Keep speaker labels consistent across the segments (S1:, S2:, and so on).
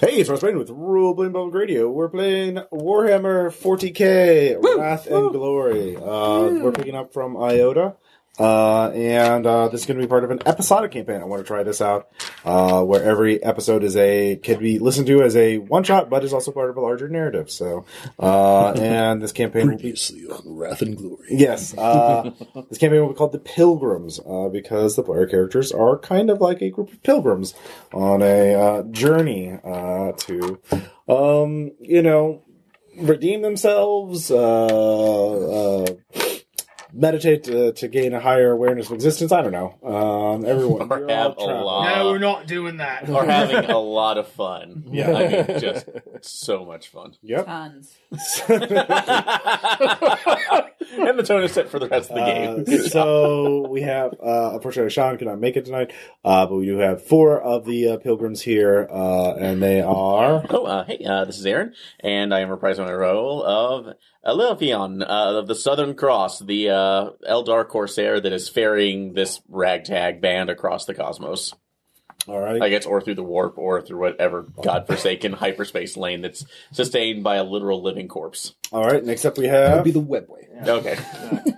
S1: Hey, it's Ross Brain with Rule Playing Public Radio. We're playing Warhammer 40k Wrath and Glory. Uh, we're picking up from IOTA. Uh, and uh, this is going to be part of an episodic campaign. I want to try this out, uh, where every episode is a can be listened to as a one shot, but is also part of a larger narrative. So, uh, and this campaign will be
S2: Previously on Wrath and Glory.
S1: Yes, uh, this campaign will be called the Pilgrims uh, because the player characters are kind of like a group of pilgrims on a uh, journey uh, to, um, you know, redeem themselves, uh, uh, meditate uh, to, to gain a higher awareness of existence. I don't know. Um, everyone
S3: Or
S1: we're all
S3: have a
S1: traveling.
S3: lot.
S4: Uh,
S5: No, we're not doing that.
S3: Are having a lot of fun.
S2: Yeah.
S3: I mean, just so much fun.
S1: Yep.
S6: Tons.
S3: Ah. and the tone is set for the rest of the
S1: Uh,
S3: game.
S1: so we have, uh, unfortunately, Sean cannot make it tonight, uh, but we do have four of the uh, pilgrims here, uh, and they are.
S3: Oh, uh, hey, uh, this is Aaron, and I am reprising my role of Elevion uh, of the Southern Cross, the uh, Eldar Corsair that is ferrying this ragtag band across the cosmos.
S1: All right.
S3: I guess, or through the warp, or through whatever godforsaken hyperspace lane that's sustained by a literal living corpse.
S1: All right, next up we
S2: That would
S1: have.
S2: be the webway.
S3: Okay.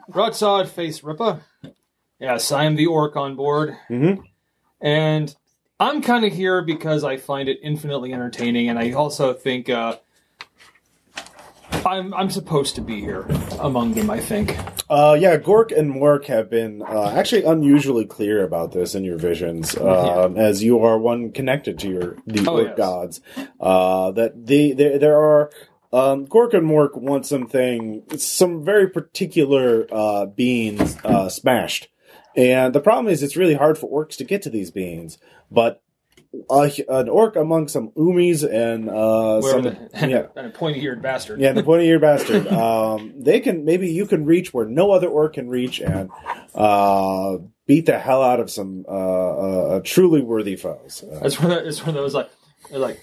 S4: Broadside Face Ripper. Yes, I am the orc on board.
S1: Mhm.
S4: And I'm kind of here because I find it infinitely entertaining, and I also think uh, I'm, I'm supposed to be here among them, I think.
S1: Uh, yeah, Gork and Mork have been uh, actually unusually clear about this in your visions, um, as you are one connected to your the
S4: Oh,
S1: Earth
S4: yes.
S1: gods. Uh, that the there there are. Um, Gork and Mork want something, some very particular uh, beings uh, smashed, and the problem is it's really hard for orcs to get to these beings. But a, an orc among some umis and uh,
S4: Where
S1: some
S4: the,
S1: yeah,
S4: and a pointy-eared bastard.
S1: Yeah, the pointy eared bastard. Um, they can maybe you can reach where no other orc can reach and uh, beat the hell out of some uh, uh, truly worthy foes. Uh,
S4: That's where it's where those like they're like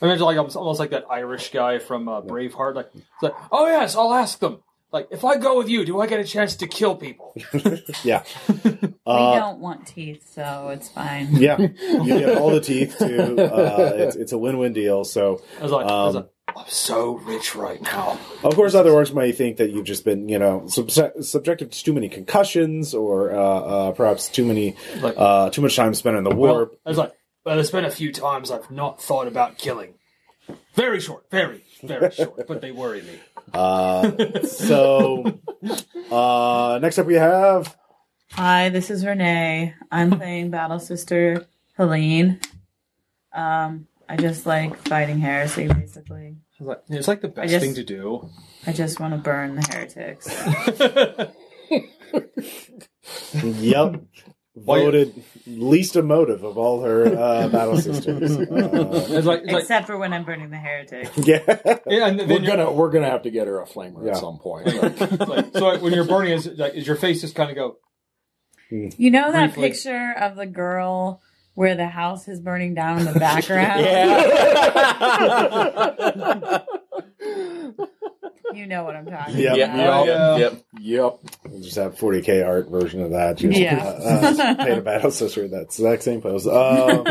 S4: I imagine like almost, almost like that Irish guy from uh, Braveheart. Like, it's like, oh yes, I'll ask them. Like, if I go with you, do I get a chance to kill people?
S1: yeah,
S6: we
S1: uh,
S6: don't want teeth, so it's fine.
S1: yeah. You get all the teeth too. Uh, it's, it's a win-win deal. So,
S4: I was like, I was
S1: Um,
S4: like I'm so rich right now.
S1: of course, other orcs may think that you've just been, you know, subse- subjected to too many concussions or uh, uh, perhaps too many,
S4: Like,
S1: uh, too much time spent in the warp.
S4: I was like, well, there's been a few times I've not thought about killing. Very short, very, very short, but they worry me.
S1: Uh, so, uh, next up we have.
S6: Hi, this is Renee. I'm playing Battle Sister Helene. Um, I just like fighting heresy, basically.
S4: I was like, It's like the best
S6: guess-
S4: thing to do.
S6: I just want to burn the heretics.
S1: Yep. Voted least emotive of all her uh, battle sisters. Uh,
S4: It's like, it's like
S6: Except for when I'm burning the heretics.
S1: yeah.
S4: yeah, and then
S2: We're
S4: you're-
S2: gonna we're gonna have to get her a flamer
S1: Yeah.
S2: at some point. Like,
S4: it's like- so like, when you're burning, is like, is your face just kind of go?
S6: You know that
S4: Briefly.
S6: picture of the girl where the house is burning down in the background?
S3: Yeah.
S6: You know what I'm talking
S1: Yeah.
S6: about.
S3: yeah.
S2: Yeah.
S3: Yep.
S2: yep.
S1: We'll just have 40k art version of that. Just,
S6: Yeah.
S1: Uh, uh, paint a battle sister in that exact same pose. Um,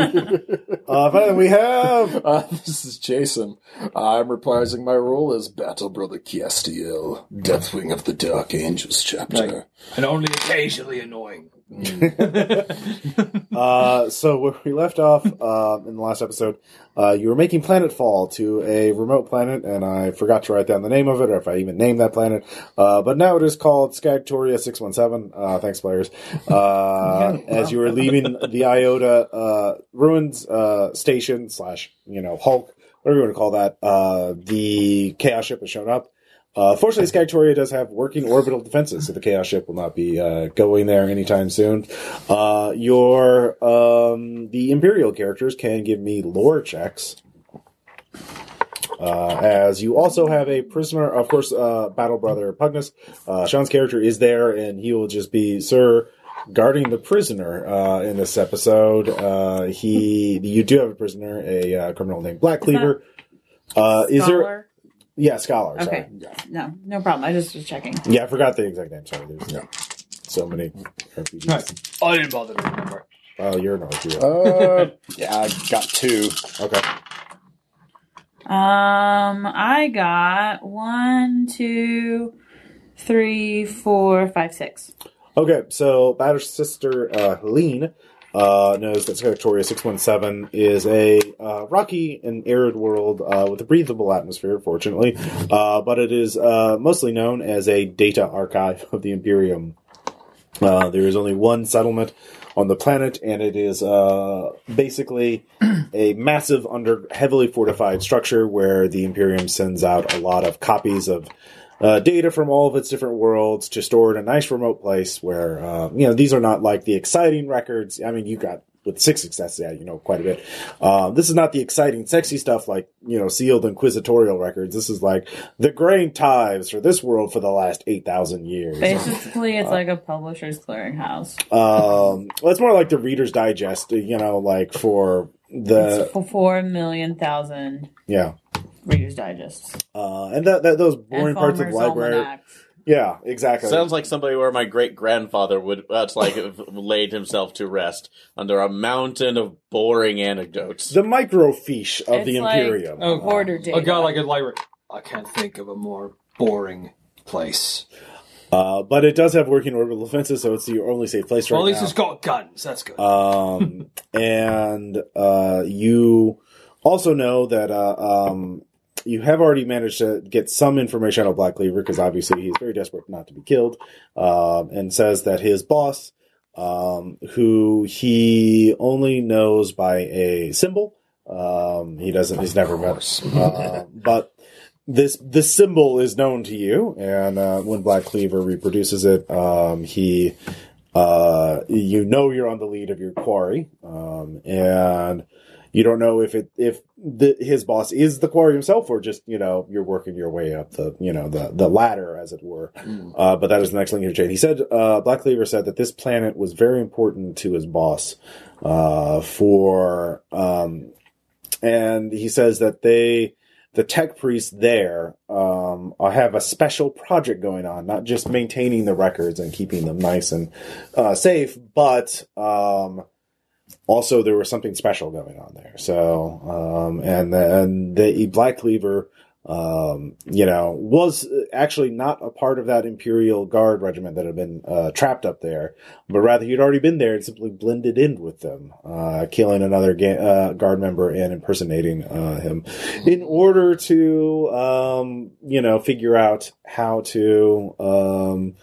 S1: uh, finally, we have.
S2: Uh, this is Jason. I'm reprising my role as Battle Brother Castiel, Deathwing of the Dark Angels chapter.
S4: And only occasionally annoying.
S1: Uh, so, where we left off uh, in the last episode, uh, you were making planetfall to a remote planet, and I forgot to write down the name of it, or if I even named that planet. Uh, but now it is called Skagtoria 617. Uh, thanks, players. Uh, as you were leaving the Iota uh, ruins uh, station slash, you know, Hulk, whatever you want to call that, uh, the Chaos ship has shown up. Uh, fortunately, Skagtoria does have working orbital defenses, so the Chaos ship will not be uh, going there anytime soon. Uh, your um, the Imperial characters can give me lore checks. Uh, as you also have a prisoner, of course, uh, Battle Brother Pugnus. Uh, Sean's character is there, and he will just be Sir guarding the prisoner uh, in this episode. Uh, he, you do have a prisoner, a uh, criminal named Black Cleaver. Uh, is there?
S6: Scholar?
S1: Yeah, scholar. Sorry.
S6: Okay. No, no problem. I just was checking.
S1: Yeah, I forgot the exact name. Sorry, there's so many RPGs.
S4: Right. I didn't bother to remember.
S1: Oh, you're an RPG.
S2: Uh, yeah, I got two.
S1: okay.
S6: Um, I got one, two, three, four, five, six.
S1: Okay, so Batter's sister uh, Helene uh, knows that Skagatoria 617 is a uh, rocky and arid world uh, with a breathable atmosphere, fortunately, uh, but it is uh, mostly known as a data archive of the Imperium. Uh, there is only one settlement on the planet, and it is uh, basically a massive, under heavily fortified structure where the Imperium sends out a lot of copies of uh, data from all of its different worlds to store in a nice remote place where uh, you know these are not like the exciting records. I mean, you got with six successes out, you know quite a bit. Uh, this is not the exciting, sexy stuff like you know sealed inquisitorial records. This is like the grain tithes for this world for the last eight thousand years.
S6: Basically, it's like a publisher's clearinghouse.
S1: Um, well, it's more like the Reader's Digest, you know, like for the
S6: It's for four million thousand
S1: yeah,
S6: Reader's Digests
S1: uh, and that, that those boring
S6: and
S1: parts of the
S6: Farmer's
S1: library.
S6: Almanacs.
S1: Yeah, exactly.
S3: Sounds like somebody where my great grandfather would that's like laid himself to rest under a mountain of boring anecdotes.
S1: the microfiche of
S6: It's
S1: the
S6: like-
S1: Imperium.
S4: Oh,
S6: Hoarder data.
S4: A guy like a library. I can't think of a more boring place.
S1: Uh, but it does have working orbital defenses, so it's the only safe place right
S4: well, at least
S1: now.
S4: it's got guns. That's good.
S1: um, and uh, you also know that uh, um, you have already managed to get some information out of Black Cleaver because obviously he's very desperate not to be killed, um, and says that his boss, um, who he only knows by a symbol, um, he doesn't, he's never met uh, but this this symbol is known to you, and uh, when Black Cleaver reproduces it, um, he uh, you know you're on the lead of your quarry, um, and you don't know if it if the, his boss is the quarry himself or just you know you're working your way up the you know the the ladder as it were. Uh, but that is the next link in your chain. He said uh, Black Cleaver said that this planet was very important to his boss uh, for um, and he says that they the tech priests there um, have a special project going on, not just maintaining the records and keeping them nice and uh, safe, but um, also there was something special going on there. So, um, and and the Black Cleaver, um, you know, was actually not a part of that Imperial Guard regiment that had been uh, trapped up there, but rather he'd already been there and simply blended in with them, uh, killing another ga- uh, guard member and impersonating uh, him in order to, um, you know, figure out how to. Um,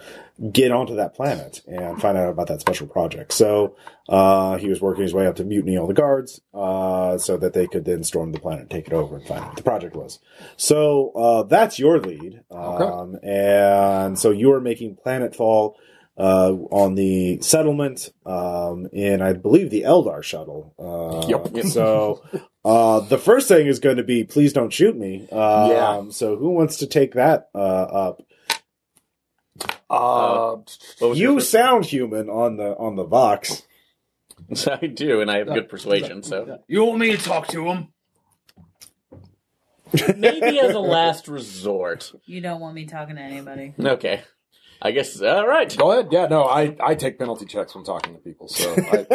S1: get onto that planet and find out about that special project. So uh, he was working his way up to mutiny all the guards uh, so that they could then storm the planet, take it over, and find out what the project was. So uh, that's your lead. Um, And so you are making planetfall uh, on the settlement um, in, I believe, the Eldar shuttle. Uh,
S2: Yep.
S1: So. Uh, the first thing is going to be, please don't shoot me. Um,
S3: Yeah.
S1: So who wants to take that uh, up?
S4: uh,
S3: What was your
S1: You
S3: first-
S1: sound human on the on the Vox.
S3: I do, and I have good persuasion. So
S5: You want me to talk to him?
S3: maybe as a last resort.
S6: You don't want me talking to anybody.
S3: Okay, I guess. All right,
S2: Go ahead. Yeah, no, I, I take penalty checks when talking to people, so I,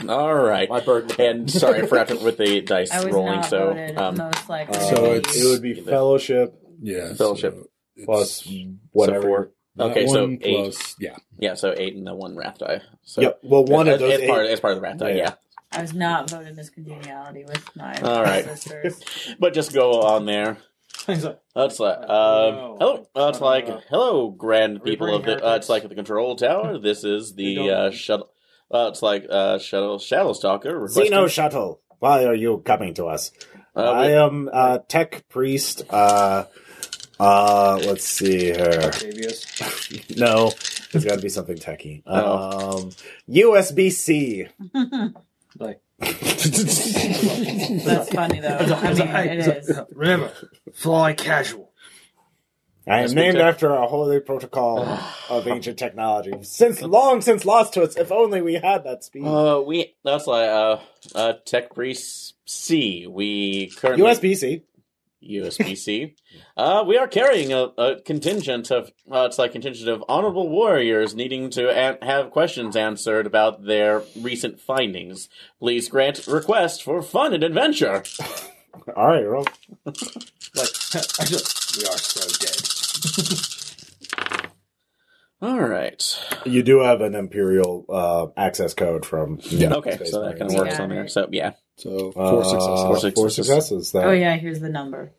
S1: Uh,
S3: all right.
S2: my burden.
S3: And sorry, I forgot it with the dice
S6: I was
S3: rolling.
S6: not
S3: So
S6: voted
S3: um,
S6: most likely.
S1: uh, so
S6: to
S1: it's,
S6: be.
S1: it would be fellowship
S5: Yeah.
S3: Fellowship.
S5: so it's
S1: plus whatever.
S3: So four.
S5: that
S3: Okay, so
S5: one
S3: eight.
S5: plus- yeah.
S3: yeah, so eight and the one raft die. So
S1: yep. Well, one
S3: as,
S1: of those.
S3: as
S1: Eight,
S3: part as part of the raft die.
S1: Yeah.
S3: yeah.
S6: I was not voted Miss Congeniality with my
S3: All right.
S6: sisters.
S3: But just go on there.
S4: he's like,
S3: That's like, um,
S4: Oh.
S3: hello. That's like,
S4: Uh,
S3: hello, grand
S4: we
S3: people
S4: bringing
S3: of the. Uh,
S4: heretics?
S3: it's like the control tower. This is
S4: We
S3: the
S4: don't-
S3: uh, shuttle. Uh, it's like uh, shuttle shadow stalker. requesting-
S1: Zeno shuttle. Why are you coming to us?
S3: Uh,
S1: I am uh, tech priest. Uh, uh, let's see here.
S4: Octavius.
S1: No, there's got to be something techie.
S3: Oh.
S1: Um, USB C.
S4: Like,
S6: That's funny though. I mean, it is.
S5: Remember, fly casual.
S1: I am
S3: USB
S1: named
S3: tech.
S1: after a holy protocol of ancient technology, since long since lost to us. If only we had that speed.
S3: uh, we. That's like uh, uh, tech priest C. We currently
S1: USB C.
S3: USB C. uh, we are carrying a, a contingent of. Uh, it's like contingent of honorable warriors needing to an- have questions answered about their recent findings. Please grant request for fun and adventure.
S1: All right, roll.
S4: Like, I just,
S5: We are so dead.
S3: All right.
S1: You do have an Imperial uh, access code from
S2: Yeah.
S3: Okay,
S1: Space
S3: so that kind
S1: Marines.
S3: of works
S6: Yeah.
S3: on there. So yeah,
S2: So
S1: Uh,
S2: four successes.
S1: Four
S3: Four
S1: successes.
S3: successes.
S1: That,
S6: Oh yeah, here's the number.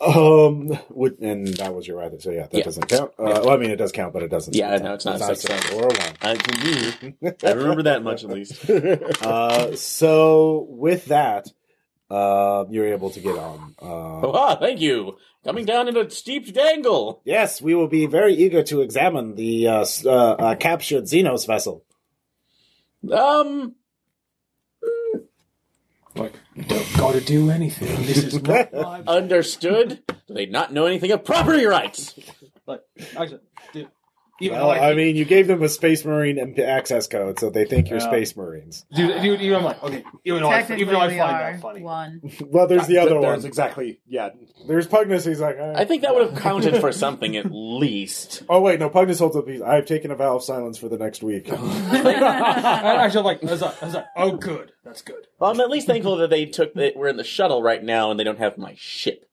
S1: Um, would, and that was your either. So yeah, that
S3: Yeah.
S1: doesn't count. Uh, Well, I mean, it does count, but it doesn't.
S3: Yeah,
S1: count.
S3: no, it's not a success.
S1: or a
S3: I, can do. I remember that much at least.
S1: one. uh, so with that, uh, you're able to get on. Uh,
S3: Oh, ah, thank you. Coming down at a steep angle.
S1: Yes, we will be very eager to examine the uh, s- uh, uh, captured Xenos vessel.
S3: Um,
S4: like, you don't gotta do anything. This is not my
S3: understood. Do they not know anything of property rights?
S4: Like, actually, dude, even
S1: Well,
S4: though I,
S1: I mean, you gave them a Space Marine imp- access code, so they think you're
S4: Yeah.
S1: Space Marines.
S4: dude, dude, even I'm like, okay, even though I,
S6: Technically,
S4: even though I
S6: we
S4: find
S6: are
S4: that funny,
S6: one.
S1: well, there's the other one.
S2: exactly. Yeah.
S1: There's Pugnus. He's like, eh.
S3: I think that would have counted for something at least.
S1: oh wait, no, Pugnus holds up. He's, I've taken a vow of silence for the next week.
S6: Um,
S4: I, actually, I'm like, I was like, I was like, oh, good, that's good.
S3: Well, I'm at least thankful that they took that we're in the shuttle right now and they don't have my ship.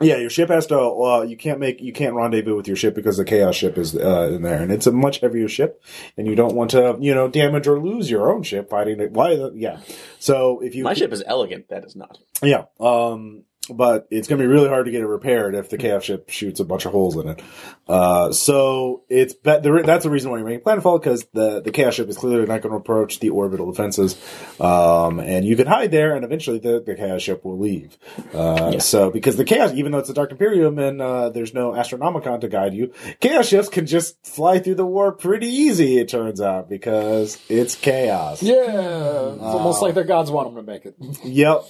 S1: Yeah, your ship has to. Uh, you can't make. You can't rendezvous with your ship because the chaos ship is uh, in there, and it's a much heavier ship, and you don't want to, you know, damage or lose your own ship fighting it. Why? the- Yeah. So if you,
S3: My ship is elegant. That is not.
S1: yeah. Um, but it's going to be really hard to get it repaired if the chaos ship shoots a bunch of holes in it. Uh, so it's bet the re- that's the reason why you're making planfall because the the chaos ship is clearly not going to approach the orbital defenses, um, and you can hide there, and eventually the, the chaos ship will leave. Uh,
S3: Yeah.
S1: So because the chaos, even though it's a dark imperium and uh, there's no astronomicon to guide you, chaos ships can just fly through the warp pretty easy. It turns out because it's chaos.
S2: Yeah. It's almost like their gods want them to make it.
S1: Yep.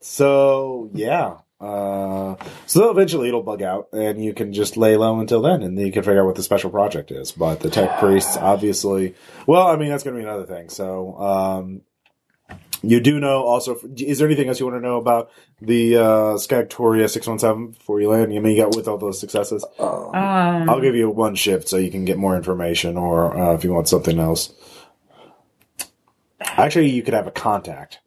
S1: So yeah. Uh, so eventually it'll bug out, and you can just lay low until then, and then you can figure out what the special project is. But the tech priests, obviously, well, I mean that's going to be another thing. So um, you do know also. Is there anything else you want to know about the uh, Skagtoria six one seven before you land? I mean, you got with all those successes.
S6: Um,
S1: I'll give you one shift so you can get more information, or uh, if you want something else. Actually, you could have a contact.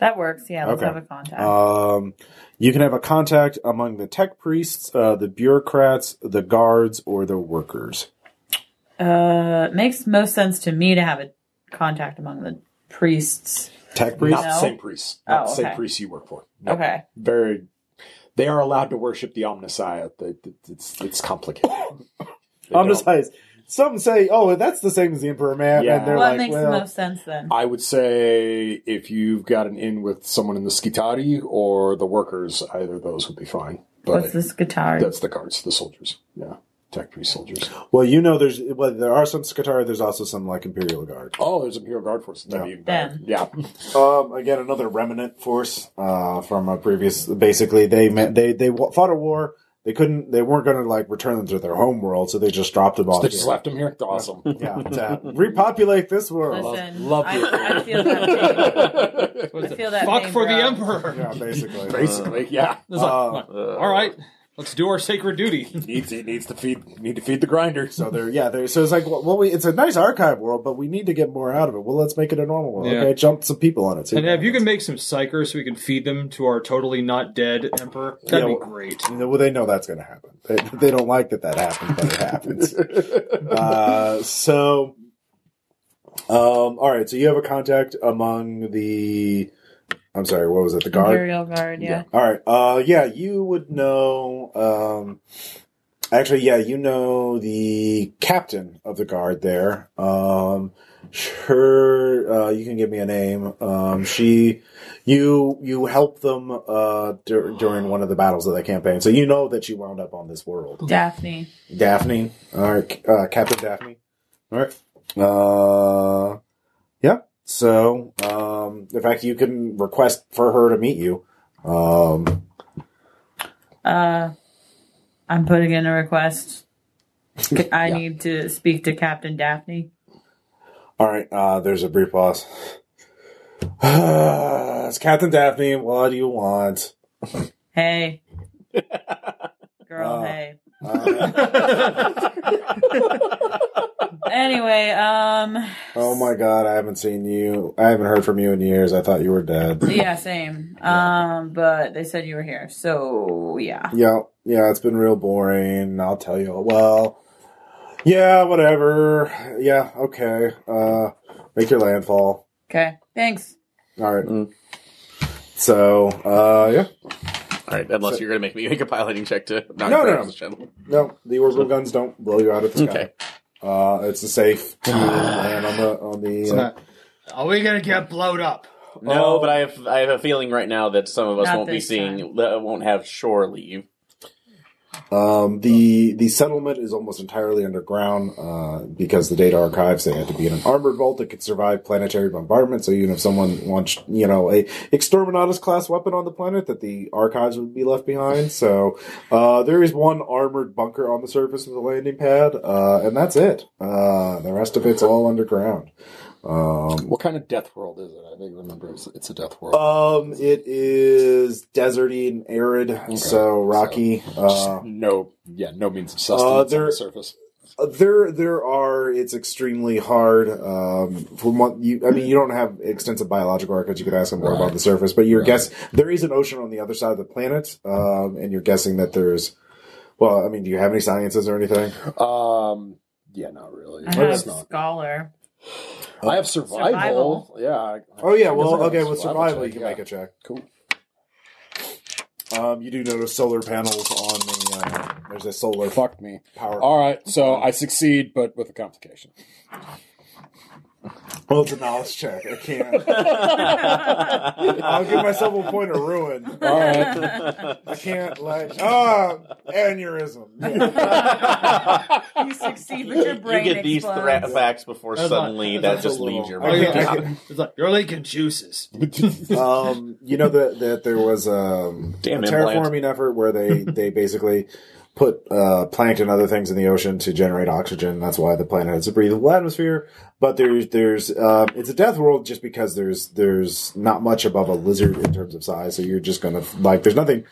S6: that works. Yeah, let's
S1: Okay.
S6: have a contact.
S1: Um, you can have a contact among the tech priests, uh, the bureaucrats, the guards, or the workers.
S6: Uh, it makes most sense to me to have a contact among the priests.
S1: Tech priests?
S2: Not the
S6: No.
S2: same priests.
S6: Oh,
S2: Not the same
S6: okay.
S2: priests you work for. No.
S6: Okay.
S2: Very. They are allowed to worship the Omnissiah. They- It's, it's complicated. They
S1: I'm
S2: don't-
S1: just like, some say, oh, that's the same as the Emperor Man.
S2: Yeah.
S1: And they're
S6: well, it
S1: like,
S6: makes
S1: well,
S6: the most sense then.
S2: I would say if you've got an in with someone in the Skitari or the workers, either of those would be fine. But
S6: What's this guitar?
S2: that's the guards, the soldiers. Yeah. Tech priest soldiers.
S1: well, you know, there's, well, there are some Skatar, there's also some like Imperial Guard.
S2: Oh, there's Imperial Guard forces. That'd be even better.
S6: Then.
S2: Yeah.
S1: Um, again, another remnant force, uh, from a previous, basically, they meant, they, they wa- fought a war. They couldn't, they weren't going to like return them to their home world, so they just dropped them off.
S2: they just
S1: here.
S2: left them here. Awesome.
S1: yeah, to repopulate this world.
S6: Listen,
S2: love you.
S6: I, I feel that. Pain. I feel that.
S4: Fuck
S6: pain,
S4: for the
S6: bro.
S4: emperor.
S1: Yeah, Uh, basically.
S2: Basically, yeah.
S4: It's like, like, all right, let's do our sacred duty.
S2: Needs it needs to feed need to feed the grinder.
S1: So there, yeah, there. So it's like, well, well, we, it's a nice archive world, but we need to get more out of it. Well, let's make it a normal world.
S4: Yeah.
S1: Okay, jump some people on it. see
S4: And
S1: what
S4: if you can
S1: happens.
S4: make some psychers so we can feed them to our totally not dead emperor, that'd
S1: Yeah,
S4: be
S1: well-
S4: great.
S1: You know, well, they know that's going to happen. They, they don't like that that happens, but it happens. uh, so, um, all right. So you have a contact among the. I'm sorry. What was it? The guard.
S6: Imperial guard. Yeah.
S1: All right. Uh, yeah, you would know. Um, actually, yeah, you know the captain of the guard there. Um, her, uh, you can give me a name. Um, she, you, you helped them uh, dur- during one of the battles of that campaign, so you know that she wound up on this world.
S6: Daphne.
S1: Daphne. All right, uh, Captain Daphne. All right. Uh, yeah. So, um, in fact, you can request for her to meet you. Um,
S6: Uh, I'm putting in a request. I
S2: Yeah.
S6: need to speak to Captain Daphne.
S1: All right. Uh, there's a brief pause. it's Captain Daphne. What do you want?
S6: Hey. Girl,
S1: Uh,
S6: hey.
S1: Uh,
S6: Hey, anyway, um,
S1: Oh my god, I haven't seen you. I haven't heard from you in years. I thought you were dead.
S6: yeah, same. Um, but they said you were here, so yeah.
S1: yeah, yeah, it's been real boring. I'll tell you. Well, yeah, whatever. Yeah, okay. Uh, make your landfall.
S6: Okay, thanks.
S1: All right.
S3: Mm.
S1: So, uh, yeah.
S3: All right, unless you're going to make me make a piloting check to
S1: No,
S3: knock
S1: no,
S3: down
S1: no.
S3: the shuttle.
S1: No, the orbital guns don't blow you out of the sky.
S3: Okay.
S1: Uh, it's a safe to land on the on the. uh,
S5: Are we gonna get blowed up?
S3: No,
S1: Oh.
S3: but I have I have a feeling right now that some of us
S6: Not
S3: won't be
S6: this
S3: seeing uh, won't have shore leave.
S1: Um, the the settlement is almost entirely underground uh, because the data archives they had to be in an armored vault that could survive planetary bombardment. So even if someone launched, you know, a exterminatus class weapon on the planet, that the archives would be left behind. So uh, there is one armored bunker on the surface of the landing pad, uh, and that's it. Uh, the rest of it's all underground. Um,
S2: What kind of death world is it? I think remember it's, it's a death world.
S1: um, it is deserty and arid, so rocky.
S2: Just
S1: uh,
S2: no, yeah, no means of sustenance on
S1: there-
S2: the surface.
S1: Uh, there there are it's extremely hard um from what you i mean you don't have extensive biological records you could ask them more about
S2: Right.
S1: the surface but you're
S2: Right.
S1: guess there is an ocean on the other side of the planet um and you're guessing that there's well i mean do you have any sciences or anything
S2: Um, yeah, not really.
S6: I
S1: Well,
S6: have
S1: it's
S2: It's not.
S6: scholar.
S2: I have survival. Yeah. I-
S1: oh yeah well
S2: I
S1: okay
S2: have
S1: with survival
S2: check,
S1: you can
S2: yeah.
S1: make a check
S2: Cool.
S1: um you do notice solar panels on the uh, there's a solar
S2: Fuck me.
S1: power
S2: All right, so I succeed, but with a complication.
S1: well it's a knowledge check i can't i'll give myself a point of ruin
S2: All right.
S3: Oh.
S1: i can't like ah aneurysm
S6: You succeed, but your brain
S3: you get these
S6: explodes.
S3: thra- facts before
S4: That's
S3: suddenly
S4: not-
S3: that
S4: that's
S3: just
S4: a little-
S3: leaves your
S1: I
S3: mind.
S1: can't- I can't-
S5: It's like you're leaking juices.
S1: um, you know that that there was um,
S3: Damn
S1: a
S3: implant.
S1: terraforming effort where they they basically put uh, plankton and other things in the ocean to generate oxygen. That's why the planet has a breathable atmosphere. But there's there's um, it's a death world just because there's there's not much above a lizard in terms of size. So you're just gonna like there's nothing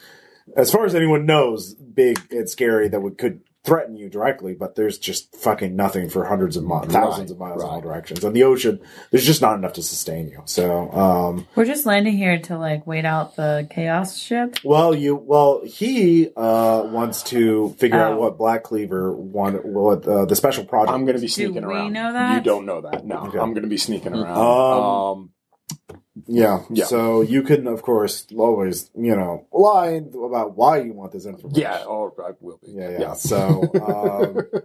S1: as far as anyone knows big and scary that would could. Threaten you directly, but there's just fucking nothing for hundreds of miles, thousands of miles in all
S2: right.
S1: directions. And the ocean, there's just not enough to sustain you. So, um,
S6: We're just landing here to like wait out the chaos ship.
S1: Well, you well he uh, wants to figure
S6: Oh.
S1: out what Black Cleaver want what uh, the special project.
S2: I'm going to be
S6: Do
S2: sneaking
S6: we
S2: around.
S6: know that?
S2: You don't know that. No,
S1: Okay.
S2: I'm going to be sneaking around.
S1: Um,
S2: Um,
S1: yeah.
S2: Yeah.
S1: So you can of course always you know lie about why you want this information.
S2: yeah, oh, I will be.
S1: Yeah, yeah. So um,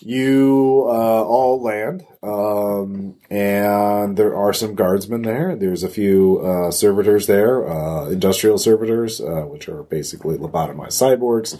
S1: you uh, all land, um, and there are some guardsmen there. There's a few uh, servitors there, uh, industrial servitors, uh, which are basically lobotomized cyborgs.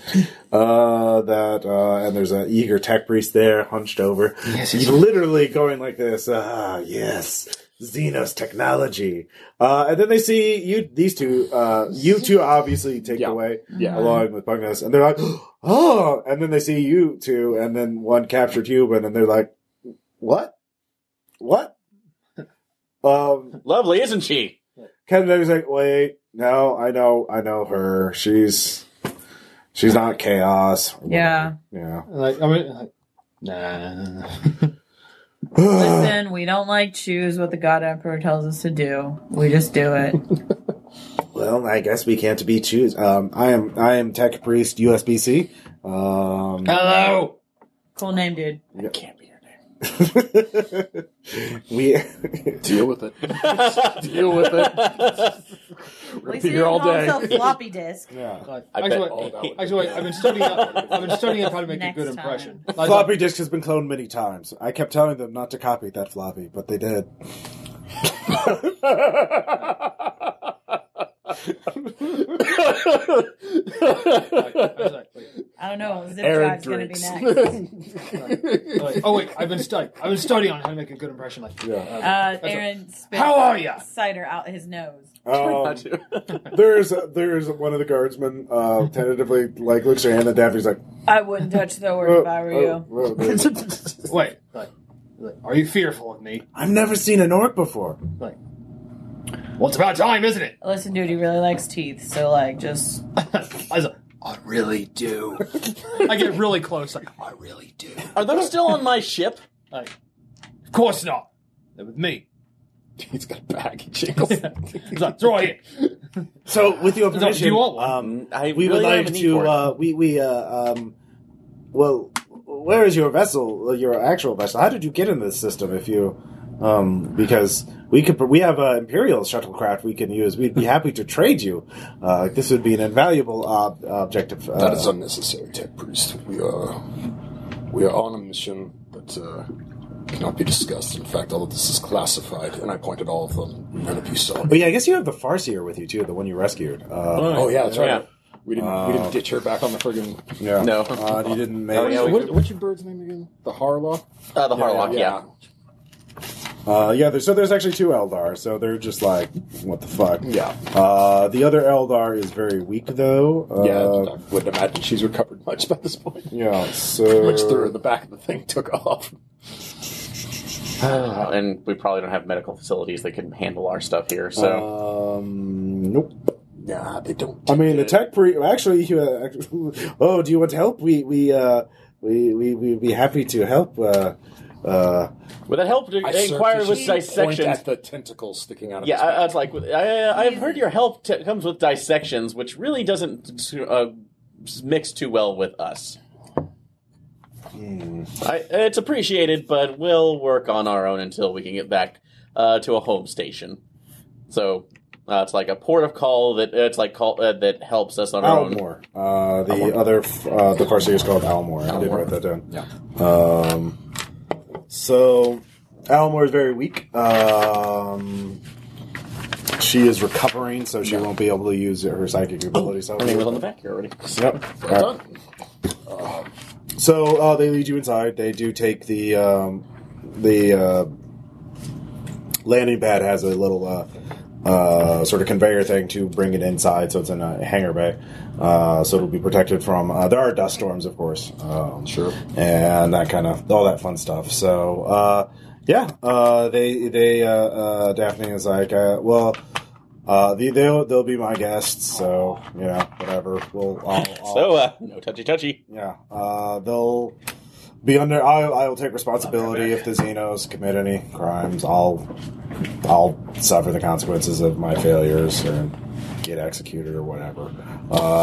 S1: Uh, that uh, and there's an eager tech priest there, hunched over.
S5: Yes,
S1: He's literally going like this. Ah, yes. Xenos technology, uh, and then they see you. These two, uh, you two, obviously take
S2: Yeah.
S1: away
S2: Yeah.
S6: Mm-hmm.
S1: along with Pugnus, and they're like, oh, and then they see you two, and then one captured human, and they're like, what, what? um,
S3: Lovely, isn't she?
S1: Kennedy's like, wait, no, I know, I know her. She's she's not chaos.
S6: Yeah.
S1: yeah.
S4: Like, I mean, like, nah.
S6: Listen, we don't like choose what the God Emperor tells us to do. We just do it.
S1: well, I guess we can't be choose. Um, I am I am tech priest USBC. Um,
S6: Uh.
S5: Hello.
S6: Cool name, dude.
S3: That can't be her name.
S1: we
S2: Deal with it. Deal with it.
S6: At least
S2: be
S6: he
S2: here
S6: didn't
S2: all
S6: call
S2: day.
S6: himself floppy disk.
S1: yeah.
S4: Like,
S3: I
S4: actually,
S3: bet-
S4: wait,
S3: oh, that would've
S4: actually, wait, I've been studying. Up, I've been studying up how to make
S6: Next
S4: a good
S6: time.
S4: impression. Like,
S1: Floppy disk has been cloned many times. I kept telling them not to copy that floppy, but they did.
S4: like, I was like, wait,
S6: I don't know. Zip
S2: Aaron
S6: drive's gonna be
S2: drinks.
S6: next.
S4: like, oh wait, I've been studying. I've been studying on how to make a good impression. Like,
S1: Yeah.
S6: Uh, Aaron spit
S5: How are ya?
S6: cider out his nose.
S1: Um, there's there's one of the guardsmen uh, tentatively like looks at your hand and Daffy's like,
S6: I wouldn't touch the word
S1: "Oh,
S6: if I were
S1: oh,
S6: you.
S1: oh, there's-
S4: wait, like, like, are you fearful of me?
S1: I've never seen an orc before.
S4: Like, well, it's about time, isn't it?
S6: Listen, dude, he really likes teeth, so like, just
S4: I was like, I really do. I get really close. Like, I really do.
S3: Are those still on my ship?
S4: Like, of course not. They're with me.
S2: He's got a bag. He jiggles.
S4: He's like, it's right here.
S1: So, with your
S4: Do you
S1: permission,
S4: want
S3: Uh,
S4: one?
S1: Um,
S3: I
S1: we
S3: really
S1: would
S3: don't
S1: like
S3: have a need
S1: to.
S3: for it.
S1: Uh, we we uh, um, well, where is your vessel? Your actual vessel? How did you get in this system? If you, um, because we could, we have uh, imperial shuttlecraft we can use. We'd be happy to trade you. Uh, this would be an invaluable ob- object of. Uh,
S2: That is unnecessary, Tech Priest. We are we are on a mission that uh, cannot be discussed. In fact, all of this is classified, and I pointed all of them. None of you saw.
S1: but
S2: Me.
S1: yeah, I guguess you have the Farseer with you too, the one you rescued. Uh,
S2: Oh yeah, that's right.
S3: Yeah.
S2: We didn't we didn't ditch her back on the friggin'.
S1: yeah.
S3: No.
S1: uh, you didn't make.
S3: Oh, yeah, we-
S2: what, what's your bird's name again? The Harlaw.
S3: Uh, the Harlock, yeah.
S1: Uh, yeah, there's, so there's actually two Eldar, so they're just like, what the fuck?
S2: Yeah.
S1: Uh, the other Eldar is very weak, though. Uh,
S2: Yeah, I wouldn't imagine she's recovered much by this point.
S1: Yeah, so.
S2: Punched through the back of the thing, took off.
S3: Uh, and we probably don't have medical facilities that can handle our stuff here.
S1: Uh,
S3: So
S1: Um, nope.
S2: Nah, they don't.
S1: I mean, the tech pre. Actually, you, uh, oh, do you want help? We we uh, we we we'd be happy to help. Uh, uh,
S3: would that help?
S2: I
S3: To inquire with
S2: surgically point
S3: dissections.
S2: at the tentacles sticking out of
S3: Yeah,
S2: his back.
S3: I, I was like, I, I've heard your help t- comes with dissections, which really doesn't uh, mix too well with us. I, it's appreciated, but we'll work on our own until we can get back uh, to a home station. So uh, it's like a port of call that it's like call uh, that helps us on our own.
S1: Almore. Uh, the other f- uh, the Farseer is called Almore. I did
S2: Almor.
S1: write that down.
S2: Yeah.
S1: Um, so Almore is very weak. Um, she is recovering, so she won't be able to use her psychic ability. so
S3: Her name was on the back here already.
S1: Yep.
S2: Well
S1: All right.
S2: done.
S1: So uh, they lead you inside. They do take the um, the uh, landing pad has a little uh, uh, sort of conveyor thing to bring it inside, so it's in a hangar bay. Uh, so it'll be protected from. Uh, there are dust storms, of course. Um,
S2: Sure.
S1: and that kind of all that fun stuff. So uh, yeah, uh, they they uh, uh, Daphne is like, uh, well, uh, they, they'll they'll be my guests, so you know whatever. We'll I'll, I'll,
S3: So uh, no touchy touchy.
S1: yeah, uh, they'll be under. I, I will take responsibility if the Xenos commit any crimes. I'll I'll suffer the consequences of my failures and get executed or whatever.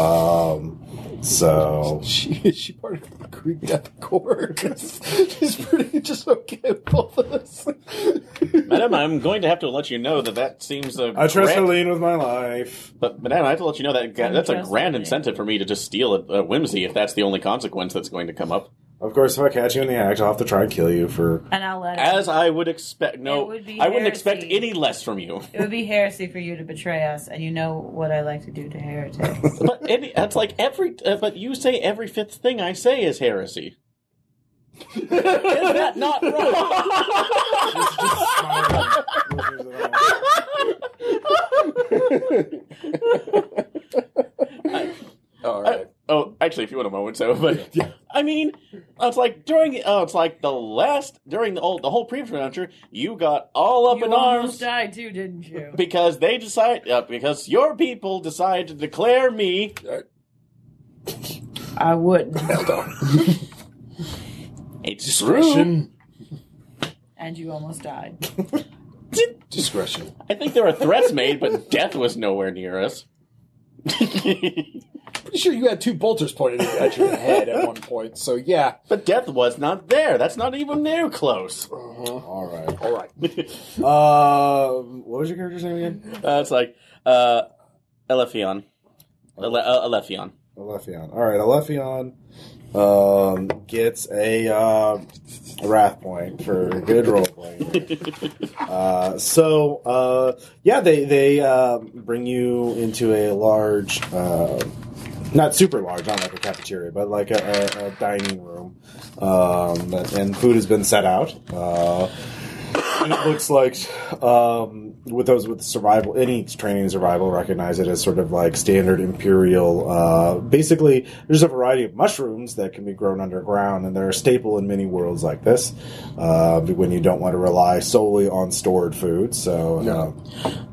S1: Um, so
S2: She is she part of the Greek death corps? 'Cause She's pretty just okay with all this.
S3: Madam, I'm going to have to let you know that that seems a
S1: I trust
S3: grand-
S1: Helene with my life.
S3: But, but Adam, I have to let you know that that's a
S6: Interesting.
S3: grand incentive for me to just steal a, a whimsy if that's the only consequence that's going to come up.
S1: Of course, if I catch you in the act, I'll have to try and kill you for.
S6: And I'll let it.
S3: As I would expect, no,
S6: It would be
S3: I wouldn't expect
S6: heresy.
S3: any less from you.
S6: It would be heresy for you to betray us, and you know what I like to do to heretics.
S3: But any, that's like every. Uh, but you say every fifth thing I say is heresy. is that not wrong?
S2: all right.
S3: Oh, actually, if you want a moment, so. But I mean, it's like during. Oh, it's like the last during the old the whole pre-pronouncer, you got all up
S6: you
S3: in arms.
S6: almost died too, didn't you?
S3: because they decide uh, because your people decide to declare me
S6: I wouldn't.
S3: a true.
S2: Discretion.
S6: And you almost died.
S2: Discretion.
S3: I think there were threats made, but death was nowhere near us.
S2: Pretty sure you had two bolters pointed at your head at one point. So yeah.
S3: but death was not there. That's not even near close.
S2: Uh-huh.
S1: All right.
S2: All right.
S1: Uh, what was your character's name again?
S3: Uh, it's like uh, Elephion. Ele- uh, Elephion.
S1: Alephion. All right, Alephion um, gets a uh, wrath point for good role playing. Uh, so uh, yeah, they they uh, bring you into a large, uh, not super large, not like a cafeteria, but like a, a, a dining room, um, and food has been set out. Uh, and it looks like um, with those with survival any training in survival recognize it as sort of like standard imperial uh, basically there's a variety of mushrooms that can be grown underground and they're a staple in many worlds like this uh, when you don't want to rely solely on stored food so um,
S2: No.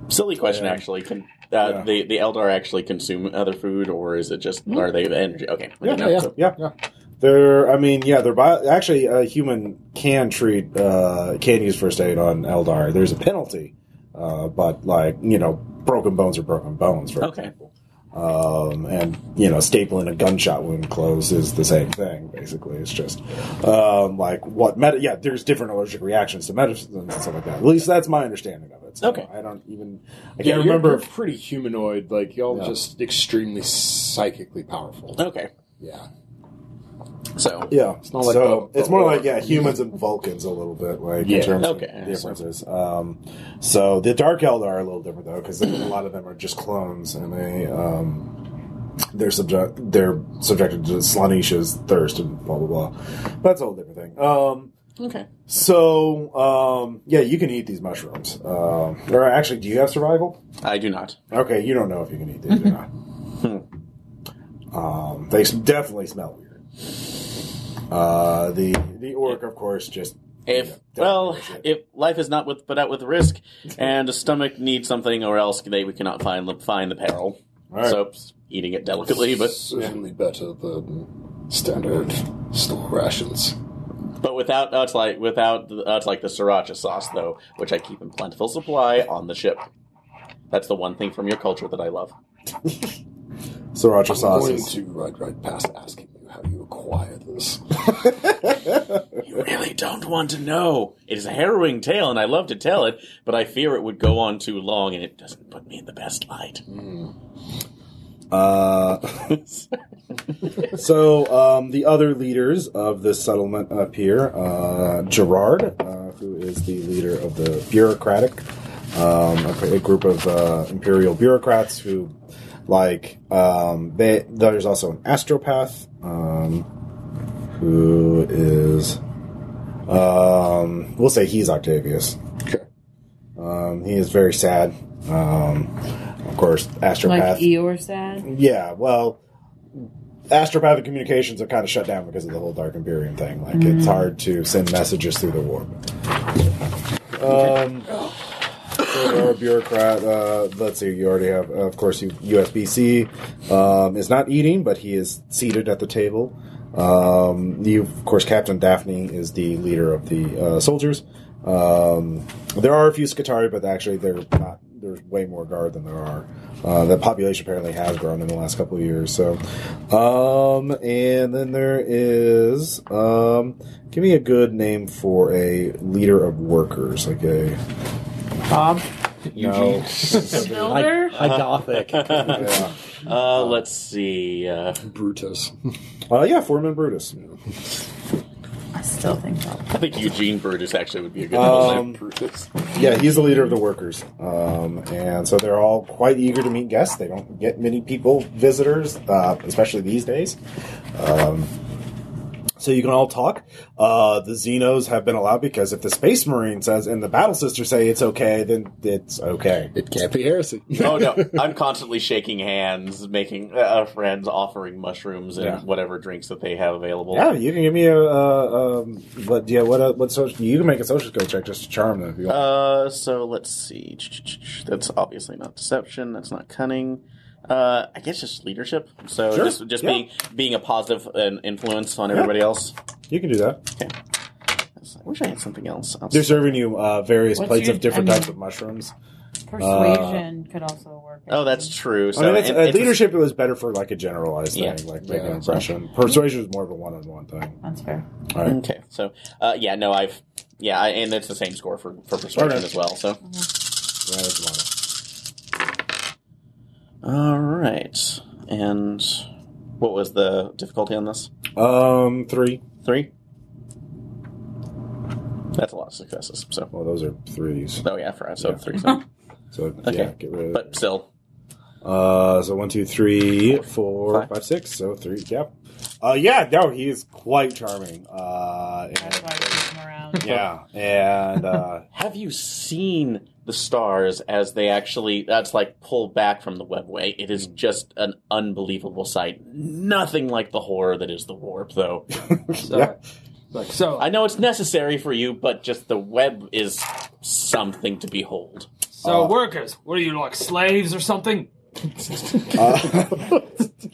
S3: Silly question, actually. Can uh,
S1: Yeah.
S3: the the Eldar actually consume other food, or is it just are they the energy? Okay.
S1: uh, yeah, yeah, yeah. They're, I mean, yeah, they're bio- actually a human can treat, uh, can use first aid on Eldar. There's a penalty, uh, but like you know, broken bones are broken bones. For
S3: Okay.
S1: example. Um, and you know, stapling a gunshot wound close is the same thing. Basically, it's just um, like what med- Yeah, there's different allergic reactions to medicines and stuff like that. At least that's my understanding of it. So
S3: Okay.
S1: I don't even. I
S2: Yeah,
S1: can't
S2: you're,
S1: remember.
S2: you're
S1: if-
S2: pretty humanoid. Like y'all
S1: Yeah.
S2: just extremely psychically powerful.
S3: Okay.
S2: Yeah.
S3: So
S1: Yeah, it's
S2: not like
S1: so
S2: the-
S1: it's
S2: the
S1: more
S2: war.
S1: like yeah, humans and Vulcans a little bit like
S2: Yeah.
S1: in terms
S3: Okay,
S1: of
S3: so-
S1: differences. Um, so the Dark Elder are a little different though because a lot of them are just clones and they um, they're subject they're subjected to Slanisha's thirst and blah blah blah. That's a whole different thing. Um,
S3: okay.
S1: so um, yeah, you can eat these mushrooms. Um, or actually, do you have survival?
S3: I do not.
S1: Okay, you don't know if you can eat these or not.
S3: Hmm.
S1: um, they s- definitely smell weird. Uh, the the orc, of course, just
S3: If
S1: yeah, definitely
S3: well,
S1: shit.
S3: if life is not with but out with risk, and a stomach needs something, or else they we cannot find find the peril.
S1: All right.
S3: So eating it delicately, but
S2: certainly better than standard store rations.
S3: but without uh, it's like without uh, it's like the sriracha sauce though, which I keep in plentiful supply on the ship. That's the one thing from your culture that I love.
S1: sriracha
S2: I'm going
S1: sauces.
S2: to ride right past asking you how you acquire this.
S3: You really don't want to know. It is a harrowing tale, and I love to tell it, but I fear it would go on too long, and it doesn't put me in the best light.
S1: Uh, so um, the other leaders of this settlement up here, uh, Gerard, uh, who is the leader of the bureaucratic, um, a, a group of uh, imperial bureaucrats who, like, um, they, there's also an astropath um, who is, um, we'll say he's Octavius.
S2: Okay.
S1: Um, he is very sad. Um, of course, astropath.
S6: Like Eeyore sad.
S1: Yeah, well, astropathic communications are kind of shut down because of the whole Dark Imperium thing. Like, it's hard to send messages through the warp. Um, so there are bureaucrat. Uh, let's see, you already have, of course, you, USBC um, is not eating, but he is seated at the table. Um, you, of course, Captain Daphne is the leader of the uh, soldiers. Um, there are a few Skatari, but actually, they're not. There's way more guard than there are. Uh, the population apparently has grown in the last couple of years. So, um, and then there is, um, give me a good name for a leader of workers, like a
S7: Bob,
S1: no,
S6: The builder.
S7: Hydothic.
S1: yeah.
S3: Uh, let's see. Uh,
S2: Brutus.
S1: Uh, yeah, Foreman Brutus.
S6: I still think so.
S3: I think Eugene Brutus actually would be a good
S1: Um,
S2: Brutus.
S1: Yeah, he's the leader of the workers, um, and so they're all quite eager to meet guests. They don't get many people, visitors, uh, especially these days. Um, so you can all talk. Uh, the Xenos have been allowed because if the Space Marine says and the Battle Sister say it's okay, then it's okay.
S2: It can't be heresy.
S3: oh no, I'm constantly shaking hands, making uh, friends, offering mushrooms and
S1: Yeah.
S3: whatever drinks that they have available.
S1: Yeah, you can give me a uh, um, what? Yeah, what? Uh, what social? You can make a social skill check just to charm them if you want.
S3: Uh, so let's see. Ch-ch-ch-ch. That's obviously not deception. That's not cunning. Uh, I guess just leadership. So
S1: Sure.
S3: just just
S1: Yeah.
S3: being being a positive and influence on everybody else.
S1: you can do that.
S3: I wish I had something else. outside.
S1: They're serving you uh, various
S6: What's
S1: plates
S6: your-
S1: of different
S6: I mean-
S1: types of mushrooms.
S6: Persuasion could also work.
S3: Oh, that's true. So
S1: I mean, it's,
S3: and
S1: uh,
S3: it's-
S1: leadership was better for like a generalized
S3: Yeah.
S1: thing, like making
S2: Yeah.
S1: an impression. Persuasion is more of a one-on-one thing.
S6: That's fair.
S1: All right.
S3: Okay, so uh, yeah, no, I've yeah, I, and it's the same score for for persuasion
S1: Okay.
S3: as well. So
S1: Yeah, that's
S3: all right, and what was the difficulty on this?
S1: one. Um, three.
S3: Three. That's a lot of successes. So
S1: Well, those are threes.
S3: oh yeah, for so three. So.
S1: So yeah,
S3: Okay.
S1: get rid of.
S3: but still,
S1: Uh, so one, two, three, four,
S3: Five.
S1: five, six. So three. Yep. Uh, yeah. No, he is quite charming. Uh,
S6: That's why
S1: and,
S6: I keep him around.
S1: yeah, and uh,
S3: have you seen the stars as they actually that's like pull back from the webway? It is just an unbelievable sight. Nothing like the horror that is the warp, though.
S4: So,
S1: Yeah.
S4: Like so.
S3: I know it's necessary for you, but just the web is something to behold.
S4: so
S1: uh,
S4: workers, what are you like slaves or something?
S1: uh,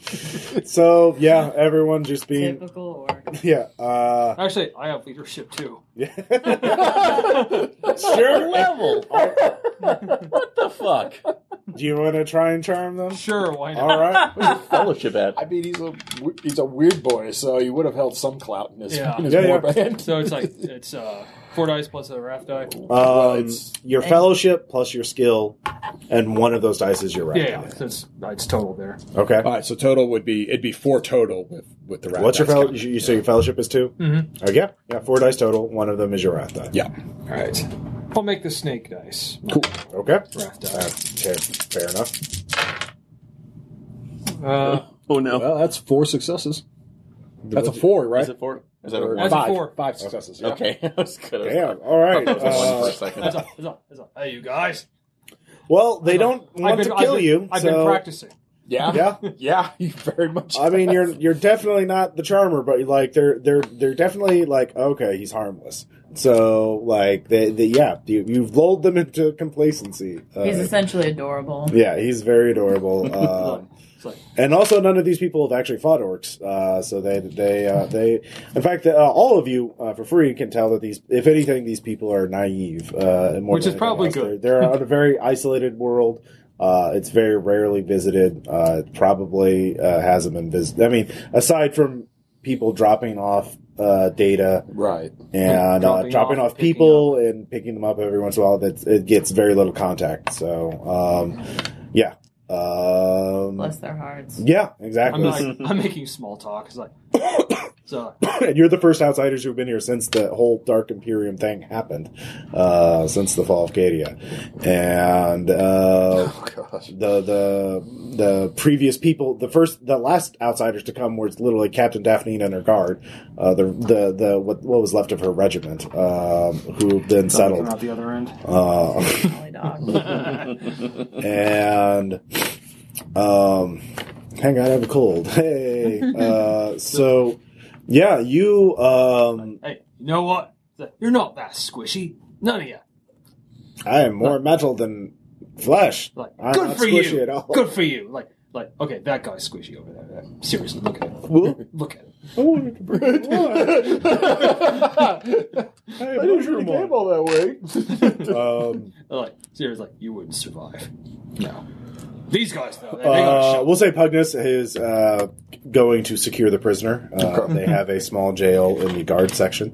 S1: so yeah, everyone just being
S6: Typical orc.
S4: one.
S1: Yeah. Uh,
S4: Actually, I have leadership too.
S1: sure.
S3: level. what the fuck?
S1: Do you want to try and charm them?
S4: Sure, why not?
S1: All right.
S3: Where's the fellowship at?
S2: I mean, he's a w- he's a weird boy, so he would have held some clout in his,
S4: Yeah.
S2: in his
S1: Yeah,
S2: war
S1: yeah.
S2: band.
S4: So it's like it's uh, four dice plus a raft die.
S1: Um,
S2: it's-
S1: your fellowship plus your skill, and one of those dice is your right.
S4: Yeah, yeah. So it's, it's total there.
S1: Okay.
S2: Uh,
S8: All right, so total would be it'd be four total with with the rat.
S1: What's your
S8: dice
S1: fellow?
S8: count.
S1: You, you say your fellowship is 2
S4: Mhm.
S1: Uh, yeah, yeah, four dice total. One of them is your wrath die.
S8: Yeah. All right.
S4: I'll make the snake dice.
S1: Okay.
S4: Raft die.
S1: Uh, fair, fair enough.
S4: Uh,
S9: Oh no.
S8: Well, that's four successes. That's a four, right?
S3: Is it four? Is that a
S8: Or
S3: one?
S4: That's a
S8: five.
S4: four.
S8: Five successes. yeah.
S3: Okay, I was good.
S1: Damn. All right.
S3: I was like one for
S1: Uh,
S3: a second.
S4: that's a, that's a, that's a, hey, you guys.
S1: well, they don't want to
S4: I've
S1: kill
S4: been,
S1: you.
S4: I've
S1: so,
S4: been practicing.
S2: Yeah,
S1: Yeah.
S2: yeah. He very much.
S1: I mean, you're you're definitely not the charmer, but like they're they're they're definitely like okay, he's harmless. So like they, they yeah, you, you've lulled them into complacency. Uh,
S6: He's essentially adorable.
S1: yeah, he's very adorable. Um,
S4: It's like,
S1: And also, none of these people have actually fought orcs, uh, so they they uh, they. In fact, uh, all of you uh, for free can tell that these, if anything, these people are naive. Uh, more
S4: Which
S1: than
S4: is
S1: anything
S4: probably
S1: else.
S4: good.
S1: They're, they're on a very isolated world. Uh, it's very rarely visited. Uh, it probably uh, hasn't been visited. I mean, aside from people dropping off uh, data
S2: right.
S1: and dropping,
S4: Dropping
S1: uh, dropping
S4: off,
S1: off,
S4: picking
S1: people and picking them up every once in a while, that it gets very little contact. So, um, yeah. Um,
S6: Bless their hearts.
S1: yeah, exactly.
S4: I'm like, I'm making small talk. It's uh, like, so
S1: and you're the first outsiders who've been here since the whole Dark Imperium thing happened, uh, since the fall of Cadia, and uh,
S2: Oh gosh.
S1: the the the previous people, the first, the last outsiders to come were literally Captain Daphne and her guard, uh, the the the what, what was left of her regiment, um, who then
S4: Coming
S1: settled,
S4: out the other end.
S1: uh,
S6: Molly dog.
S1: and um, hang on, I have a cold. Hey, uh, so yeah, you um.
S4: Hey, you know what? It's like, You're not that squishy. None of you.
S1: I am more metal than flesh.
S4: Like,
S1: I'm
S4: good
S1: not
S4: for
S1: squishy
S4: you.
S1: at all.
S4: Good for you. Like, like, okay, that guy's squishy over there. Yeah. Seriously, look at him.
S1: Well,
S4: Look at him.
S1: I wanted to bring it on. I
S2: I didn't really came all that way.
S1: Um,
S4: Like, seriously, like, you wouldn't survive. No. These guys, though, they, they got
S1: uh,
S4: shot.
S1: we'll say Pugnus is uh, going to secure the prisoner. Uh,
S4: Mm-hmm.
S1: they have a small jail in the guard section.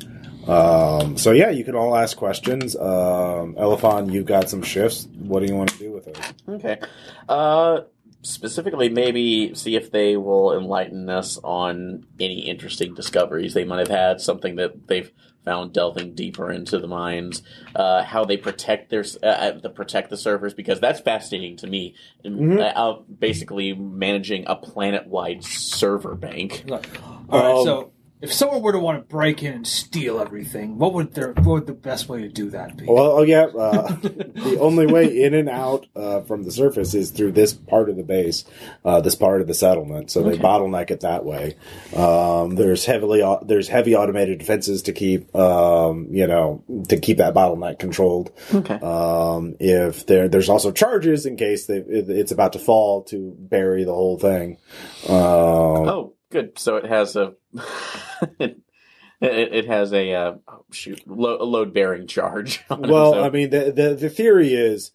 S1: Um, so yeah, you can all ask questions. Um, Elephon, you've got some shifts. What do you want to do with those?
S3: Okay. Uh, specifically, maybe see if they will enlighten us on any interesting discoveries they might have had, something that they've found delving deeper into the mines, uh, how they protect their s- uh, uh, the protect the servers because that's fascinating to me.
S8: Mm-hmm.
S3: Uh, uh, basically, managing a planet wide server bank.
S4: Look, all right.
S1: Um,
S4: so, if someone were to want to break in and steal everything, what would their what would the best way to do that be?
S1: Well, oh yeah, uh, the only way in and out uh, from the surface is through this part of the base, uh, this part of the settlement. So they bottleneck it that way. Um, there's heavily au- there's heavy automated defenses to keep um, you know to keep that bottleneck controlled.
S3: Okay.
S1: Um, if there there's also charges in case they, it, it's about to fall to bury the whole thing. Um,
S3: Oh, good. So it has a. it, it has a uh, oh, shoot lo- a load bearing charge. on it,
S1: well
S3: so-
S1: i mean the, the the theory is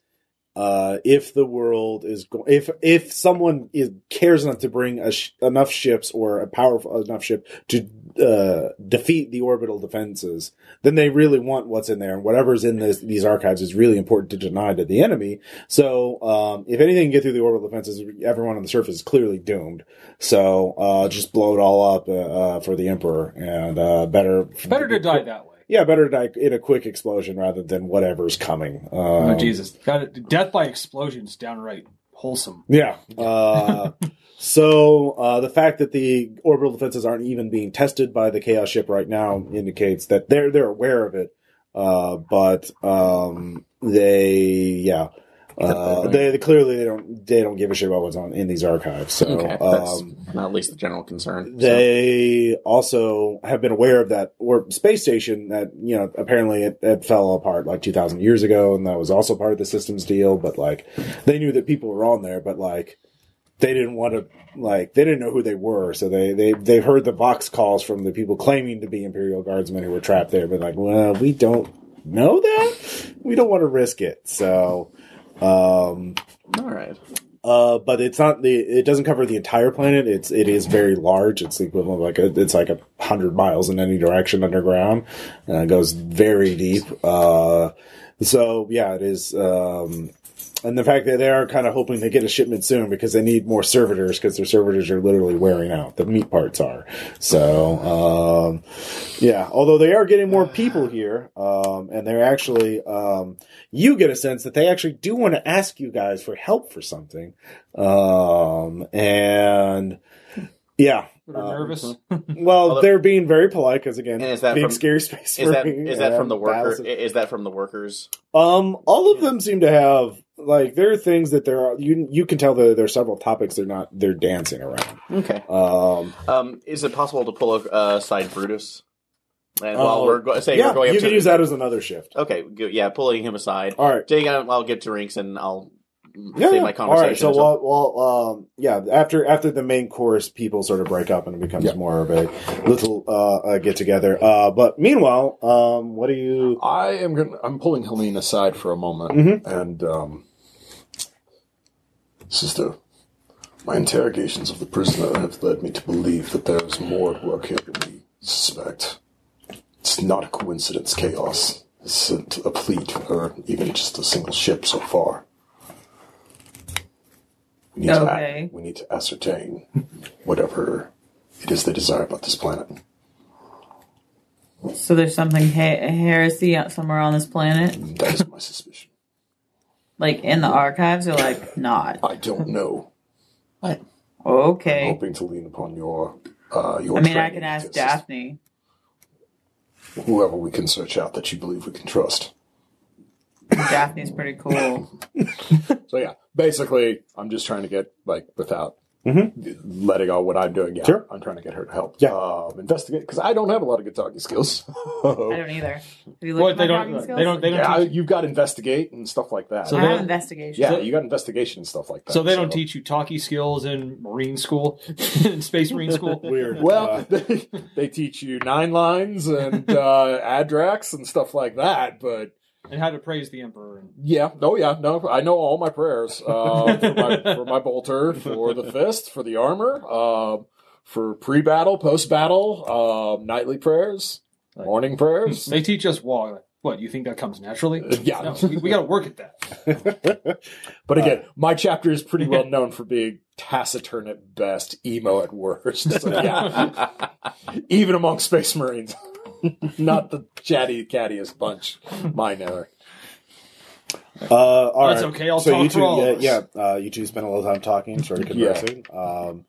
S1: uh if the world is go- if if someone is cares enough to bring a sh- enough ships or a powerful enough ship to uh defeat the orbital defenses then they really want what's in there and whatever's in this, these archives is really important to deny to the enemy so um if anything can get through the orbital defenses everyone on the surface is clearly doomed so uh just blow it all up uh, uh for the emperor and uh better
S4: Better to die that way.
S1: yeah, better to die in a quick explosion rather than whatever's coming. Um,
S4: Oh Jesus! Got it. Death by explosion is downright wholesome.
S1: Yeah. Uh, so uh, the fact that the orbital defenses aren't even being tested by the chaos ship right now indicates that they're they're aware of it, uh, but um, they yeah. Uh, they, they clearly they don't they don't give a shit about what's on in these archives. So
S3: Okay, that's
S1: um,
S3: not least the general concern. so-
S1: they also have been aware of that or space station that you know apparently it, it fell apart like 2000 years ago and that was also part of the systems deal but like they knew that people were on there but like they didn't want to like they didn't know who they were, so they they they heard the box calls from the people claiming to be Imperial Guardsmen who were trapped there, but like, well, we don't know that. We don't want to risk it. So um
S3: All right.
S1: uh, but it's not the. It doesn't cover the entire planet. It's it is very large. It's the equivalent of like a, it's like a hundred miles in any direction underground. Uh, it goes very deep. Uh, so yeah, it is. Um, and the fact that they are kind of hoping they get a shipment soon because they need more servitors because their servitors are literally wearing out. The meat parts are. So um, yeah, although they are getting more people here, um, and they're actually, um, you get a sense that they actually do want to ask you guys for help for something. Um, and yeah,
S4: They're nervous.
S1: well,
S3: Although-
S1: they're being very polite because again,
S3: And is that
S1: big
S3: from-
S1: scary space.
S3: Is that
S1: marine
S3: is that from
S1: and
S3: the worker?
S1: battles-
S3: Is that from the workers?
S1: um, all of them seem to have like there are things that there are you you can tell that there are several topics they're not they're dancing around.
S3: Okay.
S1: Um,
S3: Um, is it possible to pull a uh, side Brutus? And
S1: Oh,
S3: while we're go- say
S1: yeah,
S3: we're going up
S1: you
S3: to
S1: can use that as another shift.
S3: okay, good, yeah, pulling him aside.
S1: All right.
S3: Taking out, I'll get to Rinks and I'll
S1: Yeah,
S3: say
S1: yeah.
S3: my conversation.
S1: All
S3: or
S1: right, so while, while um, yeah, after after the main course, people sort of break up and it becomes
S8: Yeah.
S1: more of a little uh, uh, get together. Uh, but meanwhile, um, what do you?
S2: I am going I'm pulling Helene aside for a moment and um Sister, my interrogations of the prisoner have led me to believe that there is more at work here than we suspect. It's not a coincidence chaos isn't a fleet or even just a single ship so far. We need, to,
S6: Okay.
S2: act- we need to ascertain whatever it is they desire about this planet.
S6: So there's something ha- heresy out somewhere on this planet,
S2: That is my suspicion.
S6: like in the archives, or like not.
S2: I don't know.
S6: Okay.
S2: hoping to lean upon your uh, your.
S6: I mean, I
S2: training
S6: can ask
S2: to assist
S6: Daphne.
S2: whoever we can search out that you believe we can trust.
S6: Daphne's pretty cool.
S2: So yeah, basically, I'm just trying to get like without
S4: Mm-hmm.
S2: letting all what I'm doing. Yeah,
S1: Sure.
S2: I'm trying to get her to help.
S1: Yeah.
S2: um, investigate because I don't have a lot of good talking skills.
S6: I don't either. Have you looked
S4: What
S6: at
S4: they
S6: my
S4: don't,
S6: talking
S4: they
S6: skills?
S4: don't, they don't,
S2: yeah,
S4: teach,
S2: you've got investigate and stuff like that.
S4: So
S6: I
S4: they-
S6: have investigation.
S2: yeah, you got investigation and stuff like that.
S4: so they don't teach you talkie skills in Marine school, in Space Marine school.
S1: Weird.
S2: Well,
S1: Uh,
S2: they, they teach you nine lines and uh, adrax and stuff like that, but
S4: and how to praise the emperor. And
S2: Yeah. Oh, yeah. No, I know all my prayers uh, for, my, for my bolter, for the fist, for the armor, um, for pre-battle, post-battle, um, nightly prayers, morning prayers.
S4: they teach us wall. Like, what you think that comes naturally?
S1: Uh,
S2: Yeah.
S4: no, we, we got to work at that.
S2: But again, my chapter is pretty well known for being taciturn at best, emo at worst. So yeah, even among Space Marines, not the chatty cattiest bunch. Mine are.
S1: uh, all
S4: That's
S1: right.
S4: Oh, okay, I'll
S1: so
S4: talk
S1: you two,
S4: for all of
S1: yeah, yeah uh, you two spend a little time talking, sort of
S2: Yeah.
S1: conversing. Um,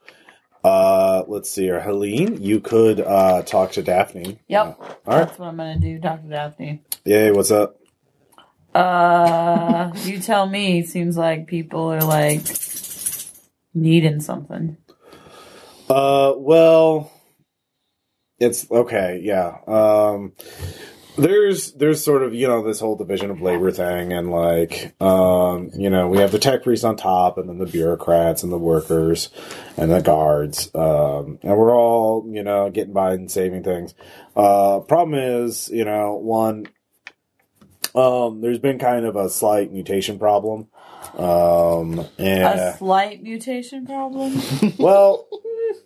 S1: uh, let's see here, Helene, you could uh, talk to Daphne.
S6: Yep.
S1: All right.
S6: That's what I'm gonna do, Doctor Daphne.
S1: Yay, what's up?
S6: Uh, you tell me. Seems like people are like needing something.
S1: Uh, well, it's okay. Yeah. Um, there's there's sort of you know this whole division of labor thing, and like um, you know we have the tech priests on top, and then the bureaucrats and the workers and the guards, um, and we're all you know getting by and saving things. Uh, problem is, you know, one. Um, there's been kind of a slight mutation problem. Um, and
S6: A slight mutation problem.
S2: Uh,
S1: well,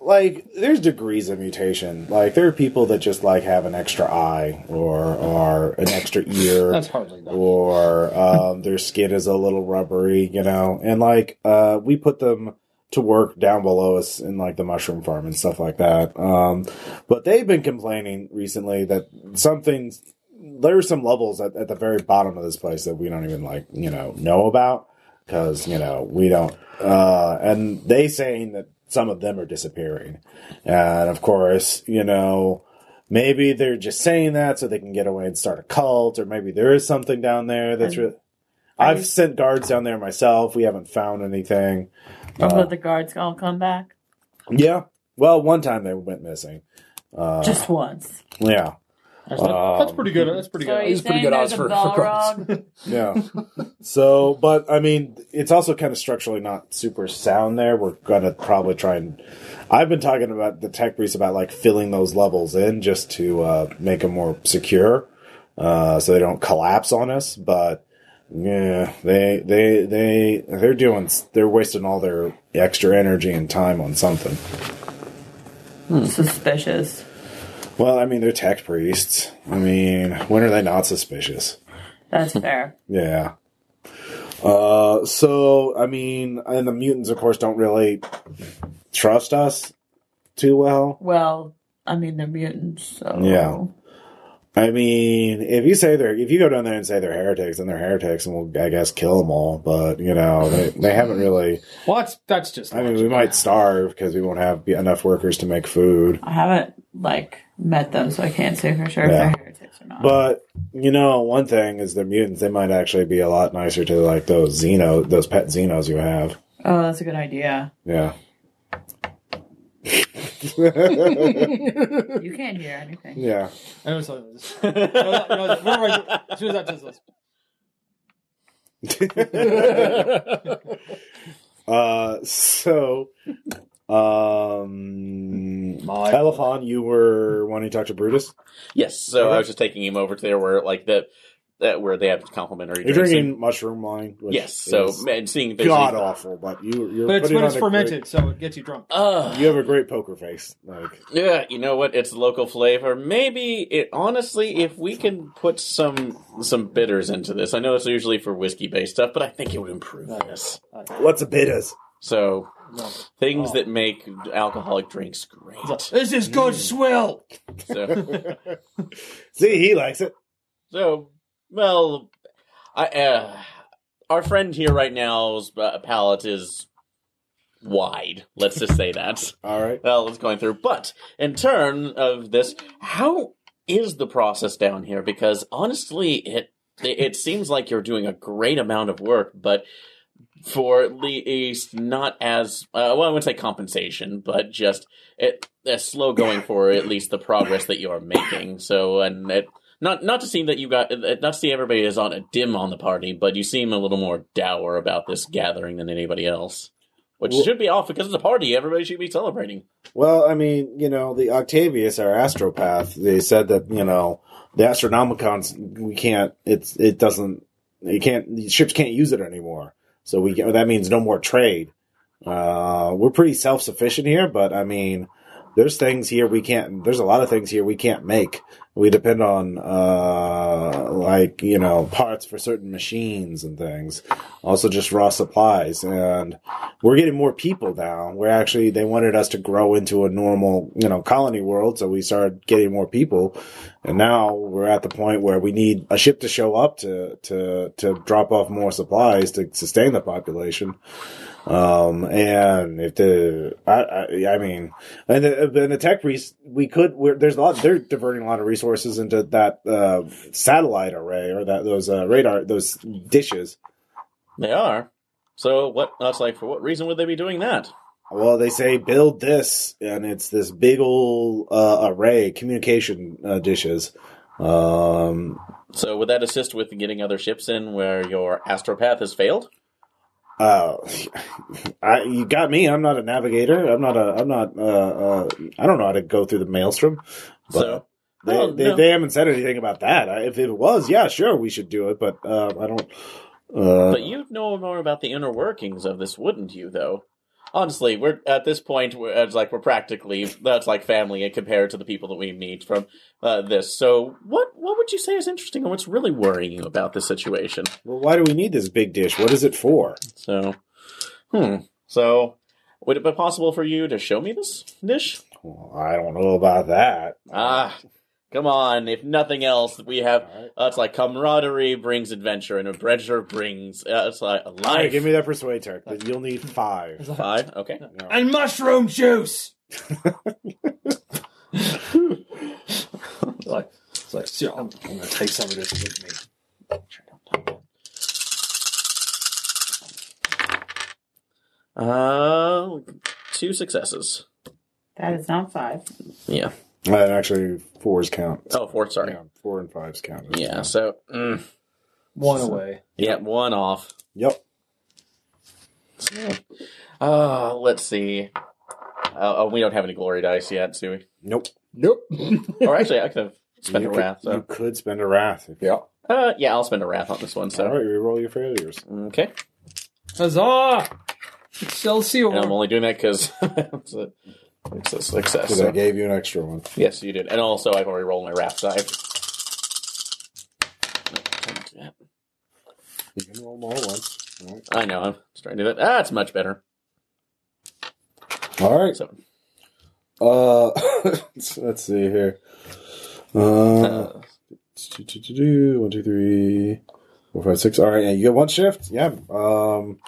S1: like there's degrees of mutation. Like there are people that just like have an extra eye or or an extra ear
S4: That's hardly that.
S1: or um, their skin is a little rubbery, you know. And like uh, we put them to work down below us in like the mushroom farm and stuff like that. Um, but they've been complaining recently that something there are some levels at, at the very bottom of this place that we don't even like you know know about because you know we don't. Uh, and they saying that some of them are disappearing, and of course you know. Maybe they're just saying that so they can get away and start a cult, or maybe there is something down there that's
S6: And-
S1: really. I've sent guards down there myself. We haven't found anything.
S6: but the guards all come back
S1: Yeah. Well, one time they went missing. Uh,
S6: just once.
S1: yeah.
S4: That's, not- that's
S1: Um,
S4: pretty good. That's pretty
S6: So are
S4: good.
S6: you
S2: It's pretty
S6: saying
S2: good
S6: there's
S2: odds
S6: a
S2: for- for
S6: Balrog?
S1: Yeah. so, but I mean, it's also kind of structurally not super sound there. We're going to probably try and. I've been talking about the tech briefs about like filling those levels in just to uh, make them more secure uh, so they don't collapse on us. But yeah, they, they, they, they're doing, they're wasting all their extra energy and time on something.
S6: Suspicious.
S1: Well, I mean, they're tech priests. I mean, when are they not suspicious?
S6: That's fair.
S1: Yeah. Uh, so I mean, and the mutants, of course, don't really trust us too well.
S6: Well, I mean they're mutants, so
S1: Yeah. I mean, if you say they're, if you go down there and say they're heretics, then they're heretics, and we'll, I guess, kill them all. But you know, they, they haven't really.
S4: Well, that's that's just.
S1: I mean, we might starve because we won't have enough workers to make food.
S6: I haven't like met them, so I can't say for sure
S1: Yeah.
S6: if they're heretics or not.
S1: But you know, one thing is the mutants. They might actually be a lot nicer to like those xeno, those pet xenos you have.
S6: oh, that's a good idea.
S1: Yeah.
S6: You can't hear anything.
S1: Yeah.
S4: I know something. Just- no, no, no, we're right- as soon as that does this.
S1: Uh, so, um,
S4: My-
S1: Elephon, you were wanting to talk to Brutus.
S3: Yes, so
S1: Okay.
S3: I was just taking him over to there where like the that where they have complimentary.
S1: You're
S3: drinks.
S1: drinking mushroom wine.
S3: And-
S1: Which
S3: yes, so
S1: is
S3: and seeing things
S1: god
S3: like-
S1: awful, but you you're
S4: But it's
S1: putting
S4: but it's
S1: on a
S4: fermented, so it gets you drunk.
S3: Ugh.
S1: great- you have a great poker face. Like
S3: Yeah, you know what? It's local flavor. Maybe it honestly, if we can put some some bitters into this, I know it's usually for whiskey based stuff, but I think it would improve this.
S1: what's a bitters?
S3: So
S4: No.
S3: things
S4: Oh.
S3: that make alcoholic drinks great.
S4: This is good
S1: Mm.
S4: swill.
S3: So,
S1: See, he likes it.
S3: so well, I uh, our friend here right now's uh, palate is wide. Let's just say that.
S1: All right.
S3: well, it's going through. But in turn of this, how is the process down here? Because honestly, it it seems like you're doing a great amount of work, but for at least not as uh, well, I wouldn't say compensation, but just it as slow going for at least the progress that you are making. So and it. Not, not to seem that you got, uh, not to see everybody is on a dim on the party, but you seem a little more dour about this gathering than anybody else, which
S1: Well-
S3: should be off because it's a party. Everybody should be celebrating.
S1: Well, I mean, you know, the Octavius, our astropath, they said that you know the Astronomicons we can't. It's it doesn't. It can't. The ships can't use it anymore. So we that means no more trade. Uh, we're pretty self sufficient here, but I mean, there's things here we can't. There's a lot of things here we can't make. We depend on uh, like you know parts for certain machines and things. Also, just raw supplies and we're getting more people now. We're actually they wanted us to grow into a normal, you know, colony world, so we started getting more people, and now we're at the point where we need a ship to show up to to to drop off more supplies to sustain the population. Um, and if the I I, I mean, and the, and the tech priest, we could we're, there's a lot they're diverting a lot of resources into that uh, satellite array or that those uh, radar those dishes.
S3: They are. So what? That's like for what reason would they be doing that?
S1: Well, they say build this, and it's this big old uh, array communication uh, dishes. Um,
S3: So would that assist with getting other ships in where your astropath has failed?
S1: uh, I, you got me. I'm not a navigator. I'm not a. I'm not. Uh, uh, I don't know how to go through the maelstrom. But
S3: So
S1: they,
S3: oh,
S1: they,
S3: no.
S1: they haven't said anything about that. I, if it was, yeah, sure, we should do it. But uh, I don't. Uh,
S3: But you'd know more about the inner workings of this, wouldn't you? Though, honestly, we're at this point. We're, it's like we're practically that's like family compared to the people that we meet from uh, this. So, what what would you say is interesting and what's really worrying you about this situation?
S1: well, why do we need this big dish? What is it for?
S3: So, hmm. So, would it be possible for you to show me this dish?
S1: Well, I don't know about that.
S3: Ah, come on. If nothing else, we have. Uh, it's like camaraderie brings adventure, and adventure brings. Uh, it's like a
S1: All right,
S3: life.
S1: give me that persuade tech. but You'll need five.
S3: Five. Okay.
S5: And mushroom juice.
S4: It's like, it's like "Yeah, I'm, I'm gonna take some of this with me.
S3: Uh, two successes. Uh,
S6: That is not five.
S3: Yeah.
S1: Uh, actually, fours count.
S3: Oh, four. Sorry.
S1: Yeah, four and fives count.
S3: Yeah. So, mm,
S4: One away.
S3: yeah, one off.
S1: Yep.
S3: Uh, let's see. Uh, oh, we don't have any glory dice yet, do we?
S1: Nope.
S2: Nope.
S3: Or actually, I could have spent
S1: you
S3: a wrath.
S1: Could, you
S3: So.
S1: could spend a wrath. If you,
S3: Uh, yeah, I'll spend a wrath on this one.
S1: All
S3: So
S1: right, reroll your failures.
S3: okay,
S4: Huzzah! Excelsior!
S3: and I'm only doing that because it's, a- it's a success.
S1: Because I
S3: so-
S1: gave you an extra one.
S3: Yes, you did. And also, I've already rolled my wrath die.
S1: You can roll more once. All right.
S3: I know. I'm just trying to do that. That's much better.
S1: All right.
S3: So,
S1: Uh, let's, let's see here. Uh,
S3: uh,
S1: do, do, do, do, one, two, three, four, five, six. All right, and you get one shift. Yeah. Um,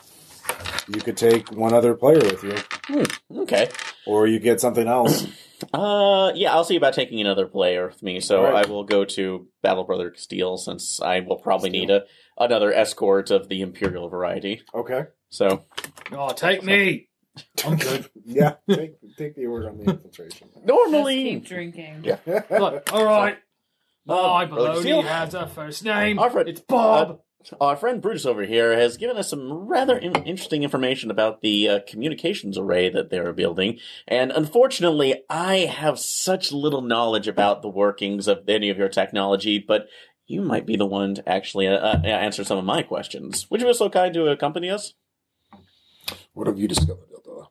S1: you could take one other player with you,
S3: okay.
S1: or you get something else.
S3: Uh, yeah, I'll see about taking another player with me. So
S1: Alright.
S3: I will go to Battle Brother Castile since I will probably need a another escort of the Imperial variety.
S1: okay.
S3: So
S4: Oh, take me! I'm good.
S1: Yeah. Take, take the order on the infiltration.
S6: Just
S3: normally,
S6: keep drinking.
S3: Yeah.
S4: Look, all right. Oh, My
S3: Brother Castile,
S4: baloney has a first name.
S3: Alfred.
S4: It's Bob.
S3: our friend Brutus over here has given us some rather in- interesting information about the uh, communications array that they're building. And unfortunately, I have such little knowledge about the workings of any of your technology, but you might be the one to actually uh, uh, answer some of my questions. Would you be so kind to accompany us?
S2: What have you discovered, Eldora?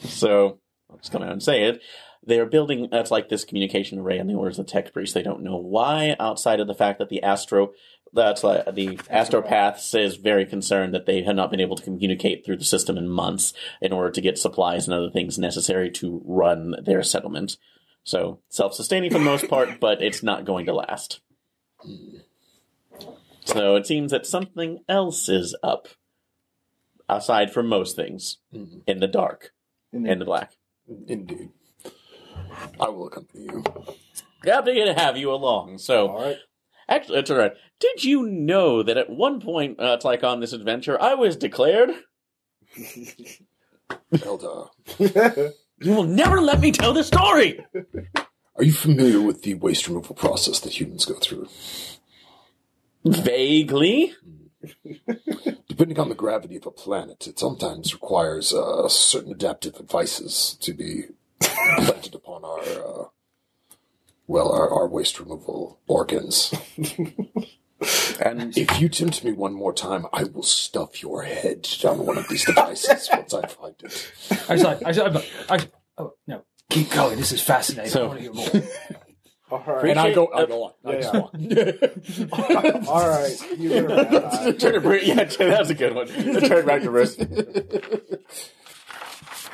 S3: So I'll just come out and say it. They're building that's like this communication array in the orders of the tech priest. They don't know why, outside of the fact that the astro that's like the astropath is very concerned that they have not been able to communicate through the system in months in order to get supplies and other things necessary to run their settlement. So self sustaining for the most part, but it's not going to last. So it seems that something else is up. Aside from most things. In the dark in the black.
S2: Indeed. I will accompany you.
S3: Happy to have you along. So,
S1: All right.
S3: actually, it's all right. Did you know that at one point, uh, it's like on this adventure, I was declared,
S2: Eldar,
S3: "You will never let me tell this story."
S2: are you familiar with the waste removal process that humans go through?
S3: Vaguely,
S2: Depending on the gravity of a planet, it sometimes requires uh, certain adaptive devices to be planted upon our, uh, well, our, our waste removal organs. and if you tempt me one more time, I will stuff your head down one of these devices once I find it.
S4: I was like, I was like, I was- oh, no. Keep going. This is fascinating. I want to hear more.
S1: All right.
S8: And I go, I
S3: Appreciate-
S8: go on. I
S1: Yeah,
S8: just
S1: yeah.
S8: want.
S1: All right. You get a bad eye.
S3: turn it. br- Yeah, that was a good one. Turn it back to Bruce.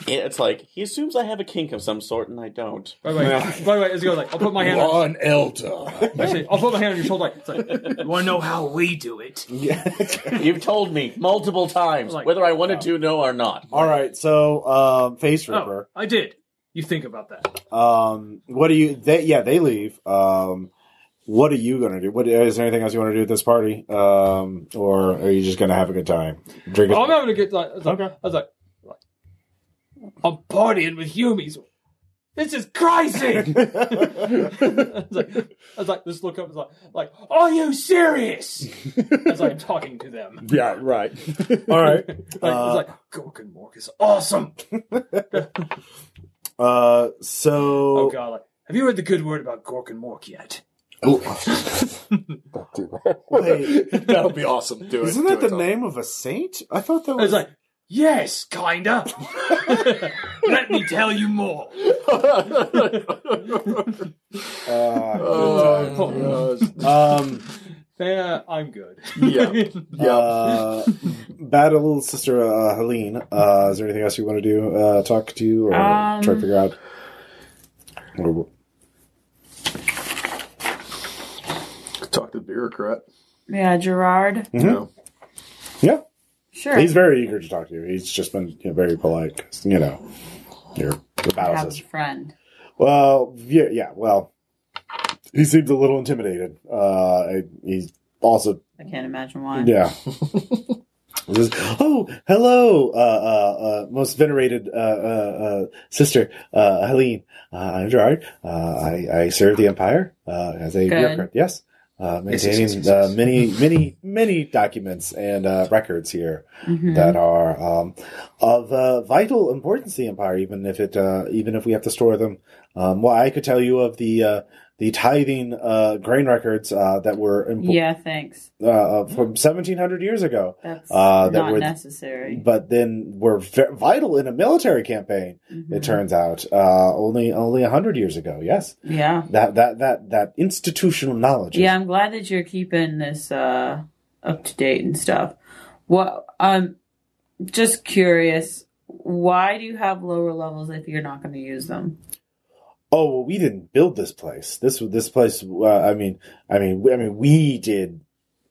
S3: Yeah, It's like he assumes I have a kink of some sort, and I don't.
S4: By the way, by the way, as it goes, like, I'll put my hand on,
S8: One elder.
S4: actually, I'll put my hand on your shoulder. Like, it's like, you want to know how we do it?
S3: You've told me multiple times,
S4: Like-
S3: whether I wanted to know or not.
S1: All right. So, um, face
S4: Oh,
S1: ripper.
S4: I did. You think about that.
S1: Um, what do you? They, yeah, they leave. Um, what are you gonna do? What is there anything else you want to do at this party? Um, or are you just gonna have a good time? Drink.
S4: Oh, I'm having a good time. I was like,
S1: Okay.
S4: I was like, like, I'm partying with humies. This is crazy. I was like, I was like, just look up. I was like, like, are you serious? As I'm talking to them,
S8: Yeah, right.
S1: All right.
S4: like, I was like, Gorgon Mork is awesome.
S1: Uh, so
S4: Oh god, like, have you heard the good word about Gorgon Mork yet?
S1: wait,
S8: that would be awesome. Do it.
S1: isn't
S8: do
S1: that
S8: it,
S1: the name of a saint? I thought that
S4: I was
S1: was.
S4: like, yes, kinda. Let me tell you more.
S1: uh,
S4: Oh,
S1: um,
S4: yeah, I'm good.
S8: Yeah.
S1: uh, battle sister uh, Helene. Uh, is there anything else you want to do? Uh, talk to you or
S6: Um,
S1: try to figure out? Or-
S8: Talk to the bureaucrat.
S6: Yeah, Gerard.
S1: Mm-hmm. Yeah.
S6: Sure.
S1: He's very eager to talk to you. He's just been you know, very polite. 'cause, You know, you're the battle
S6: Have a
S1: sister.
S6: friend.
S1: Well, yeah, yeah. Well, he seemed a little intimidated. Uh, he's also,
S6: I can't imagine why.
S1: yeah. This is- oh, hello, uh, uh, uh, most venerated uh, uh, uh, sister uh, Helene. Uh, I'm Gerard. Uh, I, I serve the Empire uh, as a
S6: Good.
S1: bureaucrat. Yes. Uh,
S8: Yes, yes,
S1: maintaining
S8: yes, yes, yes.
S1: Uh, many, many, many documents and uh, records here
S6: Mhm.
S1: that are um, of uh, vital importance to the empire, even if it uh, even if we have to store them. Um, well, I could tell you of the uh, the tithing uh, grain records uh, that were impo-
S6: Yeah, thanks.
S1: uh, uh, from 1700 years ago,
S6: That's
S1: Uh, that
S6: not
S1: would-
S6: necessary.
S1: but then were v- vital in a military campaign. It
S6: Mhm.
S1: turns out uh, only only 100 years ago. Yes,
S6: Mm-hmm. Yeah.
S1: that that that that institutional knowledge. is-
S6: Yeah, I'm glad that you're keeping this uh, up to date and stuff. What I'm just curious, why do you have lower levels if you're not going to use them?
S1: Oh well, we didn't build this place. This this place. Uh, I mean, I mean, we, I mean, we did.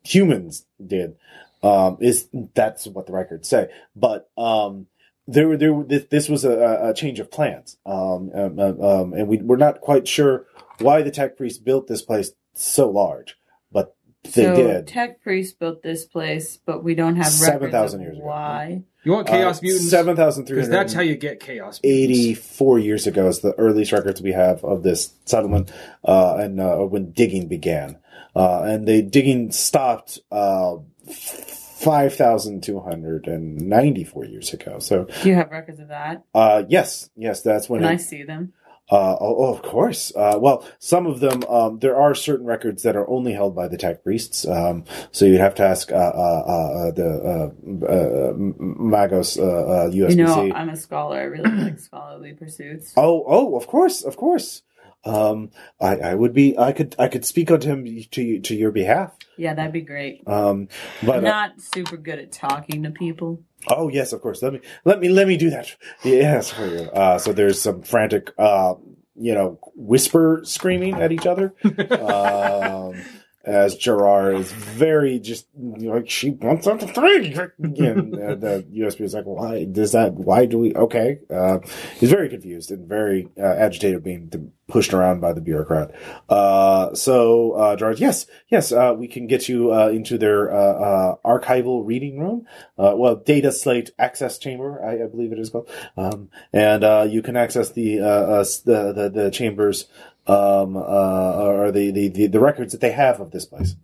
S1: Humans did. Um, is that's what the records say? But um, there were there. were- This, this was a- a, a change of plans. Um, um, um, um, and we we're not quite sure why the tech priest built this place so large, but they
S6: so
S1: did.
S6: Tech priest built this place, but we don't have seven
S1: 7,000
S6: thousand
S1: years ago.
S6: Why?
S4: You want chaos mutants?
S1: Uh, Seven thousand three
S4: Because
S1: hundred.
S4: that's how you get chaos mutants.
S1: 84 years ago is the earliest records we have of this settlement uh, and uh, when digging began uh, and the digging stopped uh, 5294 years ago so
S6: Do you have records of that?
S1: uh, yes yes that's when
S6: Can I
S1: it-
S6: see them?
S1: uh, oh, oh, of course. Uh, well, some of them, um, there are certain records that are only held by the tech priests. Um, so you'd have to ask uh, uh, uh, the uh, uh, Magos uh, uh, USBC.
S6: You know, I'm a scholar. I really like scholarly pursuits.
S1: Oh, oh, of course, of course. Um, I, I would be, I could, I could speak on him to you, to your behalf.
S6: Yeah, that'd be great.
S1: Um, but
S6: I'm
S1: uh,
S6: not super good at talking to people.
S1: oh yes, of course. Let me, let me, let me do that. Yes, for you. Uh, so there's some frantic, uh, you know, whisper screaming at each other. um, as Gerard is very just you know, like she wants something free. And uh, the USB is like, why does that? Why do we? Okay, uh, he's very confused and very uh, agitated, being th- pushed around by the bureaucrat. Uh, so uh, Gerard's yes, yes, uh, we can get you uh, into their uh, uh, archival reading room, uh, well, data slate access chamber, I, I believe it is called, um, and uh, you can access the uh, uh, s- the, the the chambers um, uh, or the, the, the, the records that they have of this place.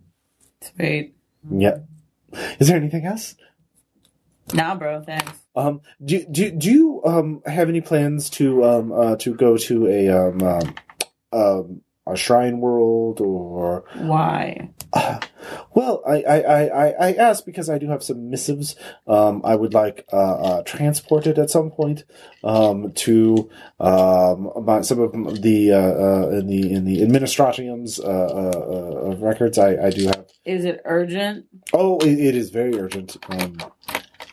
S6: Sweet.
S1: Yeah. Is there anything else?
S6: Nah, bro. Thanks.
S1: Um, do, do, do you um, have any plans to um, uh, to go to a um, um, um, a shrine world or?
S6: Why?
S1: Well, I, I, I, I- I ask because I do have some missives. Um, I would like uh, uh, transported at some point um, to um, my, some of the uh, uh, in the in the administratiums uh, uh, uh, of records. I, I do have.
S6: Is it urgent?
S1: Oh, it, it is very urgent. Um,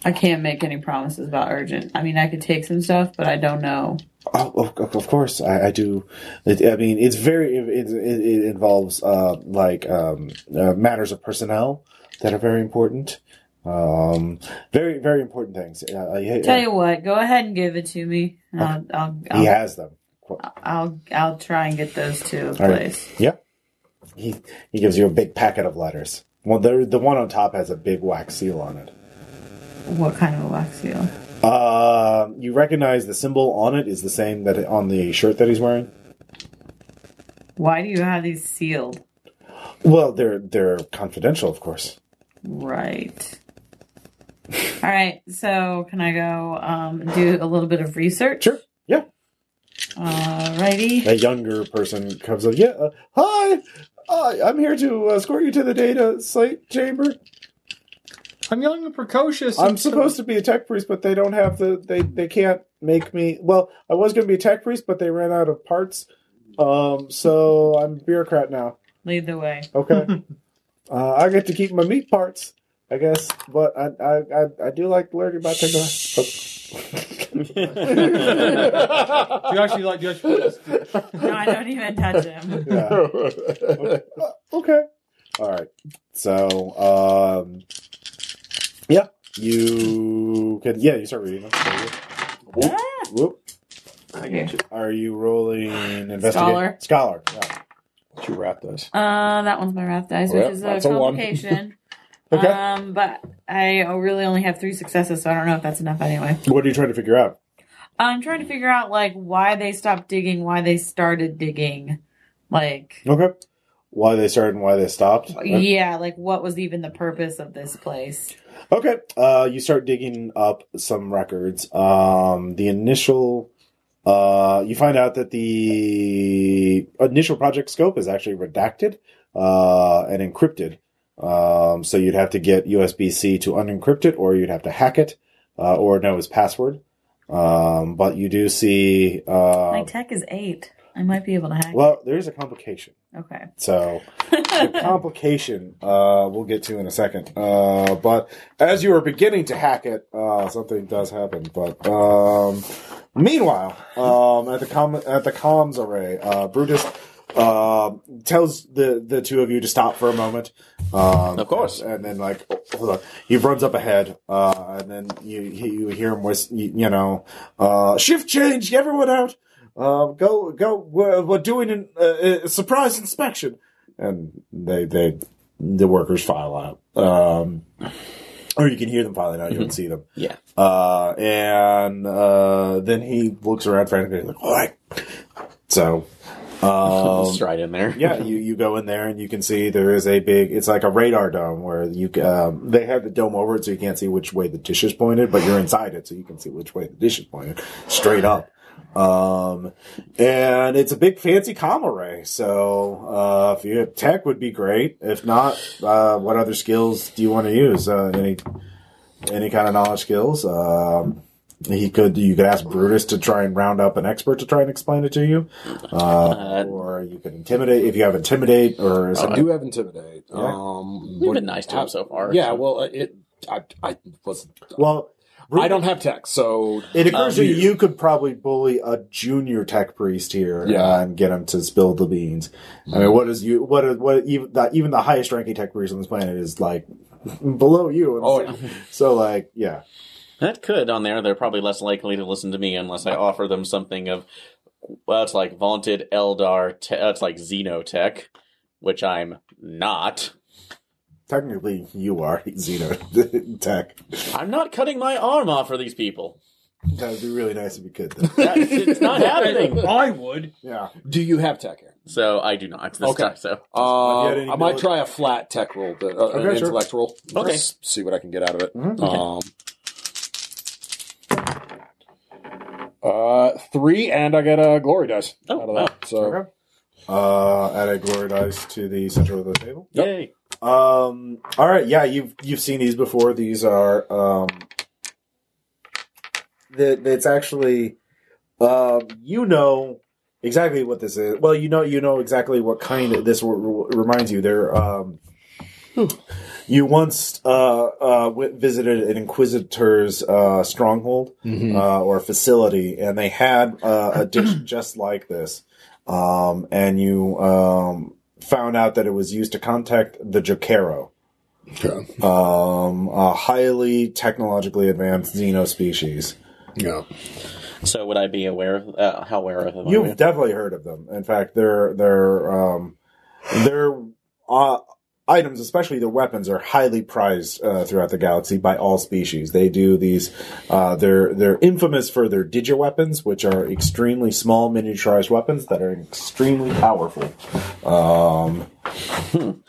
S6: I can't make any promises about urgent. I mean, I could take some stuff, but I don't know.
S1: oh, of, of- of course, I, I do. It, I mean, it's very. It, it, it involves uh, like um, uh, matters of personnel that are very important. Um, very, very important things. Uh, I-
S6: Tell you what, go ahead and give it to me. and I'll, I'll, I'll,
S1: He has them.
S6: I'll, I'll try and get those to a
S1: right.
S6: place.
S1: Yeah. He he gives you a big packet of letters. Well, the the one on top has a big wax seal on it.
S6: What kind of a wax seal?
S1: Uh, you recognize the symbol on it is the same that on the shirt that he's wearing.
S6: Why do you have these sealed?
S1: Well, they're they're confidential, of course.
S6: Right. All right. So, can I go um, do a little bit of research?
S1: Sure. Yeah.
S6: All righty.
S1: A younger person comes up. Yeah. Uh, hi. Hi. I'm here to uh, escort you to the data slate chamber.
S4: I'm young and precocious.
S1: I'm supposed to be a tech priest, but they don't have the they they can't make me. Well, I was going to be a tech priest, but they ran out of parts. Um, so I'm a bureaucrat now.
S6: Lead the way.
S1: Okay. uh, I get to keep my meat parts, I guess, but I I, I, I do like learning about technology.
S4: Do you actually like Judge
S6: No, I don't even touch him.
S1: yeah. Uh, okay. All right. So, um, yeah, you could. Yeah, you start reading. them. There you go.
S6: Ah,
S1: Whoop.
S6: okay.
S1: Are you rolling investigate?
S6: Scholar.
S1: Scholar. yeah.
S2: Did you wrap this?
S6: Uh, that one's my wrath dice,
S2: Well,
S6: which is a
S2: that's a one.
S6: complication.
S1: Okay.
S6: Um, but I really only have three successes, so I don't know if that's enough anyway.
S1: What are you trying to figure out?
S6: I'm trying to figure out like why they stopped digging, why they started digging, like
S1: Okay. Why they started and why they stopped.
S6: yeah, like what was even the purpose of this place?
S1: Okay. Uh, you start digging up some records. Um, the initial. Uh, you find out that the initial project scope is actually redacted uh, and encrypted. Um, so you'd have to get USB C to unencrypt it, or you'd have to hack it, uh, or know his password. Um, but you do see.
S6: My
S1: Uh,
S6: tech is eight. I might be able to hack.
S1: well, there's a complication.
S6: okay.
S1: So the complication uh, we'll get to in a second. Uh, but as you are beginning to hack it, uh, something does happen. But um, meanwhile, um, at the com- at the comms array, uh, Brutus uh, tells the the two of you to stop for a moment. Um,
S3: Of course.
S1: and then like hold on, he runs up ahead, uh, and then you you hear him whis- you, you know, uh, shift change, everyone out. Uh, go, go! We're, we're doing an, uh, a surprise inspection, and they they the workers file out, um, or you can hear them filing out. You don't see them.
S3: Yeah.
S1: Uh, and uh, then he looks around frantically, like, "All right." So, um,
S3: stride in there.
S1: yeah, you, you go in there and you can see there is a big. It's like a radar dome where you um, they have the dome over it, so you can't see which way the dish is pointed, but you're inside it, so you can see which way the dish is pointed straight up. Um, and it's a big fancy comm array. So uh, if you have tech would be great. If not, uh, what other skills do you want to use? Uh, any any kind of knowledge skills? Um, he could. You could ask Brutus to try and round up an expert to try and explain it to you. Uh, or you could intimidate if you have intimidate or
S2: I
S1: something.
S2: do have intimidate. Um,
S3: You've
S2: what-
S3: been nice to him so far.
S2: Yeah, well, uh, it. I, I was.
S1: well,
S2: I don't have tech, so
S1: It occurs
S2: Um,
S1: to you you could probably bully a junior tech priest here
S2: Yeah.
S1: uh, and get him to spill the beans. I mean, what is you? What is what? Even the, even the highest ranking tech priest on this planet is like below you.
S2: Oh, yeah.
S1: so like yeah.
S3: That could on there. They're probably less likely to listen to me unless I offer them something of, well, it's like vaunted Eldar. Te- uh, it's like Xenotech, which I'm not.
S1: Technically, you are Xeno tech.
S3: I'm not cutting my arm off for these people.
S1: That would be really nice if you could. Though.
S3: That, it's not happening.
S4: I would.
S1: Yeah.
S2: do you have tech here?
S3: So I do not this
S2: Okay.
S3: time. So
S1: Have
S2: Uh,
S1: you had any
S2: I might
S1: knowledge-
S2: try a flat tech roll, but, uh,
S1: Okay,
S2: an
S1: sure.
S2: intellect roll.
S3: Okay.
S2: S- see what I can get out of it.
S1: Uh,
S2: Um, uh, three, and I get a glory dice
S3: Oh,
S2: out of that. So
S1: Okay. Uh, add a glory dice to the center of the table.
S3: yay!
S1: Um. All right. Yeah. You've you've seen these before. These are um. That that's actually, um. You know exactly what this is. Well, you know you know exactly what kind of this w- w- reminds you. They're um. You once uh, uh, wi- visited an inquisitor's uh, stronghold uh, or facility, and they had uh, a dish just like this. Um, and you um, found out that it was used to contact the Jokero,
S2: Okay.
S1: um, a highly technologically advanced xeno species.
S2: yeah.
S3: So would I be aware of uh, how aware of them?
S1: You've
S3: are we?
S1: definitely heard of them. In fact, their their um, their uh, items, especially their weapons, are highly prized uh, throughout the galaxy by all species. They do these. Uh, they're they're infamous for their digi weapons, which are extremely small, miniaturized weapons that are extremely powerful. Um,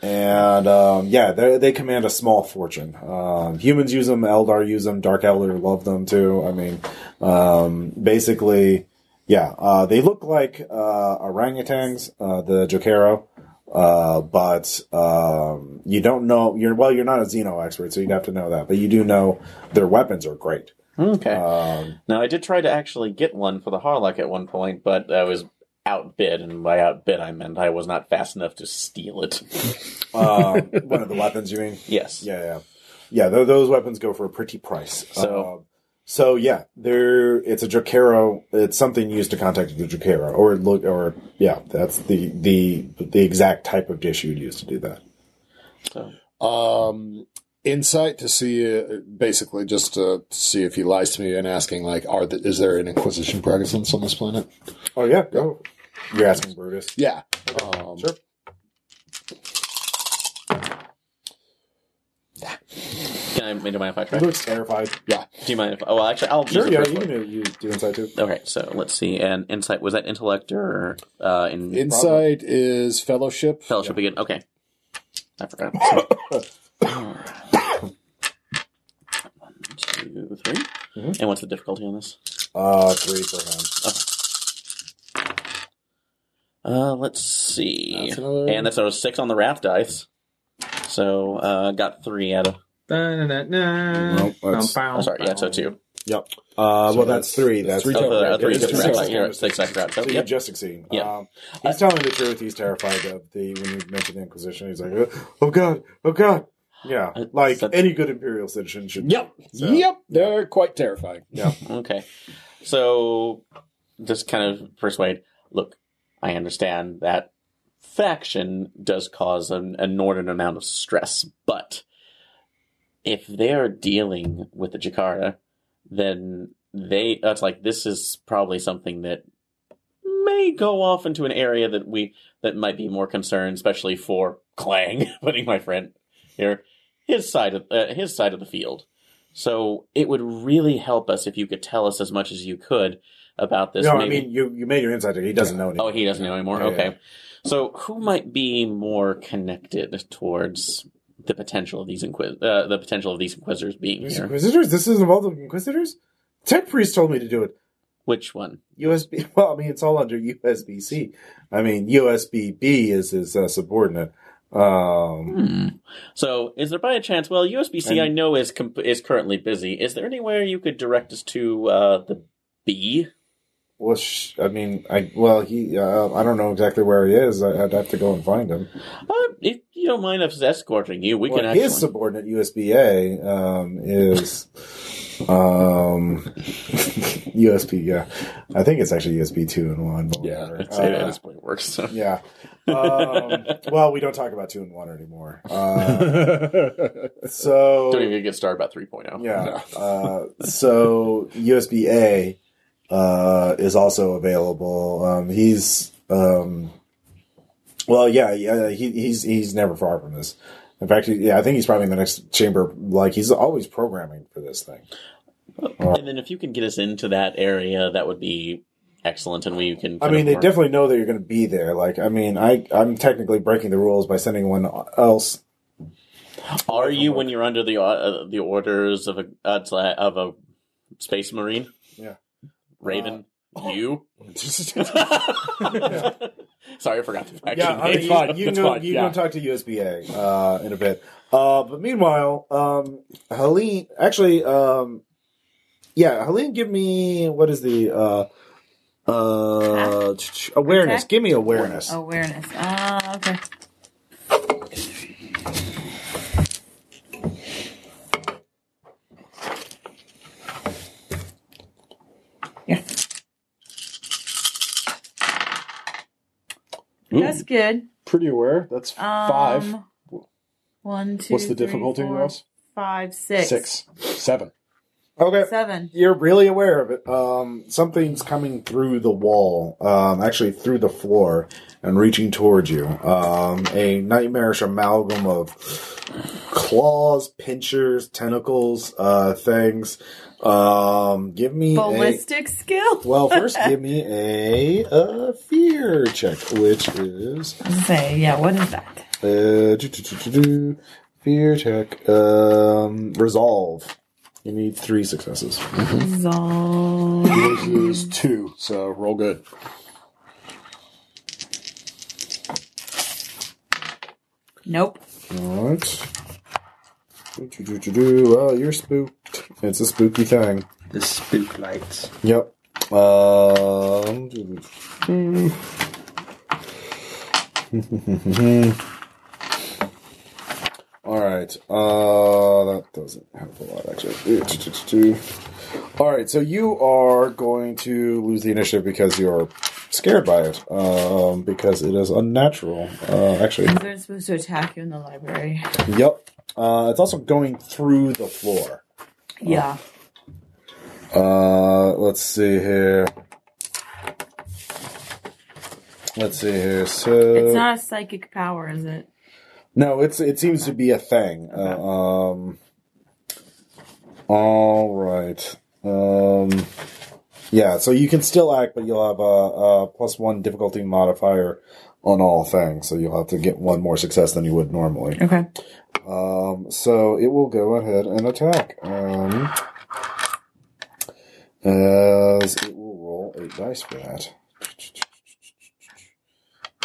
S1: and um, yeah, they they command a small fortune. Um, humans use them. Eldar use them. Dark Elder love them too. I mean, um, basically. Yeah, uh, they look like uh, orangutans, uh, the Jokero, uh, but um, you don't know. You're well, you're not a Xeno expert, so you'd have to know that. But you do know their weapons are great.
S3: Okay.
S1: Um,
S3: now I did try to actually get one for the Harlock at one point, but I was outbid, and by outbid I meant I was not fast enough to steal it.
S1: Um, one of the weapons, you mean?
S3: Yes.
S1: Yeah, yeah, yeah. Th- those weapons go for a pretty price.
S3: So-
S1: Um, so yeah, there. It's a Jokero. It's something used to contact the Jokero, or look, or yeah, that's the the the exact type of dish you'd use to do that.
S3: So
S2: Um, insight to see, uh, basically, just to see if he lies to me and asking, like, are the, is there an Inquisition presence on this planet?
S1: Oh yeah, go. You're asking Brutus.
S2: Yeah. Um,
S1: Sure.
S2: ah,
S3: Can I, do you mind if I try?
S1: He looks terrified.
S2: Yeah.
S3: Do you mind if? Oh, well, actually, I'll
S1: Sure,
S3: use the
S1: yeah,
S3: first
S1: you
S3: one.
S1: can you do inside too.
S3: Okay, so let's see. And insight was that intellect or uh, in
S2: Insight is fellowship.
S3: fellowship again? Okay, I forgot. One, two, three. And what's the difficulty on this?
S1: Uh, three for him.
S3: Uh, let's see.
S2: That's another-
S3: And that's a six on the wrath dice. So uh, got three out of.
S1: Nope, that's-
S3: Oh, sorry, yeah, so two.
S1: Yep. Uh, well,
S2: that's-
S1: that's three. That's
S2: that's three
S1: three.
S3: Oh,
S2: total.
S3: the, uh,
S2: Yeah,
S3: three
S2: it's
S3: good
S2: two
S3: wrath
S2: total.
S3: dice. Yeah, six I forgot. So,
S1: So you
S3: yep. Uh,
S1: just succeed.
S3: Yep.
S1: Um, he's telling the truth. He's terrified of the when you mention the Inquisition. He's like, oh god, oh god. Yeah,
S3: Uh,
S1: like
S3: that-
S1: any good Imperial citizen should.
S2: Yep.
S1: So-
S2: Yep. They're quite terrifying.
S3: Okay. So, just kind of persuade. Look, I understand that faction does cause an inordinate amount of stress, but if they're dealing with the Jakarta, then they, that's like, this is probably something that may go off into an area that we, that might be more concerned, especially for Clang, putting my friend here, his side of, uh, his side of the field. So it would really help us if you could tell us as much as you could about this.
S1: No,
S3: maybe.
S1: I mean you. You made your inside check. He doesn't know anything.
S3: Oh, he doesn't know anymore.
S1: Yeah,
S3: okay. So, who might be more connected towards the potential of these inquis- uh, the potential of these inquisitors being
S1: These
S3: here?
S1: Inquisitors. This is involved with Inquisitors. Tech priest told me to do it.
S3: Which one?
S1: USB. Well, I mean, it's all under USB C. I mean, USB B is his uh, subordinate. Um,
S3: Hmm. So, is there by a chance? Well, USB C I know is com- is currently busy. Is there anywhere you could direct us to uh, the B?
S1: Well, sh- I mean, I well, he. Uh, I don't know exactly where he is. I, I'd have to go and find him.
S3: Uh, if you don't mind us escorting you, we
S1: well,
S3: can actually.
S1: his subordinate USBA um, is um, USB. Yeah, I think it's actually USB two and one. but
S2: Yeah,
S1: whatever.
S3: I'd say at
S1: Uh,
S3: this point it works. So.
S1: yeah. Um, well, we don't talk about two and one anymore. Uh, so
S3: Don't even get started about oh. 3.0.
S1: Yeah. Uh, so USB A uh, is also available. Um, he's um, well, yeah, yeah. He, he's he's never far from this. In fact, he- yeah, I think he's probably in the next chamber. Like he's always programming for this thing.
S3: And then if you can get us into that area, that would be excellent, and we can.
S1: I
S3: kind
S1: mean,
S3: of
S1: they
S3: work-
S1: definitely know that you're going to be there. Like, I mean, I I'm technically breaking the rules by sending one else
S3: Are you when you're under the uh, the orders of a uh, tla- of a space marine?
S1: Yeah. Uh, oh.
S3: Raven, you. Sorry, I forgot the fact.
S1: Yeah,
S3: you
S1: I mean,
S3: made.
S1: you,
S2: fine.
S1: you
S2: It's
S1: know,
S2: fine.
S1: you
S2: Yeah.
S1: can talk to USBA uh, in a bit. Uh, but meanwhile, um, Helene, actually, um, yeah, Helene, give me what is the uh, uh, ch- ch- awareness?
S6: Attack? Oh.
S1: Give me awareness.
S6: Awareness. Ah, okay. Yeah. That's good.
S2: Pretty aware. That's
S6: Um,
S2: five.
S6: One, two,
S2: What's the
S6: three,
S2: difficulty,
S6: four,
S2: Ross?
S6: five, six.
S2: Six. Seven.
S1: Okay,
S6: Seven.
S1: you're really aware of it. Um, something's coming through the wall, um, actually through the floor, and reaching towards you. Um, a nightmarish amalgam of claws, pinchers, tentacles, uh, things. Um, give me
S6: Ballistic skill?
S1: a. Well, first give me a, uh fear check, which is
S6: Say, yeah, what is that?
S1: uh, do-do-do-do-do, fear check. Um, resolve. You need three successes.
S6: Resolve.
S2: Yours is two, so roll good.
S6: Nope.
S1: All right. Do-do-do-do-do. Oh, you're spooked. It's a spooky thing.
S5: The spook lights.
S1: Yep. Um. All right. Uh, that doesn't help a lot, actually. All right. So you are going to lose the initiative because you're scared by it. Um, because it is unnatural. Uh, actually.
S6: They're supposed to attack you in the library.
S1: Yep. Uh, it's also going through the floor.
S6: Yeah.
S1: Uh, let's see here. Let's see here. So
S6: It's not a psychic power, is it?
S1: no, it's it seems to be a thing. Uh, um, All right. Um, yeah, so you can still act, but you'll have a, a plus one difficulty modifier on all things. So you'll have to get one more success than you would normally.
S6: Okay.
S1: Um, so it will go ahead and attack. Um, as it will roll eight dice for that.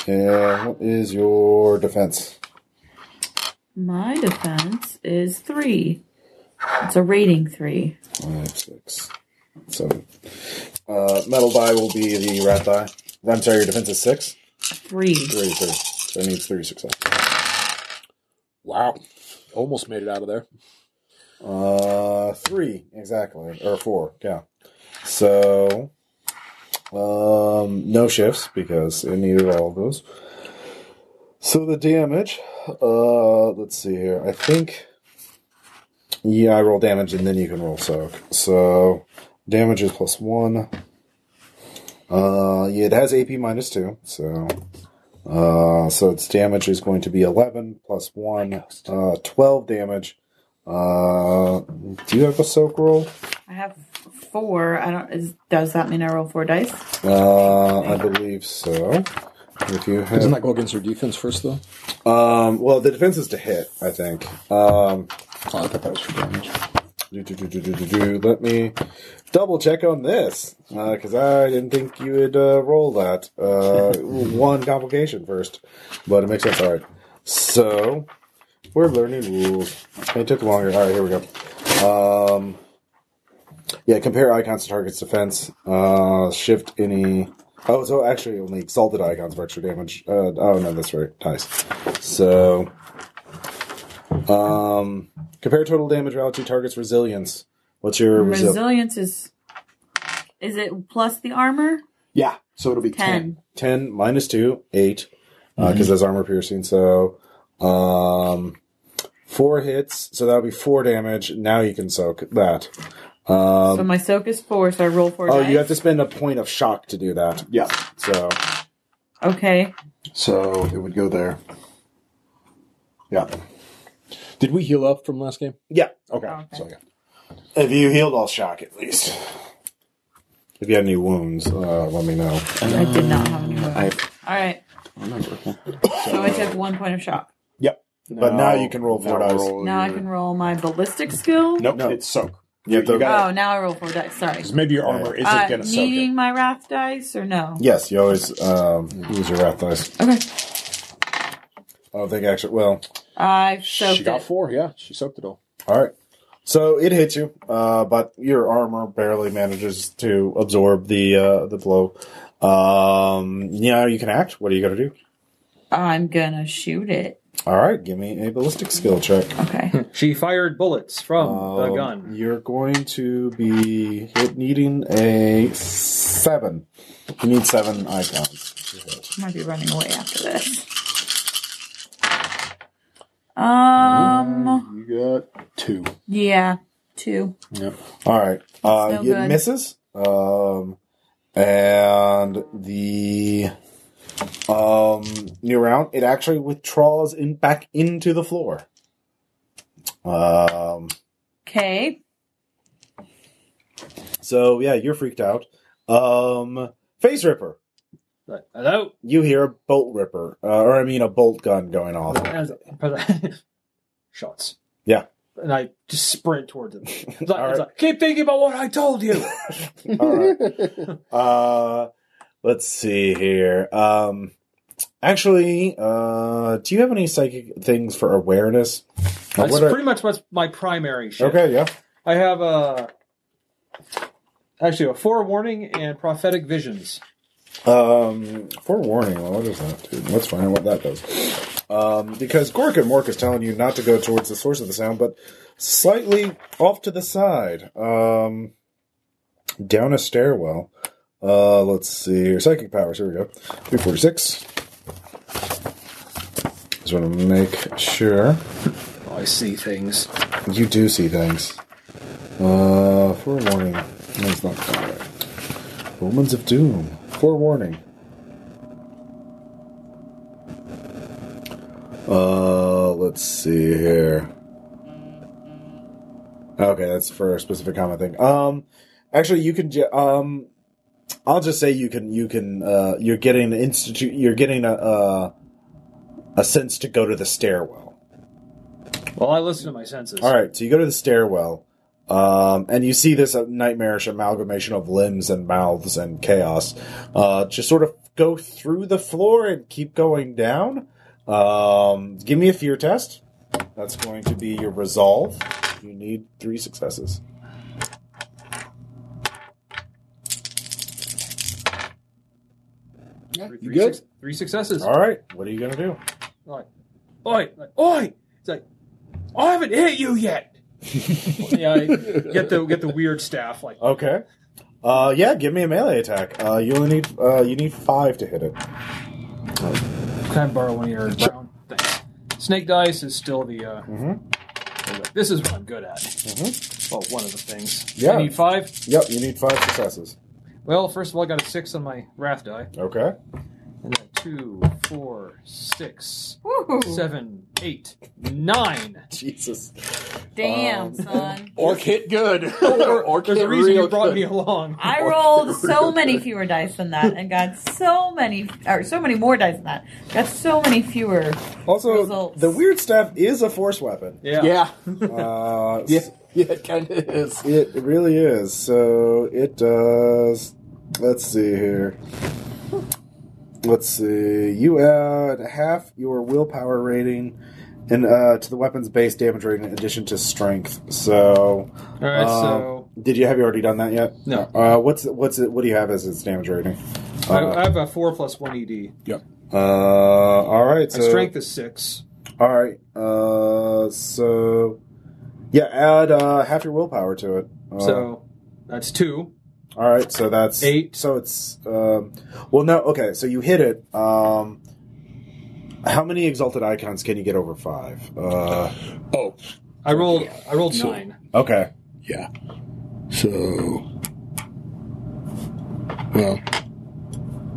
S1: And what is your defense?
S6: My defense is three. It's a rating three.
S1: Five, six, seven. Uh, metal die will be the rat die. I'm sorry, your defense is six?
S6: Three.
S1: Three, three. So it needs three success.
S2: Wow. Almost made it out of there.
S1: Uh, three exactly, or four. Yeah. So, um, no shifts because it needed all of those. So the damage. Uh, let's see here. I think. Yeah, I roll damage and then you can roll soak. So, damage is plus one. Uh, yeah, it has AP minus two, so. Uh, so its damage is going to be 11 plus 1, uh, 12 damage. Uh, do you have a soak roll?
S6: I have four. I don't. Is, does that mean I roll four dice?
S1: Uh, I believe so. If you have,
S2: Doesn't that go against her defense first, though?
S1: um, well, the defense is to hit, I think. Um,
S2: Oh, I thought that was for damage.
S1: do, do, do, do, do, do, do. let me double check on this because I didn't think you would uh, roll that. Uh, one complication first, but it makes sense. All right, so we're learning rules. It took longer. All right, here we go. Um, yeah, compare icons to targets defense. Uh, shift any. Oh, so actually only exalted icons for extra damage. Uh, oh no, that's right. Nice. So, um, compare total damage relative to target's resilience. What's your resilience?
S6: Resilience is. Is it plus the armor?
S2: Yeah, so it'll be
S6: Ten.
S1: 10 minus 2 8 because that's armor piercing so um four hits so that'll be four damage now you can soak that
S6: so my soak is four, so I roll four
S1: Um, oh
S6: dice.
S1: you have to spend a point of shock to do that
S8: Yeah.
S1: so
S6: Okay.
S8: So it would go there. Yeah.
S2: Did we heal up from last game?
S1: yeah
S2: Okay.
S6: Okay.
S2: So, yeah.
S1: if you healed all shock at least if you had any wounds uh, let me know
S6: I did not have
S1: Uh,
S6: any.
S3: I
S6: All right. So I took one point of shock.
S1: yep but now you can roll four
S8: now
S1: dice
S8: roll
S6: Now I
S8: your-
S6: can roll my ballistic skill.
S8: Nope,
S1: Oh, No.
S8: it's soak.
S1: You have to-
S6: Oh, now I roll four dice. Sorry.
S2: 'Cause maybe your armor isn't
S6: Uh,
S2: going to soak
S6: needing
S2: it.
S6: my wrath dice or no?
S1: yes you always um, use your wrath dice
S6: Okay.
S1: i don't think actually well
S6: I've soaked
S2: She got
S6: it.
S2: four, yeah. She soaked it all.
S1: All right. So it hits you, uh, but your armor barely manages to absorb the uh, the blow. Um, yeah, you can act. What are you gonna do?
S6: I'm gonna shoot it.
S1: All right, give me a ballistic skill check.
S6: Okay.
S4: She fired bullets from the
S1: Um,
S4: gun.
S1: You're going to be hit needing a seven. You need seven icons. to hit.
S6: might be running away after this. Um.
S8: You got two.
S6: Yeah. Two.
S1: All right, uh,
S6: That's no
S1: it
S6: good.
S1: misses, um, and the um, new round it actually withdraws in back into the floor. Um,
S6: Okay.
S1: so yeah, you're freaked out. Um, face ripper,
S4: Like, Hello?
S1: you hear a bolt ripper, uh, or I mean a bolt gun going off.
S4: And I was like- Shots.
S1: Yeah.
S4: And I just sprint towards him. It's like,
S1: All
S4: it's
S1: right.
S4: like, Keep thinking about what I told you.
S1: All right. Uh, let's see here. Um, actually, uh, do you have any psychic things for awareness? Or
S4: That's
S1: what are-
S4: pretty much what's my primary shit.
S1: okay, yeah.
S4: I have a actually a forewarning and prophetic visions.
S1: Um, forewarning. Well, what is that? Dude? Let's find out what that does. Um, because Gork and Mork is telling you not to go towards the source of the sound, but slightly off to the side, um, down a stairwell. Uh, let's see here. Psychic powers. Here we go. 346. Just want to make sure
S4: I see things.
S1: you do see things. Uh, forewarning. No, it's not quite right. Omens of Doom. Forewarning. Uh, let's see here. Okay, that's for a specific comment thing. Um, actually, you can. ju- Um, I'll just say you can. You can. Uh, you're getting an institute. You're getting a, a a sense to go to the stairwell.
S4: Well, I listen to my senses.
S1: All right, so you go to the stairwell, um, and you see this uh, nightmarish amalgamation of limbs and mouths and chaos. Uh, just sort of go through the floor and keep going down. Um, give me a fear test. That's going to be your resolve. You need three successes.
S4: Yeah, three,
S1: you good?
S4: suc- three successes.
S1: All right, what are you gonna do?
S4: Like, oi, like, oi! It's like, I haven't hit you yet. yeah, I get the get the weird staff. Like,
S1: Okay. Uh, yeah, give me a melee attack. Uh, you only need uh, you need five to hit it.
S4: can I borrow one of your brown things? Snake dice is still the. Uh,
S2: Mm-hmm.
S4: This is what I'm good at. Well, one of the things.
S1: Yeah.
S4: I need five.
S1: Yep, you need five successes.
S4: Well, first of all, I got a six on my wrath die,
S1: Okay.
S4: and then two, four, six,
S6: Woo-hoo.
S4: seven, eight, nine.
S1: Jesus.
S6: Damn,
S1: Um,
S6: son.
S2: Orc hit good. Orc
S4: There's
S2: hit
S4: a reason
S2: real
S4: you brought
S2: good.
S4: me along.
S6: I rolled so many fewer dice than that, and got so many, or so many more dice than that. Got so many fewer.
S1: Also,
S6: Results.
S1: the weird staff is a force weapon.
S4: Yeah.
S2: Yeah.
S1: Uh,
S2: Yeah. Yeah, it kind of is.
S1: It really is. So it does. Let's see here. Let's see. You add half your willpower rating and uh, to the weapon's base damage rating in addition to strength. So,
S4: All right.
S1: um,
S4: so
S1: did you have you already done that yet?
S4: No.
S1: Uh, what's what's it? What do you have as its damage rating?
S2: Uh,
S4: I, I have a four plus one E ED.
S1: Uh, all right.
S4: My
S1: So
S4: strength is six.
S1: All right. Uh, so yeah, add uh, half your willpower to it. Uh,
S4: So that's two.
S1: All right, so that's
S4: Eight.
S1: So it's um, well, no, okay. So you hit it. Um, how many exalted icons can you get over five? Uh,
S2: Oh,
S4: I rolled. I rolled nine.
S1: okay,
S7: Yeah. So. Well.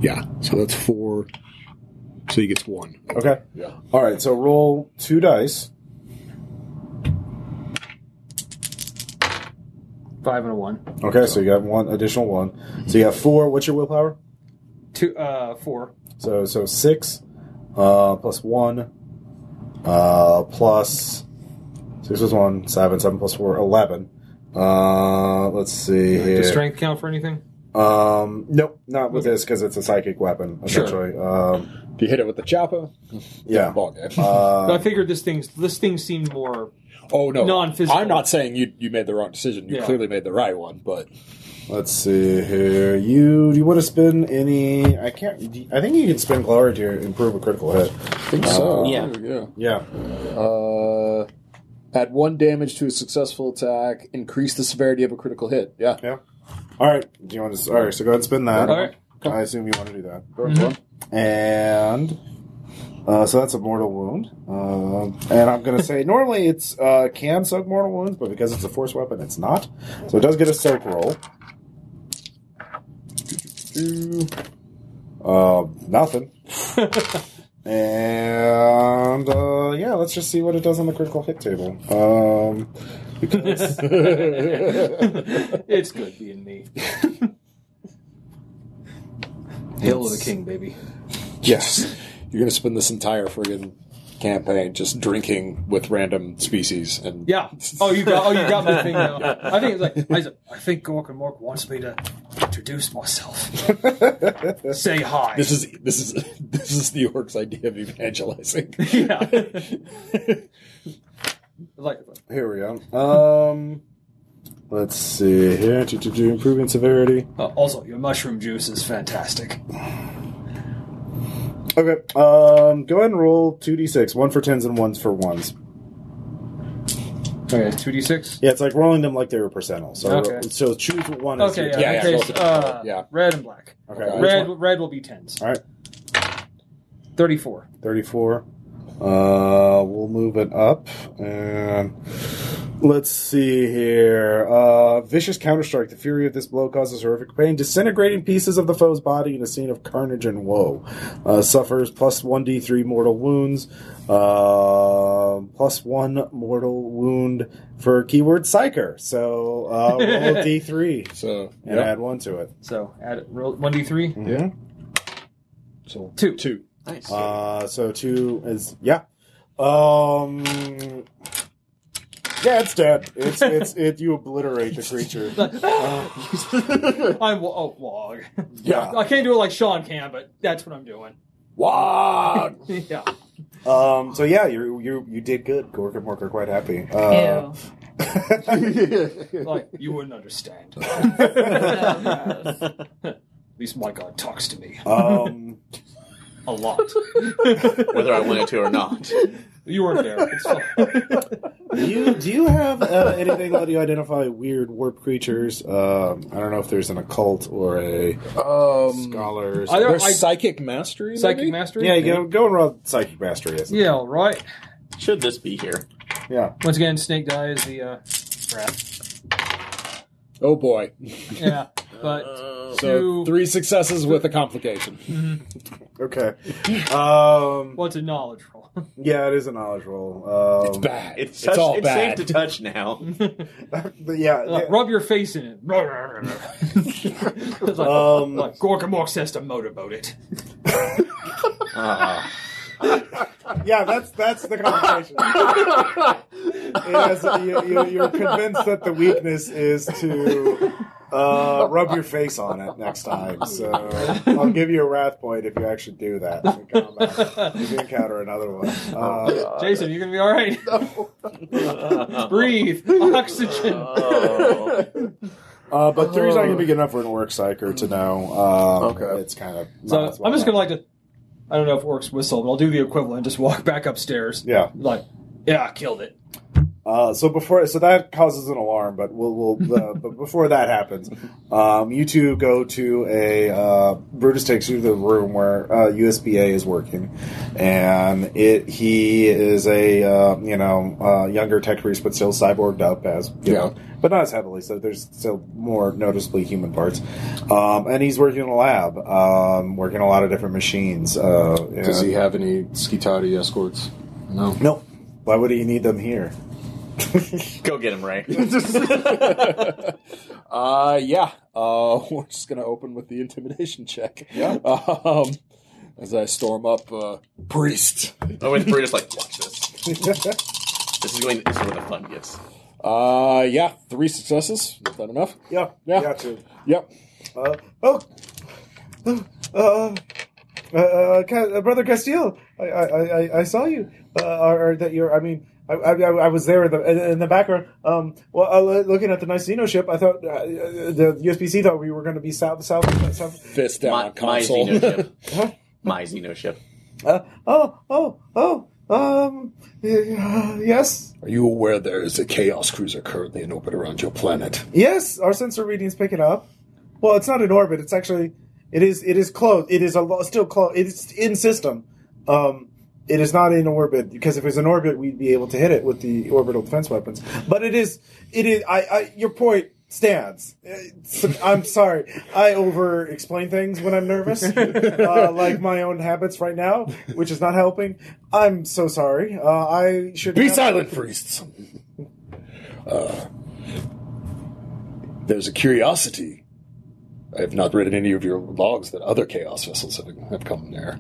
S7: Yeah. So that's four. So he gets one.
S1: okay,
S2: Yeah.
S1: All right, so roll two dice.
S4: Five and a one.
S1: Okay, so you got one additional one. So you have four. What's your willpower?
S4: Two. Uh, four.
S1: So so six uh, plus one uh, plus six plus one seven seven plus four eleven. Uh, let's see here.
S4: Does strength count for anything?
S1: Um, nope, not with this because it's a psychic weapon
S4: Sure.
S1: essentially. Um,
S2: if you hit it with the chopper,
S1: yeah.
S2: ball game.
S4: But I
S1: Uh,
S4: figured this thing's this thing seemed more.
S2: oh no,
S4: Non-physical.
S2: I'm not saying you you made the wrong decision. You
S4: Yeah.
S2: clearly made the right one, but
S1: let's see here. You do you want to spin any? I can't. do you- I think you can spin glory to improve a critical hit.
S2: I think so.
S3: Yeah.
S2: yeah.
S1: Yeah.
S2: Uh, add one damage to a successful attack. Increase the severity of a critical hit. Yeah.
S1: All right. Do you want to? All right. So go ahead and spin that.
S4: All right.
S1: I assume you want to do that.
S2: Mhm.
S1: And uh, so that's a mortal wound. Um and I'm going to say normally it's uh, can soak mortal wounds, but because it's a force weapon, it's not. So it does get a soak roll. Uh, nothing. and uh, yeah, let's just see what it does on the critical hit table. Um, because
S4: it's good being me. Hail to the king, baby.
S2: Yes. You're gonna spend this entire friggin' campaign just drinking with random species and
S4: Yeah. Oh, you got. Oh, you got my thing now. I think it's like I, said, I think Gork and Mork wants me to introduce myself. Say hi.
S2: This is this is this is the orc's idea of evangelizing.
S4: yeah. like,
S1: here we go. Um, let's see here. Do, do, do, improving severity.
S4: uh, also, your mushroom juice is fantastic.
S1: Okay. Um, go ahead and roll two d six. One for tens and ones for ones.
S4: Okay, two d six.
S1: Yeah, it's like rolling them like they were percentile. So,
S4: Okay,
S1: so choose one. as
S4: Okay,
S1: your
S4: yeah,
S2: Yeah,
S4: in
S2: yeah,
S4: case,
S2: both of them.
S4: uh,
S2: Yeah.
S4: red and black.
S1: Okay.
S2: Okay.
S1: which
S4: Red,
S1: one?
S4: red will be tens.
S1: All right.
S4: Thirty-four.
S1: Thirty-four. Uh, we'll move it up, and Let's see here. Uh, vicious counterstrike. The fury of this blow causes horrific pain, disintegrating pieces of the foe's body in a scene of carnage and woe. Uh, suffers plus 1d3 mortal wounds, uh, plus 1 mortal wound for keyword psyker. So uh, roll a d3
S2: So
S1: and
S2: yeah.
S1: add 1 to it.
S4: So add roll one d three.
S2: Yeah. Mm-hmm. So
S4: Two.
S2: two.
S3: Nice.
S1: Uh, so 2 is. Yeah. Um. Yeah, it's dead. It's it's it. You obliterate the creature.
S4: I'm wa- oh log.
S2: Yeah.
S4: I can't do it like Sean can, but that's what I'm doing.
S2: Wow.
S4: Yeah.
S1: Um, so yeah, you you you did good. Gork and Mork are quite happy. Uh,
S6: Ew.
S4: Like you wouldn't understand.
S6: So gross.
S4: At least my god talks to me
S1: um,
S4: a lot.
S3: Whether I wanted to or not.
S4: you weren't there. It's fine.
S1: you do you have uh, anything that you identify weird warp creatures? Um, I don't know if there's an occult or a
S2: Um,
S1: scholar. Or
S4: I don't-
S1: something.
S2: there's psychic mastery.
S4: Psychic
S2: maybe?
S4: mastery.
S1: yeah, you know, go and roll psychic mastery. Yes.
S4: Yeah. All right.
S3: Should this be here?
S1: yeah.
S4: Once again, Snake Die is the uh, crap.
S2: Oh boy.
S4: Yeah, but
S3: Uh,
S2: So
S4: Two.
S2: three successes with a complication.
S1: Okay. Um,
S4: what's mm-hmm. a knowledge roll?
S1: yeah, it is a knowledge roll. Um,
S2: It's bad.
S3: it's,
S2: It's,
S3: touch-
S2: all
S3: it's
S2: bad.
S3: safe to touch now.
S1: but yeah.
S4: Like,
S1: yeah.
S4: Rub your face in it. it's like,
S1: Um,
S4: like Gorkamork says to motorboat it.
S3: Ah.
S1: Yeah, that's that's the conversation. It has- you, you, you're convinced that the weakness is to uh, rub your face on it next time. So I'll give you a wrath point if you actually do that. In combat. If you encounter another one.
S4: Oh,
S1: Uh,
S4: Jason, you're gonna be all right. Breathe oxygen.
S3: Oh.
S1: uh, but three's not going to be good enough for an orc psyker to know. Um,
S8: Okay.
S1: It's kind of.
S4: so
S1: not as well
S4: I'm just gonna
S1: known.
S4: like to. I don't know if orcs whistle, but I'll do the equivalent. Just walk back upstairs.
S1: Yeah.
S4: Like, yeah, I killed it.
S1: Uh, so before, so that causes an alarm, but we'll, we'll uh, but before that happens, um, you two go to a uh, Brutus takes you to the room where uh, USBA is working, and it he is a uh, you know uh, younger tech priest, but still cyborged up as you know, but not as heavily. So there's still more noticeably human parts, um, and he's working in a lab, um, working a lot of different machines. Uh,
S8: Does
S1: and-
S8: he have any Skitari escorts? No.
S1: No. Why would he need them here?
S3: Go get him, Ray.
S2: uh, yeah. Uh, we're just gonna open with the intimidation check. Yeah. Um, as I storm up, uh, priest.
S3: Oh, wait, Brutus, like, watch this. This is going. This is where the fun gets.
S2: Uh, yeah. Three successes. Is that enough?
S1: Yeah,
S2: Yeah.
S1: got to.
S2: Yep.
S1: Uh, oh, uh, uh, uh, Ca- uh, brother Castillo, I, I, I- I, I saw you, uh, or, or that you're. I mean, I, I, I- I was there in the, in, in the background. Um, well, uh, lo- looking at the Niceno ship, I thought uh, uh, the USBC thought we were going to be south, south, south.
S2: Fist down
S3: My,
S2: on
S3: my
S2: console.
S3: Xeno ship. My Xeno ship.
S1: Uh, oh, oh, oh. Um. uh, yes.
S7: Are you aware there is a Chaos Cruiser currently in orbit around your planet?
S1: Yes. Our sensor readings pick it up. Well, it's not in orbit. It's actually. It is. It is close. It is a lo- still close. It is in system. Um. It is not in orbit because if it was in orbit, we'd be able to hit it with the orbital defense weapons. But it is. It is. I. I your point stands. It's- I'm sorry. I over explain things when I'm nervous, uh, like my own habits right now, which is not helping. I'm so sorry. Uh, I should
S7: Be
S1: not-
S7: silent, priests! Uh, there's a curiosity. I have not read in any of your logs that other Chaos vessels have, have come there.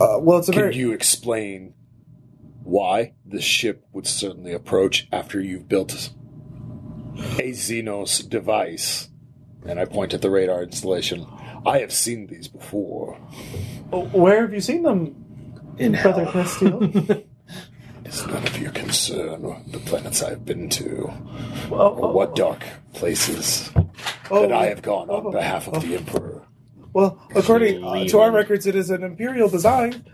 S1: Uh, well, it's a
S7: Can
S1: very.
S7: you explain why the ship would certainly approach after you've built a Xenos device? And I point at the radar installation. I have seen these before.
S1: Where have you seen them?
S4: In
S1: Brother Castillo?
S7: It's none of your concern the planets I've been to
S1: Oh,
S7: or what dark places
S1: oh,
S7: that I have gone
S1: oh,
S7: on behalf of the Emperor.
S1: Well, according uh, to our records, it is an imperial design,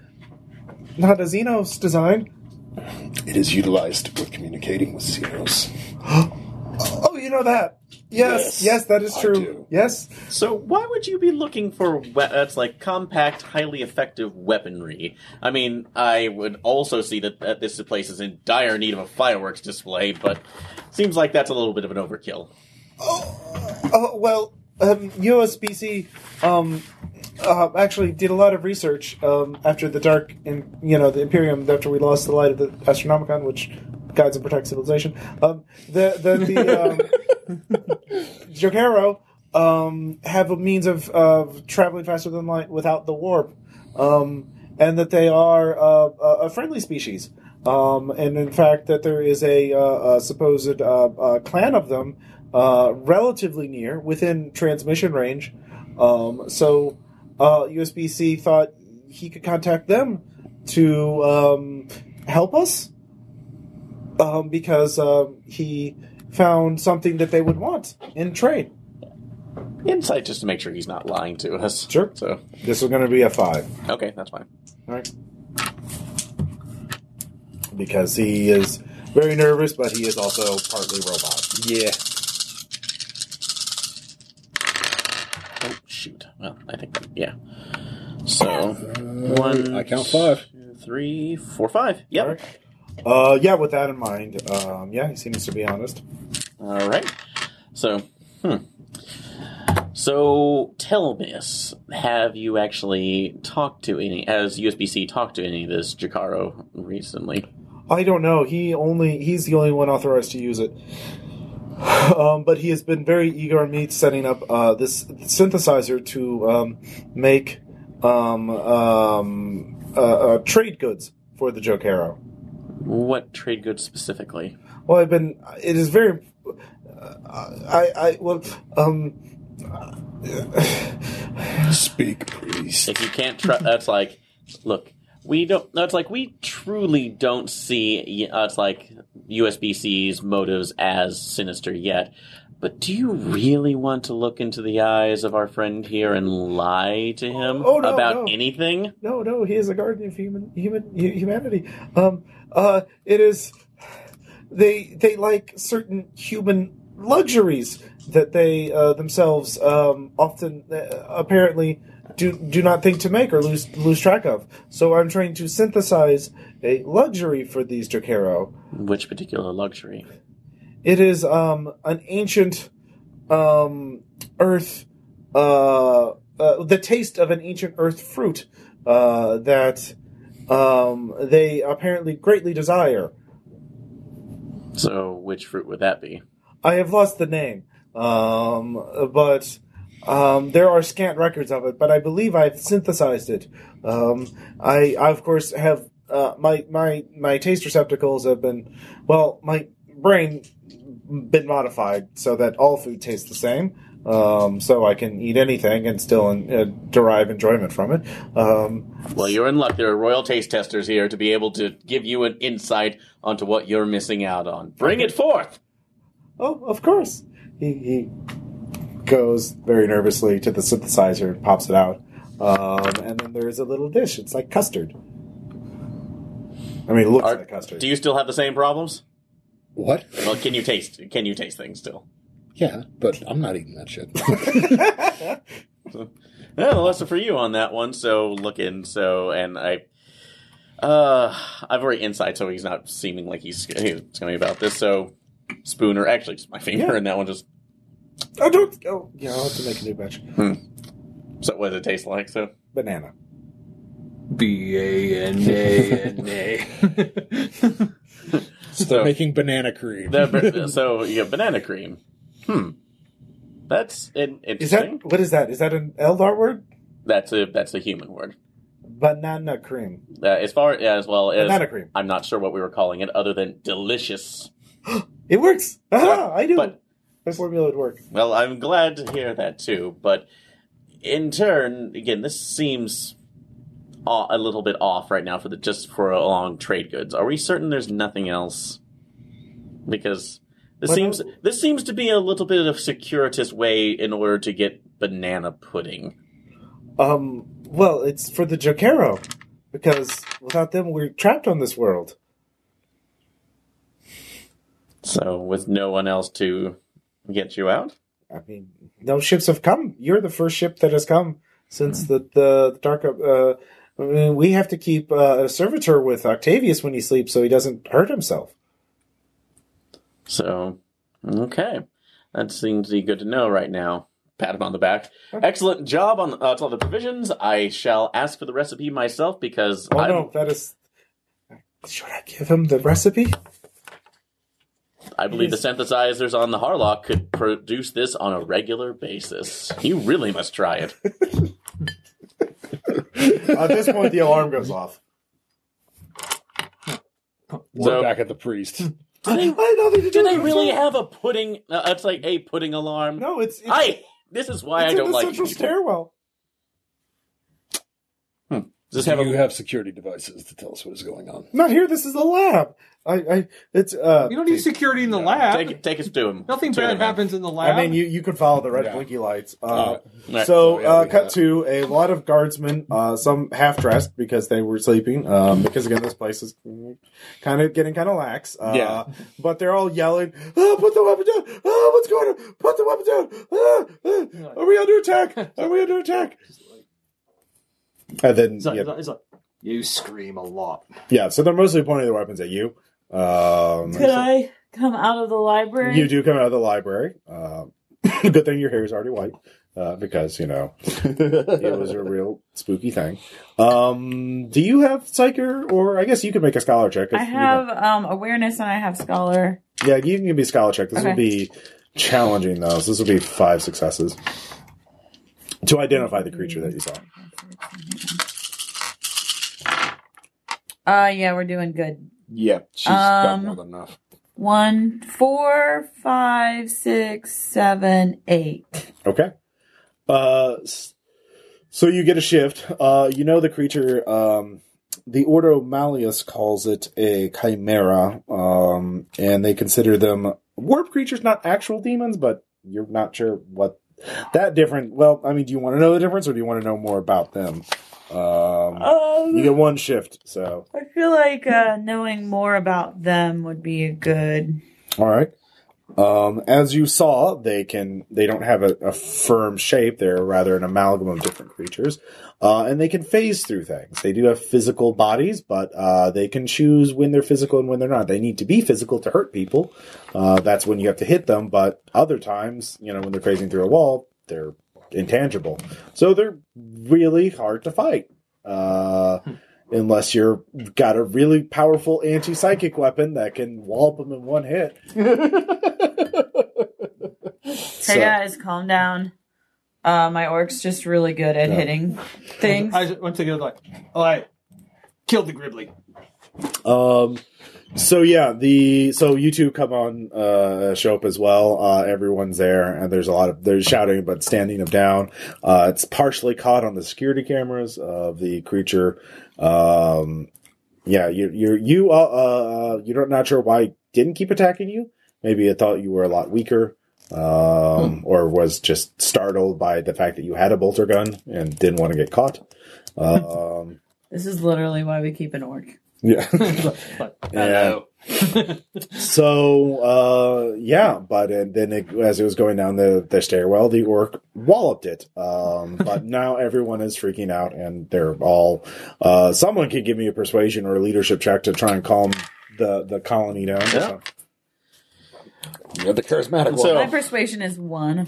S1: not a Xenos design.
S7: It is utilized with communicating with Xenos.
S1: Oh, you know that. Yes, yes, that is
S7: I
S1: true.
S7: do.
S1: Yes,
S3: So why would you be looking for we- that's like compact, highly effective weaponry? I mean, I would also see that, that this place is in dire need of a fireworks display, but seems like that's a little bit of an overkill.
S1: Oh well, um, USBC um, uh, actually did a lot of research um, after the dark, in, you know, the Imperium after we lost the light of the Astronomicon, which guides and protects civilization. Um, the the, the um, Jokero um, have a means of, of traveling faster than light without the warp, um, and that they are uh, a a friendly species. Um, and in fact, that there is a, uh, a supposed uh, uh, clan of them uh, relatively near, within transmission range. Um, so uh, USB C thought he could contact them to um, help us um, because um, he found something that they would want in trade.
S3: Insight just to make sure he's not lying to us.
S1: Sure.
S3: So
S1: This is going to be a five,
S3: okay, that's fine.
S1: right? Because he is very nervous, but he is also partly robot.
S7: Yeah.
S3: Oh shoot. Well, I think that, yeah. So one.
S7: I count five.
S3: two, three, four, five. Yep.
S1: Alright. Uh, yeah, with that in mind, um, yeah, he seems to be honest.
S3: All right. So, hmm. So, tell me, this, have you actually talked to any, has USBC talked to any of this Jacaro recently?
S1: I don't know. He only he's the only one authorized to use it. Um, but he has been very eager on me setting up uh, this synthesizer to um, make um, um, uh, uh, trade goods for the Jokero.
S3: What trade goods specifically?
S1: Well, I've been. It is very. Uh, I I well um
S7: Speak, priest.
S3: If you can't try, that's like, look, we don't, that's like, we truly don't see, uh, it's like, USBC's motives as sinister yet. But do you really want to look into the eyes of our friend here and lie to him
S1: Oh, no,
S3: about
S1: no.
S3: anything?
S1: no no he is a guardian of human human hu- humanity. Um uh it is. They they like certain human luxuries that they uh, themselves um, often uh, apparently do do not think to make or lose lose track of. So I'm trying to synthesize a luxury for these Dracaro.
S3: Which particular luxury?
S1: It is um, an ancient um, earth, uh, uh, the taste of an ancient earth fruit uh, that um, they apparently greatly desire.
S3: So, which fruit would that be?
S1: I have lost the name, um, but um, there are scant records of it. But I believe I've synthesized it. Um, I, I of course have uh, my my my taste receptacles have been well, my brain been modified so that all food tastes the same. Um, so I can eat anything and still uh, derive enjoyment from it. Um,
S3: Well, you're in luck. There are royal taste testers here to be able to give you an insight onto what you're missing out on. Bring it forth.
S1: oh, of course, he, he goes very nervously to the synthesizer and pops it out. Um, and then there is a little dish. It's like custard. I mean, it looks
S3: Are-
S1: like custard.
S3: do you still have the same problems?
S7: What?
S3: Well, can you taste? Can you taste things still?
S7: Yeah, but I'm not eating that shit.
S3: Yeah, the lesson for you on that one. So looking so, and I, uh, I've already insight, so he's not seeming like he's he's telling me about this. So, spooner, actually, just my finger
S1: Yeah.
S3: in that one. Just
S1: oh, don't. Oh, yeah, I'll have to make a new batch.
S3: so, what does it taste like? So,
S1: Banana.
S4: B A N A N A.
S7: so they're
S3: So-
S7: making banana cream.
S3: the, so you have banana cream. Hmm. That's an
S1: Is
S3: interesting.
S1: that what is that? Is that an Eldar word?
S3: That's a that's a human word.
S1: Banana cream.
S3: Uh, as far as well as
S1: Banana cream.
S3: I'm not sure what we were calling it other than delicious.
S1: It works. Ah, I do.
S3: But
S1: My formula would work.
S3: well, I'm glad to hear that too. But in turn, again, this seems aw- a little bit off right now for the just for along trade goods. Are we certain there's nothing else? Because this
S1: What
S3: seems
S1: else?
S3: this seems to be a little bit of securitist way in order to get banana pudding.
S1: Um. Well, it's for the Jokero, because without them, we're trapped on this world.
S3: So with no one else to get you out.
S1: I mean, those ships have come. You're the first ship that has come since the the, the dark. Uh, I mean, we have to keep uh, a servitor with Octavius when he sleeps so he doesn't hurt himself.
S3: So, okay. That seems to be good to know right now. Pat him on the back. Excellent job on uh, all the provisions. I shall ask for the recipe myself because
S1: Oh
S3: I'm-
S1: no, that is. Should I give him the recipe?
S3: I believe the synthesizers on the Harlock could produce this on a regular basis. You really must try it.
S1: At this point, the alarm goes off.
S7: We're
S3: So-
S7: back at the priest.
S1: I didn't know they did
S3: Do
S1: it
S3: they
S1: before.
S3: really have a pudding? Uh, it's like a pudding alarm.
S1: No, it's. it's
S3: I. This is why
S1: it's
S3: I
S1: in
S3: don't
S1: the
S3: like.
S1: central
S3: people.
S1: stairwell.
S3: Does this have
S7: Do
S3: a-
S7: you have security devices to tell us what is going on?
S1: Not here. This is the lab. I. I it's. Uh,
S4: You don't need security in the lab.
S3: take take us to him.
S4: Nothing
S3: To
S4: bad
S3: him.
S4: happens in the lab.
S1: I mean, you, you could follow the red
S7: Um, Yeah.
S1: blinky lights. Uh,
S7: Uh,
S3: Right.
S1: So,
S7: So, yeah,
S1: uh,
S7: we
S1: cut
S7: had-
S1: to a lot of guardsmen, uh, some half dressed because they were sleeping. Um, because again, this place is kind of getting kind of lax. Uh,
S7: Yeah.
S1: But they're all yelling, "Ah, "Put the weapon down! Ah, what's going on? Put the weapon down! Ah, ah, are we under attack? Are we under attack?" And then,
S4: It's like-
S1: yeah,
S4: it's like- it's like, you scream a lot.
S1: yeah, so they're mostly pointing their weapons at you. Um,
S6: Could I come out of the library?
S1: you do come out of the library. Uh, good thing your hair is already white uh, because you know it was a real spooky thing. Um, do you have psyker, or I guess you could make a scholar check. if
S6: I
S1: you
S6: have um, awareness and I have scholar.
S1: yeah, you can give me a scholar check. This will
S6: Okay.
S1: be challenging, though. So this will be five successes to identify the creature that you saw.
S6: Uh, yeah, we're doing good.
S2: Yeah, she's got
S6: Um,
S2: more than enough.
S6: One, four, five, six, seven, eight.
S1: Okay. Uh, s- so you get a shift. Uh, you know the creature. Um, the Ordo Malleus calls it a chimera, um, and they consider them warp creatures, not actual demons. But you're not sure what that different. Well, I mean, do you want to know the difference, or do you want to know more about them? Um, you
S6: Um,
S1: get one shift. So
S6: I feel like uh, knowing more about them would be a good.
S1: All right. Um, as you saw, they can they don't have a, a firm shape. They're rather an amalgam of different creatures, uh, and they can phase through things. They do have physical bodies, but uh, they can choose when they're physical and when they're not. They need to be physical to hurt people. Uh, that's when you have to hit them. But other times, you know, when they're phasing through a wall, they're intangible. So they're really hard to fight. Uh, unless you're got a really powerful anti psychic weapon that can wallop them in one hit.
S6: Hey guys, calm down. Uh, my orc's just really good at hitting things.
S4: I just, once again, like, all right, killed the gribbly.
S1: Um, so yeah, the so you two come on uh, show up as well. Uh, everyone's there, and there's a lot of there's shouting, but standing them down. Uh, it's partially caught on the security cameras of the creature. Um, yeah, you you you uh, uh you're not sure why it didn't keep attacking you. Maybe it thought you were a lot weaker, um, or was just startled by the fact that you had a bolter gun and didn't want to get caught. Um,
S6: this is literally why we keep an orc.
S1: yeah.
S4: Like,
S1: Yeah. so uh, yeah, but and then it, as it was going down the, the stairwell, the orc walloped it. Um, but now everyone is freaking out, and they're all. Uh, someone could give me a persuasion or a leadership check to try and calm the the colony down.
S3: Yeah.
S7: You're the charismatic
S3: So-
S6: My persuasion is one.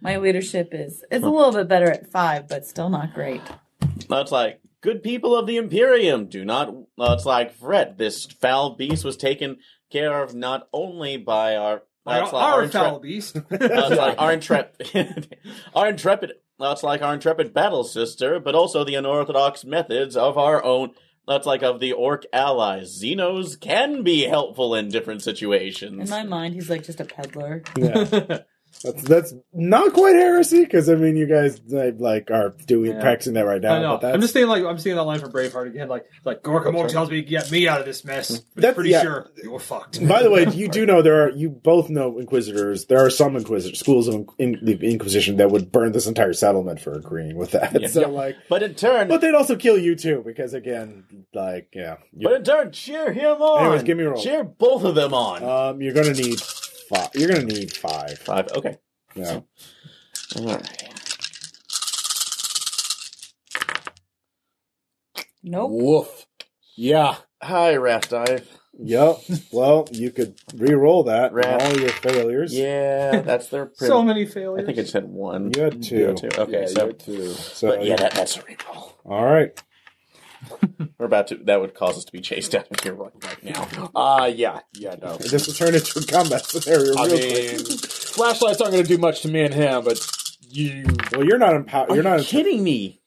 S6: My leadership is it's a little bit better at five, but still not great.
S3: That's like good people of the Imperium. Do not. Uh, it's like fret. This foul beast was taken care of not only by our.
S4: our
S3: that's like our
S4: our
S3: intre-
S4: foul beast.
S3: that's like our intrepid, our intrepid. That's like our intrepid battle sister, but also the unorthodox methods of our own. That's like of the orc allies. Xenos can be helpful in different
S6: In
S3: situations.
S6: my mind, he's like just a peddler.
S1: That's, that's not quite heresy because I mean you guys like, like are doing
S4: Yeah.
S1: practicing that right now.
S4: I know.
S1: But that's,
S4: I'm just saying, like, I'm seeing that line from Braveheart again. Like, like Gorka Moore tells me to get me out of this mess. But
S1: That's-
S4: pretty
S1: yeah.
S4: sure you're fucked.
S1: By the way, you do know there are you both know inquisitors. There are some inquisitor schools of in, the Inquisition that would burn this entire settlement for agreeing with that. So like,
S3: But in turn,
S1: but they'd also kill you too because again, like yeah,
S3: but
S1: you,
S3: in turn, cheer him on.
S1: Anyways, give me a roll. Uh,
S3: Cheer both of them on.
S1: um, you're gonna need five. You're gonna need five.
S3: Five. Okay.
S1: Yeah.
S3: All right.
S6: Nope.
S2: Woof. Yeah.
S3: Hi, Raft Dive.
S1: Yep. Well, you could re-roll that. and
S3: Right.
S1: All your failures.
S3: Yeah, that's their. Prim-
S4: So many
S3: I
S4: failures.
S3: think I just had one.
S1: You had
S3: You
S1: two.
S3: had Okay,
S7: Yeah,
S3: so
S7: you too.
S1: So
S3: but yeah, that, that's a reroll.
S1: all right.
S3: We're about to. That would cause us to be chased out of here right, right now.
S2: Uh yeah. Yeah, no.
S1: This will turn into a combat scenario.
S2: I
S1: real
S2: mean,
S1: quick.
S2: flashlights aren't going to do much to me and him, but you.
S1: well, you're not empowered. You're
S3: Are you
S1: not.
S3: kidding me.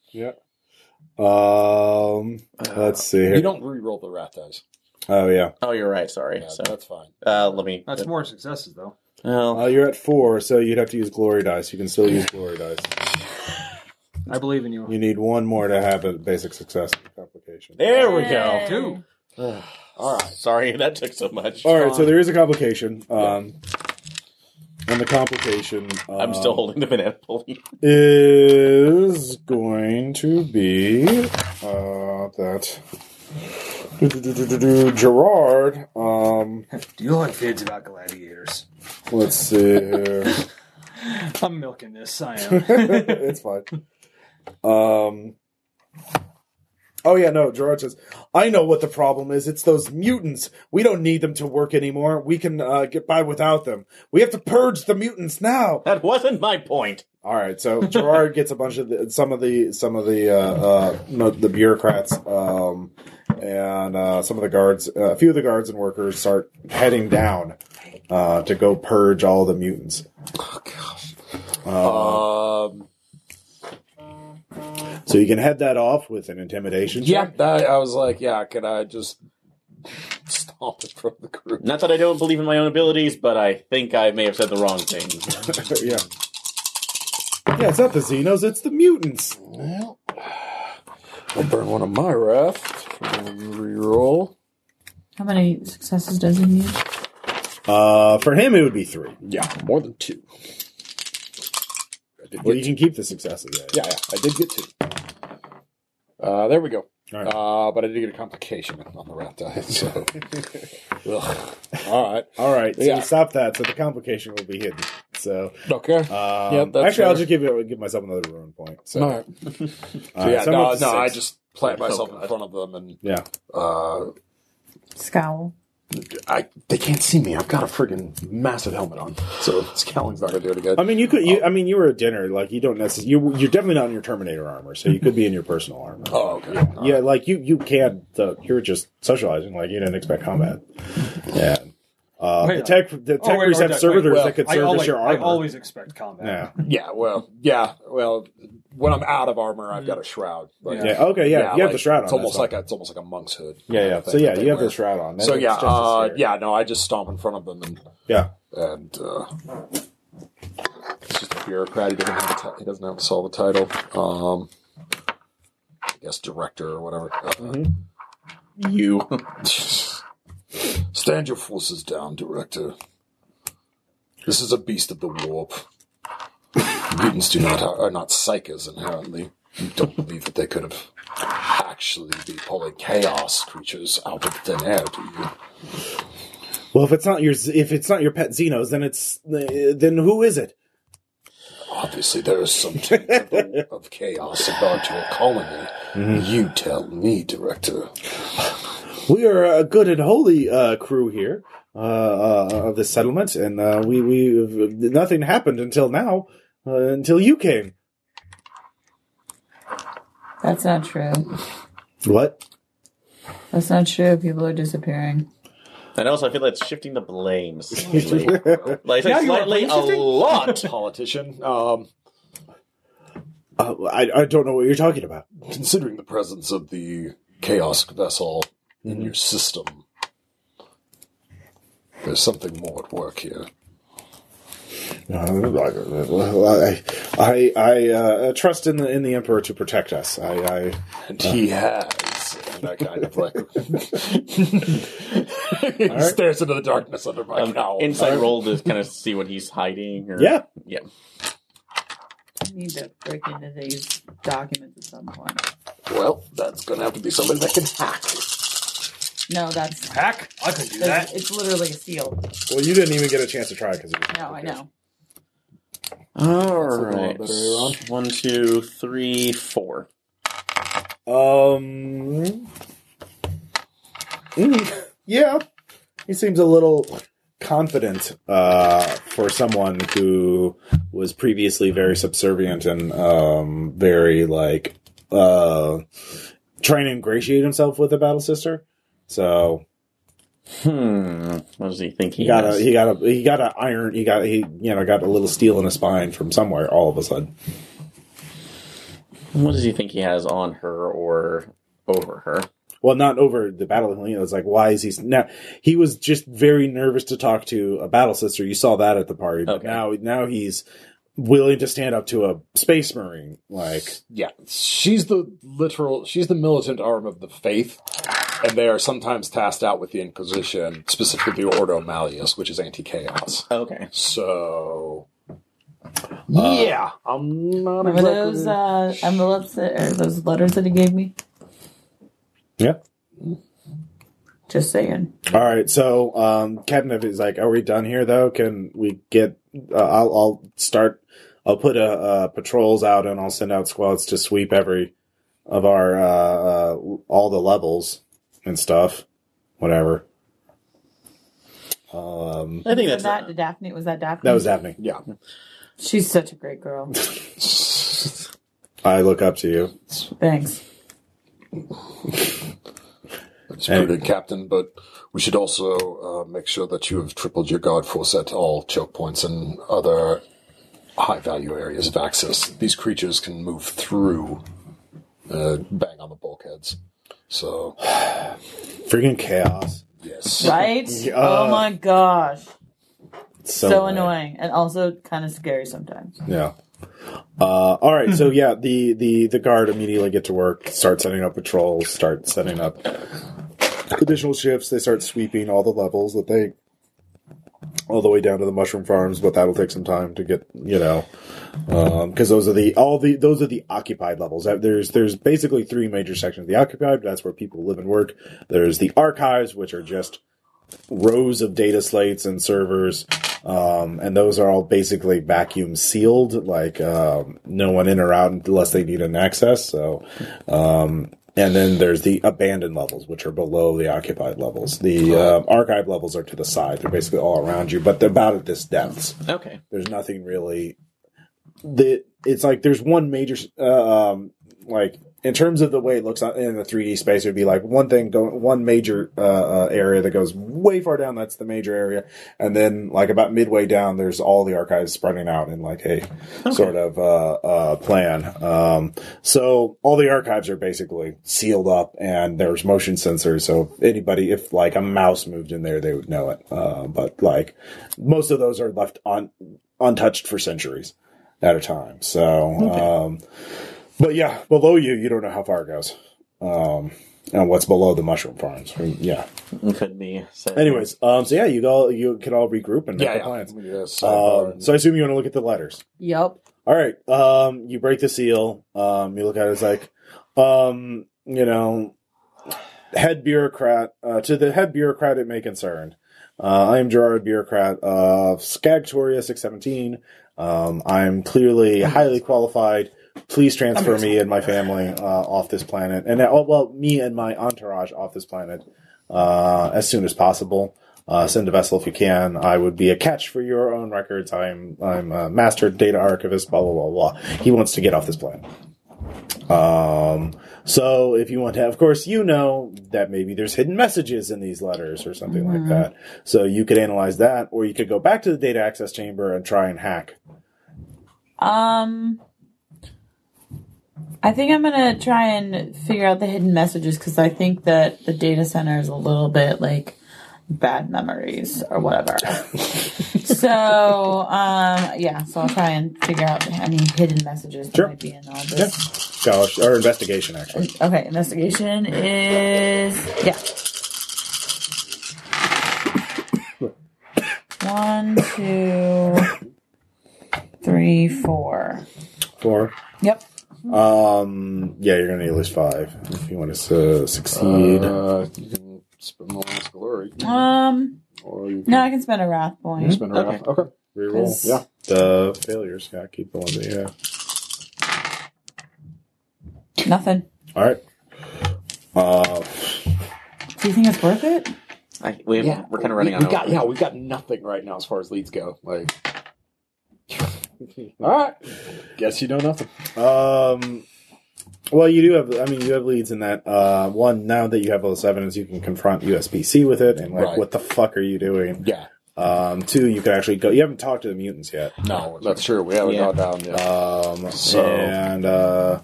S1: Um. Let's see
S2: You
S1: here.
S2: don't re-roll the wrath eyes.
S1: Oh yeah.
S3: Oh, you're right. Sorry.
S2: Yeah,
S3: so
S2: that's fine.
S3: uh, let me.
S4: That's more successes, though.
S3: well,
S1: Uh, you're at four, so you'd have to use glory dice. You can still use glory dice.
S4: I believe in you.
S1: You need one more to have a basic success complication.
S3: there we go.
S4: Two.
S3: All right. Sorry that took so much.
S1: All right. So there is a complication. Um. And the complication. Um,
S3: I'm still holding the banana pulley.
S1: is going to be uh, that Do-do-do-do-do-do. Gerard. Um,
S4: Do you like vids about gladiators?
S1: let's see. here.
S4: I'm milking this. I am.
S1: it's fine. Um. Oh yeah, no. Gerard says, "I know what the problem is. It's those mutants. We don't need them to work anymore. We can uh, get by without them. We have to purge the mutants now."
S3: That wasn't my point.
S1: All right, so Gerard gets a bunch of the, some of the some of the uh, uh, no, the bureaucrats um, and uh, some of the guards, uh, a few of the guards and workers start heading down uh, to go purge all the mutants. Uh,
S2: Um,
S1: so you can head that off with an intimidation. check.
S2: yeah, I, I was like, yeah, could I just stomp it from the group?
S3: Not that I don't believe in my own abilities, but I think I may have said the wrong thing.
S1: yeah, yeah. It's not the Xenos, it's the mutants.
S2: Well, I'll burn one of my wrath. for a Reroll.
S6: How many successes does he need?
S1: Uh, for him, it would be three.
S2: Yeah, more than two. I did
S1: Well,
S2: get
S1: you can keep the successes.
S2: Yeah, yeah, I did get two. Uh, there we go.
S1: All right.
S2: Uh, but I did get a complication on the rat die. So, Ugh. all right,
S1: All right, so
S2: Yeah.
S1: you stop that. So the complication will be hidden. So.
S2: okay.
S1: Um,
S2: Yep, that's
S1: actually, I'll
S2: fair.
S1: just give you, give myself another ruin point. So,
S2: all right.
S1: uh,
S2: So, yeah,
S1: so I'm
S2: no,
S1: up to
S2: no, I
S1: six.
S2: just plant myself
S3: God.
S2: in front of them, and
S1: yeah.
S2: uh,
S6: Scowl.
S2: I they can't see me. I've got a friggin' massive helmet on, so scowling's not gonna do any good.
S1: I mean, you could. You, I mean, you were at dinner. Like, you don't necessarily. You, you're definitely not in your Terminator armor, so you could be in your personal armor.
S2: oh, okay. All
S1: yeah, like you, you can't. Uh, you're just socializing. Like, you didn't expect combat. Yeah. Uh,
S4: Wait,
S1: the tech,
S2: Oh,
S1: the tech
S4: oh, wait, wait,
S1: recept
S4: wait,
S1: servitors
S2: well,
S1: that could
S4: I
S1: service
S4: always,
S1: your
S4: I
S1: armor.
S4: always expect combat.
S1: yeah.
S2: Yeah, well, yeah, well. When I'm out of armor, I've got a shroud. But-
S4: Yeah.
S1: Yeah. Okay. Yeah. you have
S2: like,
S1: the shroud on.
S2: It's almost
S1: that's
S2: like a, it's almost like a monk's hood.
S1: fine. Yeah. Yeah. So
S2: thing
S1: yeah,
S2: that
S1: you
S2: they
S1: have the
S2: wear.
S1: shroud on.
S2: So
S1: It's
S2: yeah,
S1: just as
S2: uh,
S1: scary.
S2: yeah. No, I just stomp in front of them and
S1: Yeah.
S2: and uh, it's just a bureaucrat. He doesn't have a ti- he doesn't have to solve a title. Um, I guess director or whatever. Uh,
S3: You.
S2: Stand your forces down, director. This is a beast of the warp. Mutants do not ha- are not psychers inherently. You don't believe that they could have actually be pulling chaos creatures out of thin air, do you?
S1: Well, if it's not your if it's not your pet Xenos, then it's eh, then who is it?
S2: Obviously, there is some taint of, the- of chaos about your colony. You tell me, Director.
S1: We are a good and holy uh, crew here uh, uh, of this settlement, and uh, we we nothing happened until now, uh, until you came.
S6: That's not true.
S1: What?
S6: That's not true. People are disappearing.
S3: And also, I feel like it's shifting the blame slightly.
S1: Uh,
S3: like,
S4: Now you are
S3: slightly, a
S4: blame-shifting?
S3: lot.
S2: Politician, um,
S1: Uh, I I don't know what you're talking about.
S2: considering the presence of the chaos vessel in your system, there's something more at work here.
S1: Uh, I I I uh, trust in the in the emperor to protect us. I, I
S2: And he has. And I kind of like. stares into the darkness under my
S3: Um,
S2: cowl.
S3: Insight roll to kind of see what he's hiding. Or,
S1: Yeah.
S3: Yeah.
S6: I need to break into these documents at some point.
S2: well, that's going to have to be somebody that can hack.
S6: No, that's
S4: Hack? I could do
S6: that's-
S4: that.
S6: it's literally a seal.
S1: well, you didn't even get a chance to try because
S6: No, I know.
S3: All
S1: looking a lot
S3: right.
S1: better, Aaron.
S3: One, two, three, four.
S1: Um. mm, yeah, he seems a little confident uh, for someone who was previously very subservient and um, very like uh, trying to ingratiate himself with the battle sister. So
S3: Hmm. What does he think he,
S1: he got
S3: has?
S1: a he got a he got a iron he got he you know got a little steel in his spine from somewhere all of a sudden.
S3: What does he think he has on her or over her?
S1: well, not over the battle of Helena. It's like, why is he now? He was just very nervous to talk to a battle sister. You saw that at the party, but
S3: Okay.
S1: now now he's willing to stand up to a space marine. Like,
S2: yeah, she's the literal, she's the militant arm of the faith, and they are sometimes tasked out with the Inquisition, specifically Ordo Malleus, which is anti-chaos.
S3: Okay.
S2: So,
S7: uh,
S2: yeah, I'm not
S6: Remember
S2: exactly-
S6: those uh, envelopes that, or those letters that he gave me?
S1: yeah.
S6: Just saying.
S1: All right. So, um, Captain F is like, are we done here though? Can we get? Uh, I'll I'll start. I'll put uh, uh, patrols out and I'll send out squads to sweep every of our uh, uh, all the levels and stuff, whatever. Um,
S3: I think
S6: So
S3: that's
S6: that to Daphne was that Daphne?
S1: that was happening.
S2: yeah.
S6: She's such a great girl.
S1: I look up to you.
S6: Thanks.
S7: It's
S1: Hey.
S7: prudent, Captain, but we should also uh, make sure that you have tripled your guard force at all choke points and other high value areas of access. These creatures can move through, uh, bang on the bulkheads. So,
S1: Freaking chaos.
S7: yes.
S6: Right? oh my gosh.
S1: It's
S6: So, annoying. And also kind of scary sometimes.
S1: Yeah. Uh, all right, so yeah, the, the, the guard immediately get to work, start setting up patrols, start setting up additional shifts. They start sweeping all the levels that they, all the way down to the mushroom farms. But that'll take some time to get, you know, because those are the all the those are the occupied levels. Uh, There's there's basically three major sections. The occupied, that's where people live and work. There's the archives, which are just rows of data slates and servers, um, and those are all basically vacuum sealed. Like um, no one in or out unless they need an access. So, um, and then there's the abandoned levels, which are below the occupied levels. The uh, archive levels are to the side. They're basically all around you, but they're about at this depth
S3: okay.
S1: there's nothing really that it's like there's one major uh, um like in terms of the way it looks on- in the 3D space, it would be like one thing going, one major uh, uh, area that goes way far down. That's the major area, and then like about midway down, there's all the archives spreading out in like a sort of uh, uh, plan. Um, so all the archives are basically sealed up, and there's motion sensors. So if anybody, if like a mouse moved in there, they would know it. Uh, but like most of those are left on untouched for centuries at a time. So, um, but yeah, below you, you don't know how far it goes. Um, and what's below the mushroom farms? Yeah.
S3: Could be. So.
S1: Anyways, um, so yeah, you all you can all regroup and make
S2: Yeah,
S1: the
S2: yeah.
S1: plans.
S7: Yes.
S1: Um, so I assume you want to look at the letters.
S6: Yep.
S1: All right. Um, you break the seal. Um, you look at it as like, um, you know, head bureaucrat uh, to the head bureaucrat it may concern. Uh, I am Gerard, bureaucrat of Skagtoria 617. Um, I'm clearly highly qualified. Please transfer me and my family uh, off this planet, and uh, well, me and my entourage off this planet uh, as soon as possible. Uh, send a vessel if you can. I would be a catch for your own records. I'm I'm a master data archivist. Blah blah blah blah. He wants to get off this planet. Um, so if you want to, of course, you know that maybe there's hidden messages in these letters or something like that. So you could analyze that, or you could go back to the data access chamber and try and hack.
S6: Um, I think I'm gonna try and figure out the hidden messages because I think that the data center is a little bit like bad memories or whatever. so, um, yeah, so I'll try and figure out any hidden messages that
S1: Sure.
S6: might be in all
S1: Yeah.
S6: this.
S1: Gosh, or investigation actually.
S6: Okay, investigation is yeah. One, two, three, four.
S1: Four.
S6: Yep.
S1: Um, yeah, you're gonna need at least five if you want to uh, succeed.
S2: Uh, you can spend the last glory,
S6: Um.
S2: or you can
S6: No, I can spend a wrath point.
S3: Hmm?
S2: spend a round. Okay.
S1: Reroll.
S6: Because
S1: Mm-hmm. Yeah. The failures got to keep the ones that you have.
S6: Nothing.
S1: All right. Uh,
S6: Do you think it's worth it?
S3: I, we,
S2: Yeah,
S3: we're kind of running
S2: we,
S3: out.
S2: we
S3: of
S2: got yeah, we got nothing right now as far as leads go. Like, all right, guess you know nothing.
S1: Um. Well, you do have. I mean, you have leads in that uh, one. Now that you have all this evidence, you can confront USBC with it, and like,
S2: Right.
S1: what the fuck are you doing?
S2: Yeah,
S1: Um. Two, you can actually go. You haven't talked to the mutants yet.
S2: no, Uh, that's true. We haven't
S3: Yeah.
S2: gone down yet.
S1: Um.
S2: So-
S1: and uh,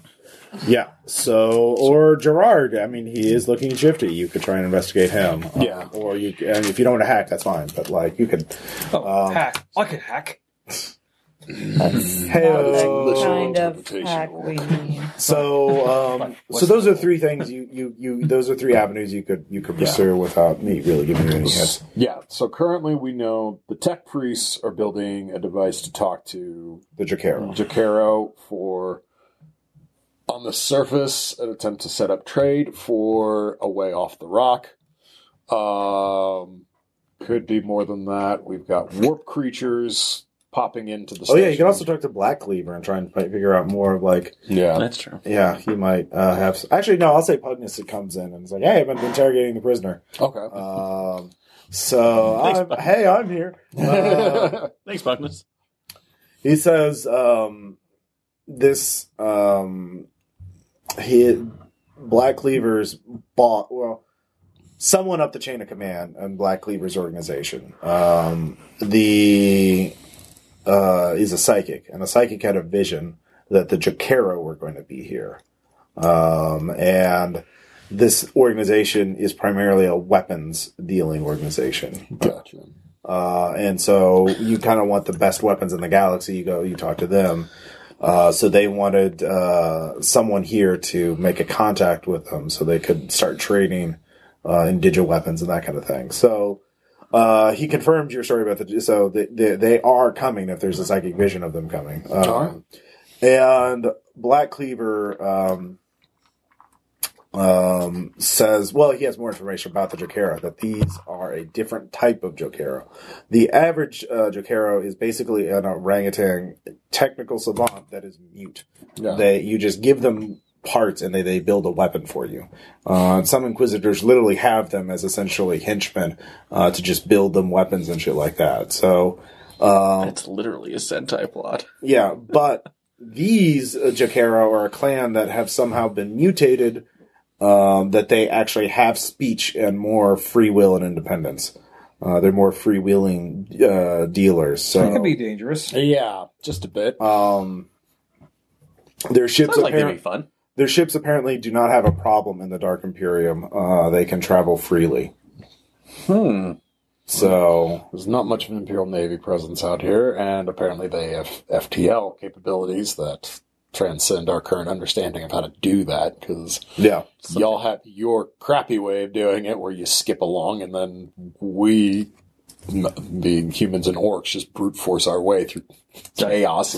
S1: yeah. So or Gerard. I mean, he is looking shifty. You could try and investigate him. Uh,
S2: Yeah.
S1: Or you. And if you don't want to hack, that's fine. But like, you could.
S4: Oh,
S1: Um,
S4: hack. I could hack.
S6: the
S1: Hey. uh,
S6: kind of
S2: interpretation
S6: hack we need.
S1: So, um, so those are three things you, you, you, those are three avenues you could, you could pursue without me really giving you any hints.
S2: Yeah. So currently, we know the tech priests are building a device to talk to
S1: The
S3: Mm.
S1: Jacaro.
S2: Jacaro for, on the surface, an attempt to set up trade for a way off the rock. Um, could be more than that. We've got warp creatures popping into the.
S1: Oh yeah, you
S2: station.
S1: can also talk to Black Cleaver and try and fi- figure out more of like,
S2: yeah.
S3: That's true.
S1: yeah, he might uh, have. s- Actually, no, I'll say Pugnus that comes in and is like, hey, I've been interrogating the prisoner.
S2: Okay.
S1: Um, so,
S3: Thanks,
S1: I'm,
S3: Pugnus.
S1: hey, I'm here. Uh,
S3: Thanks, Buckness.
S1: He says, um, this, um, he, Black Cleaver's bought, well, someone up the chain of command in Black Cleaver's organization. Um, the, uh, is a psychic, and the psychic had a vision that the Jacaro were going to be here. Um, and this organization is primarily a weapons dealing organization.
S2: Gotcha.
S1: Uh, and so you kind of want the best weapons in the galaxy. You go, you talk to them. Uh, so they wanted uh, someone here to make a contact with them, so they could start trading uh, in digital weapons and that kind of thing. So uh, he confirmed your story about the. So they, they, they are coming if there's a psychic vision of them coming. Um, and Black Cleaver um, um, says, well, he has more information about the Jokera, that these are a different type of Jokera. The average uh, Jokero is basically an orangutan technical savant that is mute.
S2: Yeah.
S1: They you just give them parts and they, they build a weapon for you. Uh, some inquisitors literally have them as essentially henchmen uh, to just build them weapons and shit like that. So um,
S3: That's literally a Sentai plot.
S1: yeah, but these uh, Jokero are a clan that have somehow been mutated um, that they actually have speech and more free will and independence. Uh, they're more freewheeling uh, dealers.
S4: That could be
S1: So
S4: dangerous.
S2: Yeah, just a bit.
S1: um, their ships
S3: Sounds like they'd
S1: apparent-
S3: be fun.
S1: their ships apparently do not have a problem in the Dark Imperium. Uh, they can travel freely.
S2: Hmm.
S1: So
S2: There's not much of an Imperial Navy presence out here, and apparently they have FTL capabilities that transcend our current understanding of how to do that. Because
S1: yeah,
S2: y'all have your crappy way of doing it, where you skip along, and then we, m- being humans and orcs, just brute force our way through chaos.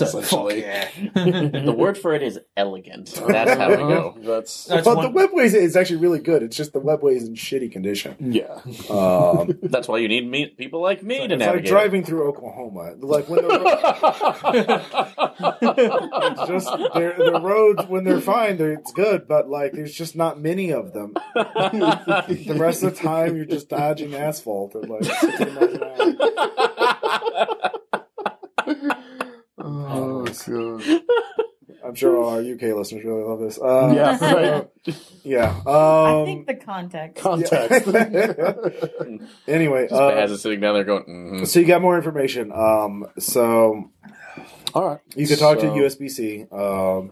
S2: essentially,
S3: The word for it is elegant. That's how we go.
S2: that's
S4: That's
S1: but
S4: one-
S1: the webway is- is actually really good. It's just the webway is in shitty condition.
S2: yeah.
S1: Um,
S3: That's why Mm. you need me- people like me to
S1: it's like
S3: navigate.
S1: driving through Oklahoma. Like when the ro- it's just they're- the roads when they're fine, they're, it's good. But like there's just not many of them. the rest of the time, you're just dodging asphalt at like 60 miles an hour.
S2: oh, God.
S1: I'm sure all our UK listeners really love this. Uh,
S2: Yeah, right.
S1: yeah. Um,
S6: I think the context.
S2: Context.
S1: anyway,
S3: Just Baz
S1: uh,
S3: is sitting down there going, mm
S1: so you got more information. Um, so
S2: All right,
S1: you could talk
S2: So-
S1: to USBC. Um,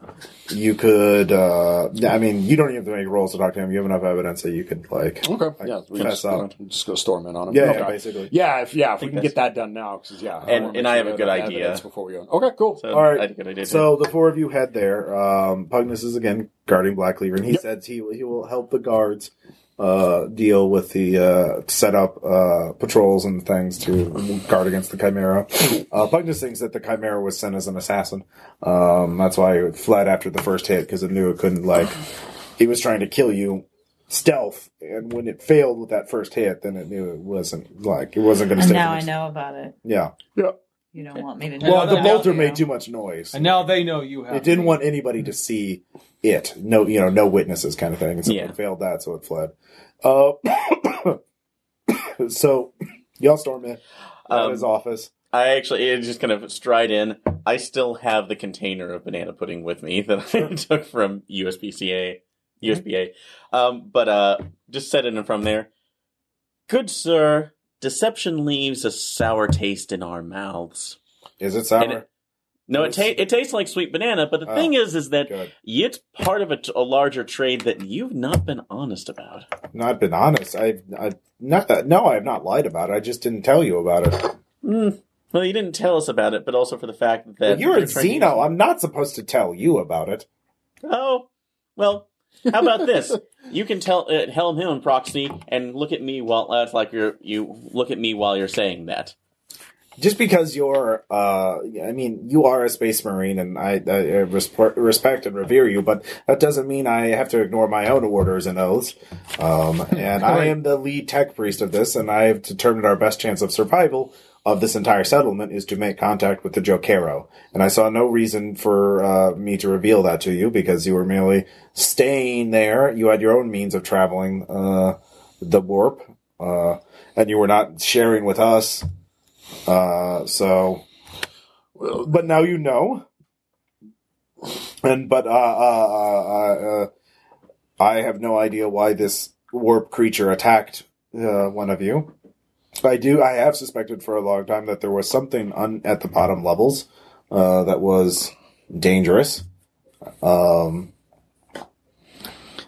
S1: you could. Uh, I mean, you don't even have to make rolls to talk to him. You have enough evidence that you could like.
S2: Okay, yeah, we
S1: Pass
S2: just,
S1: out.
S2: we just go storm in on him.
S1: Yeah,
S2: okay.
S1: yeah, basically.
S2: Yeah, if yeah, if we
S3: think
S2: can get that done now, because yeah, wanna
S3: And- and
S2: make
S3: I have
S2: sure
S3: a good
S2: that I have
S3: idea.
S2: evidence before we go. on. Okay, cool.
S3: So
S1: All right.
S3: I think I did it.
S1: So the four of you head there. Um, Pugnus is again guarding Black Cleaver, and he says he he will help the guards uh, deal with the uh, set up uh, patrols and things to guard against the Chimera. Uh, Pugnus thinks that the Chimera was sent as an assassin. Um, that's why it fled after the first hit because it knew it couldn't like he was trying to kill you stealth and when it failed with that first hit then it knew it wasn't like it wasn't going to
S6: And
S1: stay
S6: now
S1: for
S6: I
S1: the-
S6: know about it.
S1: yeah
S2: Yeah.
S6: You You don't want me to know.
S1: Well, the
S6: that,
S1: bolter
S6: do you?
S1: made too much noise.
S4: And now they know you have.
S1: It didn't want anybody to see it. No, you know, no witnesses, kind of thing. And so
S3: Yeah.
S1: it failed that, so it fled. Uh, so y'all storm in out of
S3: Um,
S1: his office.
S3: I actually it just kind of stride in. I still have the container of banana pudding with me that I took from USPCA, USPA. Um, but uh, just set it in from there. Good sir, deception leaves a sour taste in our mouths.
S1: Is it sour?
S3: and it- No, it, ta-
S1: Yes.
S3: it tastes like sweet banana, but the
S1: Oh.
S3: thing is, is that
S1: Good.
S3: it's part of a, t- a larger trade that you've not been honest about.
S1: No, I've been honest. I, I not that. No, I have not lied about it. I just didn't tell you about it.
S3: Mm. Well, you didn't tell us about it, but also for the fact that
S1: Hmm. Well, you're a
S3: they're trying to-
S1: Xeno. I'm not supposed to tell you about it.
S3: Oh, well, how about this? You can tell uh, Helm Hill and Proxy, and look at me while uh, it's like you're you look at me while you're saying that.
S1: Just because you're, uh, I mean, you are a space marine, and I, I resp- respect and revere you, but that doesn't mean I have to ignore my own orders and oaths. Um, and I am the lead tech priest of this, and I have determined our best chance of survival of this entire settlement is to make contact with the Jokero. And I saw no reason for uh, me to reveal that to you because you were merely staying there. You had your own means of traveling uh, the warp, uh, and you were not sharing with us. Uh, so, but now you know. And but uh, uh, uh, uh, I have no idea why this warp creature attacked uh, one of you. I do. I have suspected for a long time that there was something un- at the bottom levels uh, that was dangerous. Um,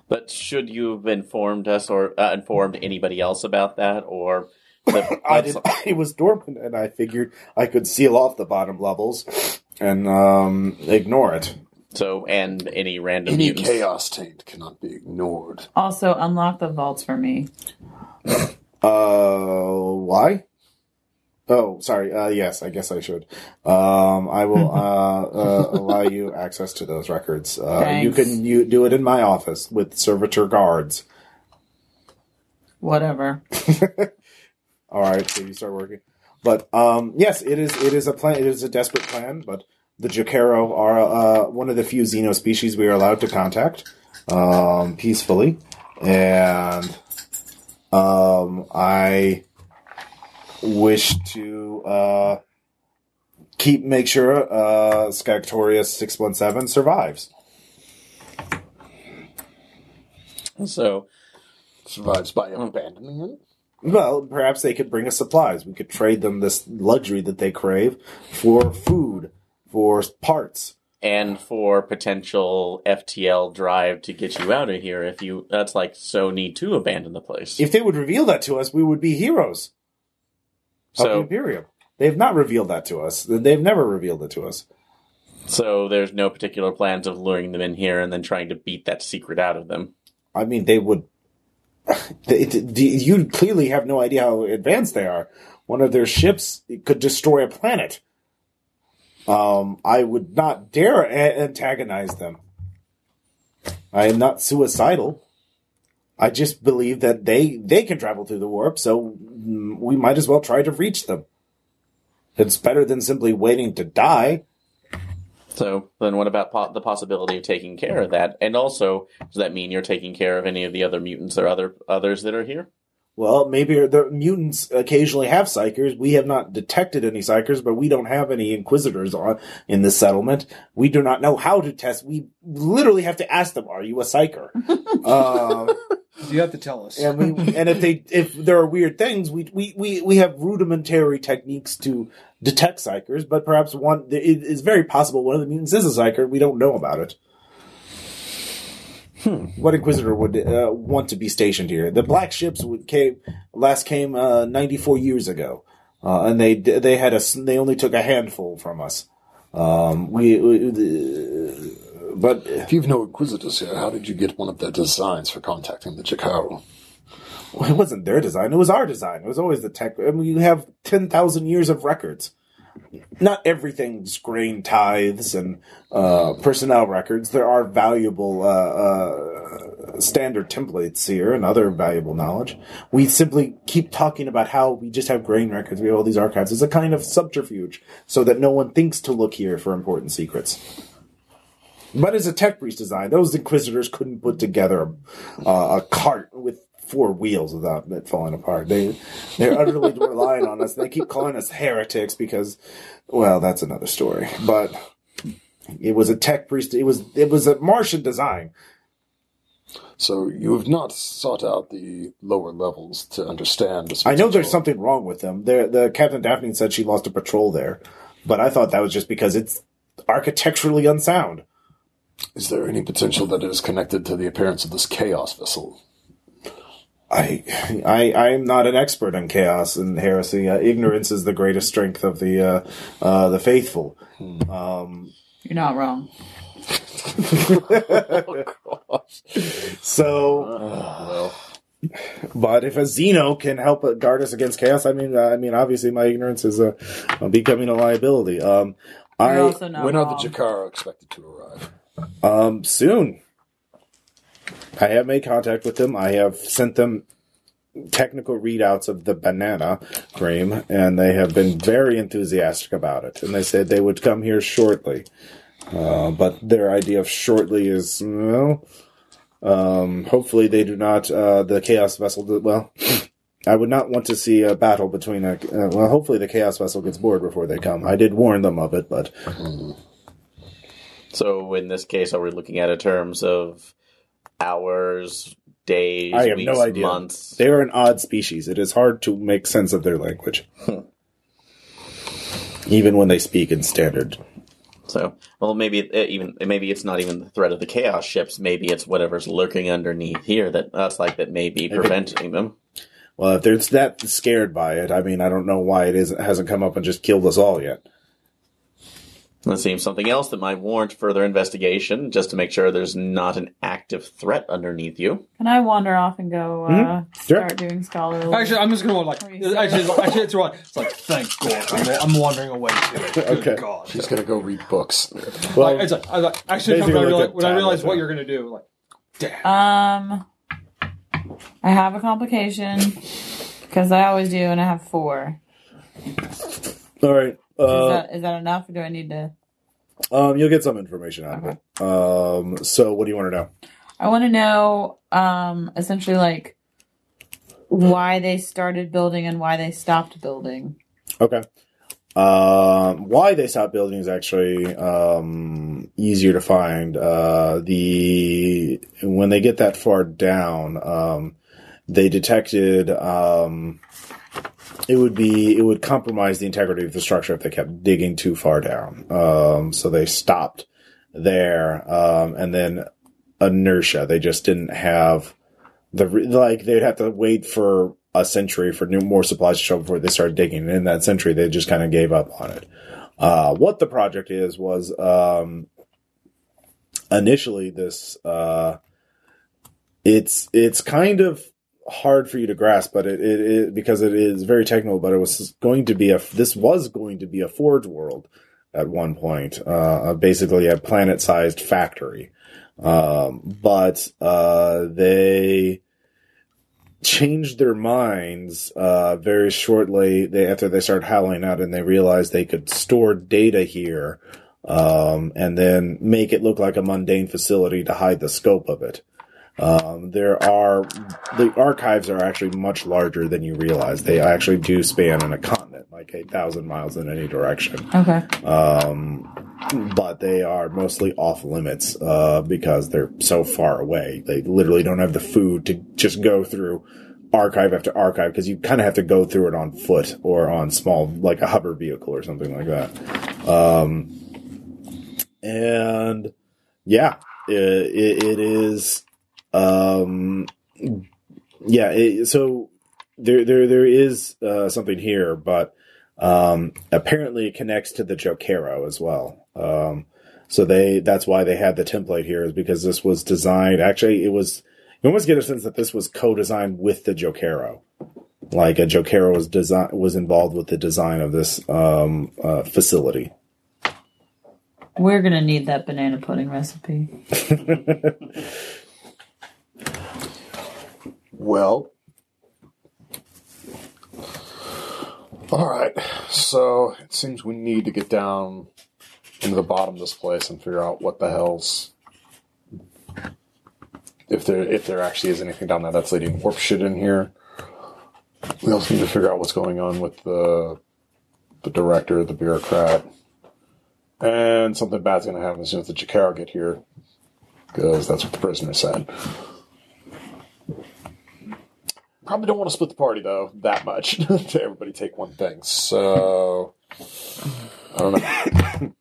S3: But should you have informed us or uh, informed anybody else about that, or the,
S1: I did. It was dormant, and I figured I could seal off the bottom levels and um, ignore it.
S3: so and any random
S7: Any
S3: mutants?
S7: chaos taint cannot be ignored.
S6: Also, unlock the vaults for me.
S1: Uh, why? Oh, sorry. Uh, yes, I guess I should. Um, I will uh, uh, allow you access to those records. Uh, you
S6: Thanks.
S1: can you do it in my office with servitor guards.
S6: Whatever.
S1: All right, so you start working. But um, yes, it is. It is a plan. It is a desperate plan. But the Jacaro are uh, one of the few Xeno species we are allowed to contact um, peacefully, and um, I wish to uh, keep make sure uh, Skagtorius six one seven survives.
S3: So
S7: Survives by
S2: Mm.
S7: abandoning it.
S1: Well, perhaps they could bring us supplies. We could trade them this luxury that they crave for food, for parts.
S3: and for potential FTL drive to get you out of here, if you that's like so need to abandon the place.
S1: If they would reveal that to us, we would be heroes of the
S3: so
S1: Imperium. They have not revealed that to us. They've never revealed it to us.
S3: So there's no particular plans of luring them in here and then trying to beat that secret out of them.
S1: I mean, they would. They, d- you clearly have no idea how advanced they are. One of their ships could destroy a planet. Um, I would not dare a- antagonize them. I am not suicidal. I just believe that they they can travel through the warp, so mm, we might as well try to reach them. It's better than simply waiting to die.
S3: So then, what about po- the possibility of taking care of that? And also, does that mean you're taking care of any of the other mutants or other others that are here?
S1: Well, maybe the mutants occasionally have psychers. We have not detected any psychers, but we don't have any inquisitors on in this settlement. We do not know how to test. We literally have to ask them, "Are you a psyker?" um,
S4: You have to tell us.
S1: and we, and if they if there are weird things, we we we, we have rudimentary techniques to detect psychers. But perhaps one it is very possible one of the mutants is a psyker. We don't know about it. What inquisitor would uh, want to be stationed here? The black ships would came last came uh, ninety four years ago, uh, and they they had a s- they only took a handful from us. Um, we, we but
S7: If you've no inquisitors here, how did you get one of their designs for contacting the Chikaro?
S1: Well, it wasn't their design. It was our design. It was always the tech. I mean, you have 10,000 years of records. Not everything's grain tithes and uh, personnel records. There are valuable uh, uh, standard templates here and other valuable knowledge. We simply keep talking about how we just have grain records, we have all these archives. It's a kind of subterfuge so that no one thinks to look here for important secrets. But as a tech priest design, those inquisitors couldn't put together uh, a cart with four wheels without it falling apart. They they're utterly relying on us. They keep calling us heretics because, well, that's another story. But it was a tech priest. It was it was a Martian design.
S7: So you have not sought out the lower levels to understand. This
S1: I know there's
S7: potential-
S1: something wrong with them. There, the Captain Daphne said she lost a patrol there, but I thought that was just because it's architecturally unsound.
S7: Is there any potential that it is connected to the appearance of this chaos vessel?
S1: I, I, I'm not an expert on chaos and heresy. Uh, ignorance is the greatest strength of the uh, uh, the faithful.
S6: You're not wrong.
S1: So, but if a Xeno can help guard us against chaos, I mean, uh, I mean, obviously, my ignorance is uh, becoming a liability. Um,
S6: You're
S1: I
S6: also not
S7: when
S6: wrong.
S7: are the Jakara expected to arrive?
S1: um soon. I have made contact with them. I have sent them technical readouts of the banana cream, and they have been very enthusiastic about it. And they said they would come here shortly. Uh, but their idea of shortly is well. Um, hopefully, they do not. Uh, the chaos vessel. do- Well, I would not want to see a battle between a. Uh, well, hopefully, the chaos vessel gets bored before they come. I did warn them of it, but
S3: So in this case, are we looking at in terms of hours, days,
S1: I have
S3: weeks,
S1: no idea.
S3: months?
S1: They are an odd species. It is hard to make sense of their language.
S3: Hmm.
S1: Even when they speak in standard.
S3: So, well, maybe it, it even maybe it's not even the threat of the chaos ships. Maybe it's whatever's lurking underneath here that that's like that may be preventing them.
S1: Well, if they're that scared by it, I mean, I don't know why it isn't, hasn't come up and just killed us all yet.
S3: Let's see something else that might warrant further investigation, just to make sure there's not an active threat underneath you.
S6: Can I wander off and go uh,
S1: Mm-hmm. Sure.
S6: start doing scholarly?
S4: Actually, I'm just gonna like.
S6: Reset.
S4: Actually, it's- actually, it's right. It's like, thank God, I'm, I'm wandering away to it. Good
S1: Okay.
S4: God.
S7: He's going to go read books.
S1: Well,
S4: Like, it's like, I was like, actually, when
S1: Basically,
S4: I
S1: like
S4: realized,
S1: a
S4: when I realized
S1: tablet, yeah. Uh,
S4: what you're gonna do, like, damn.
S6: um, I have a complication because I always do, and I have four.
S1: all right.
S6: Is,
S1: Uh,
S6: that, is that enough? Or do I need to?
S1: um, you'll get some information out of it. Um, so, what do you want to know?
S6: I want to know, um, essentially, like why they started building and why they stopped building.
S1: Okay. Um, why they stopped building is actually um, easier to find. Uh, the when they get that far down, um, they detected um, it would be it would compromise the integrity of the structure if they kept digging too far down. Um, so they stopped there, um, and then inertia. They just didn't have the re- like they'd have to wait for a century for new more supplies to show up before they started digging. And in that century, they just kind of gave up on it. Uh, what the project is was um, initially this. Uh, it's it's kind of hard for you to grasp, but it, it, it because it is very technical. But it was going to be a this was going to be a forge world at one point, uh, basically a planet sized factory. Um, but uh, they changed their minds uh, very shortly they, after they started howling out and they realized they could store data here um, and then make it look like a mundane facility to hide the scope of it. Um, there are the archives are actually much larger than you realize. They actually do span in a continent, like eight thousand miles in any direction
S6: Okay.
S1: but they are mostly off limits uh, because they're so far away. They literally don't have the food to just go through archive after archive because you kind of have to go through it on foot or on small, like a hover vehicle or something like that. Um, and yeah, i it, it is. Um, yeah, it, so there, there, there is uh, something here, but um, apparently it connects to the Jokero as well. Um, so they that's why they had the template here is because this was designed. Actually, it was you almost get a sense that this was co-designed with the Jokero. Like a Jokero was design was involved with the design of this um, uh, facility.
S6: We're gonna need that banana pudding recipe.
S1: Well,
S2: All right. So it seems we need to get down into the bottom of this place and figure out what the hell's if there if there actually is anything down there that's leading warp shit in here. We also need to figure out what's going on with the the director, the bureaucrat, and something bad's going to happen as soon as the Chikara get here because that's what the prisoner said. Probably don't want to split the party though that much. to everybody take one thing. So I don't know.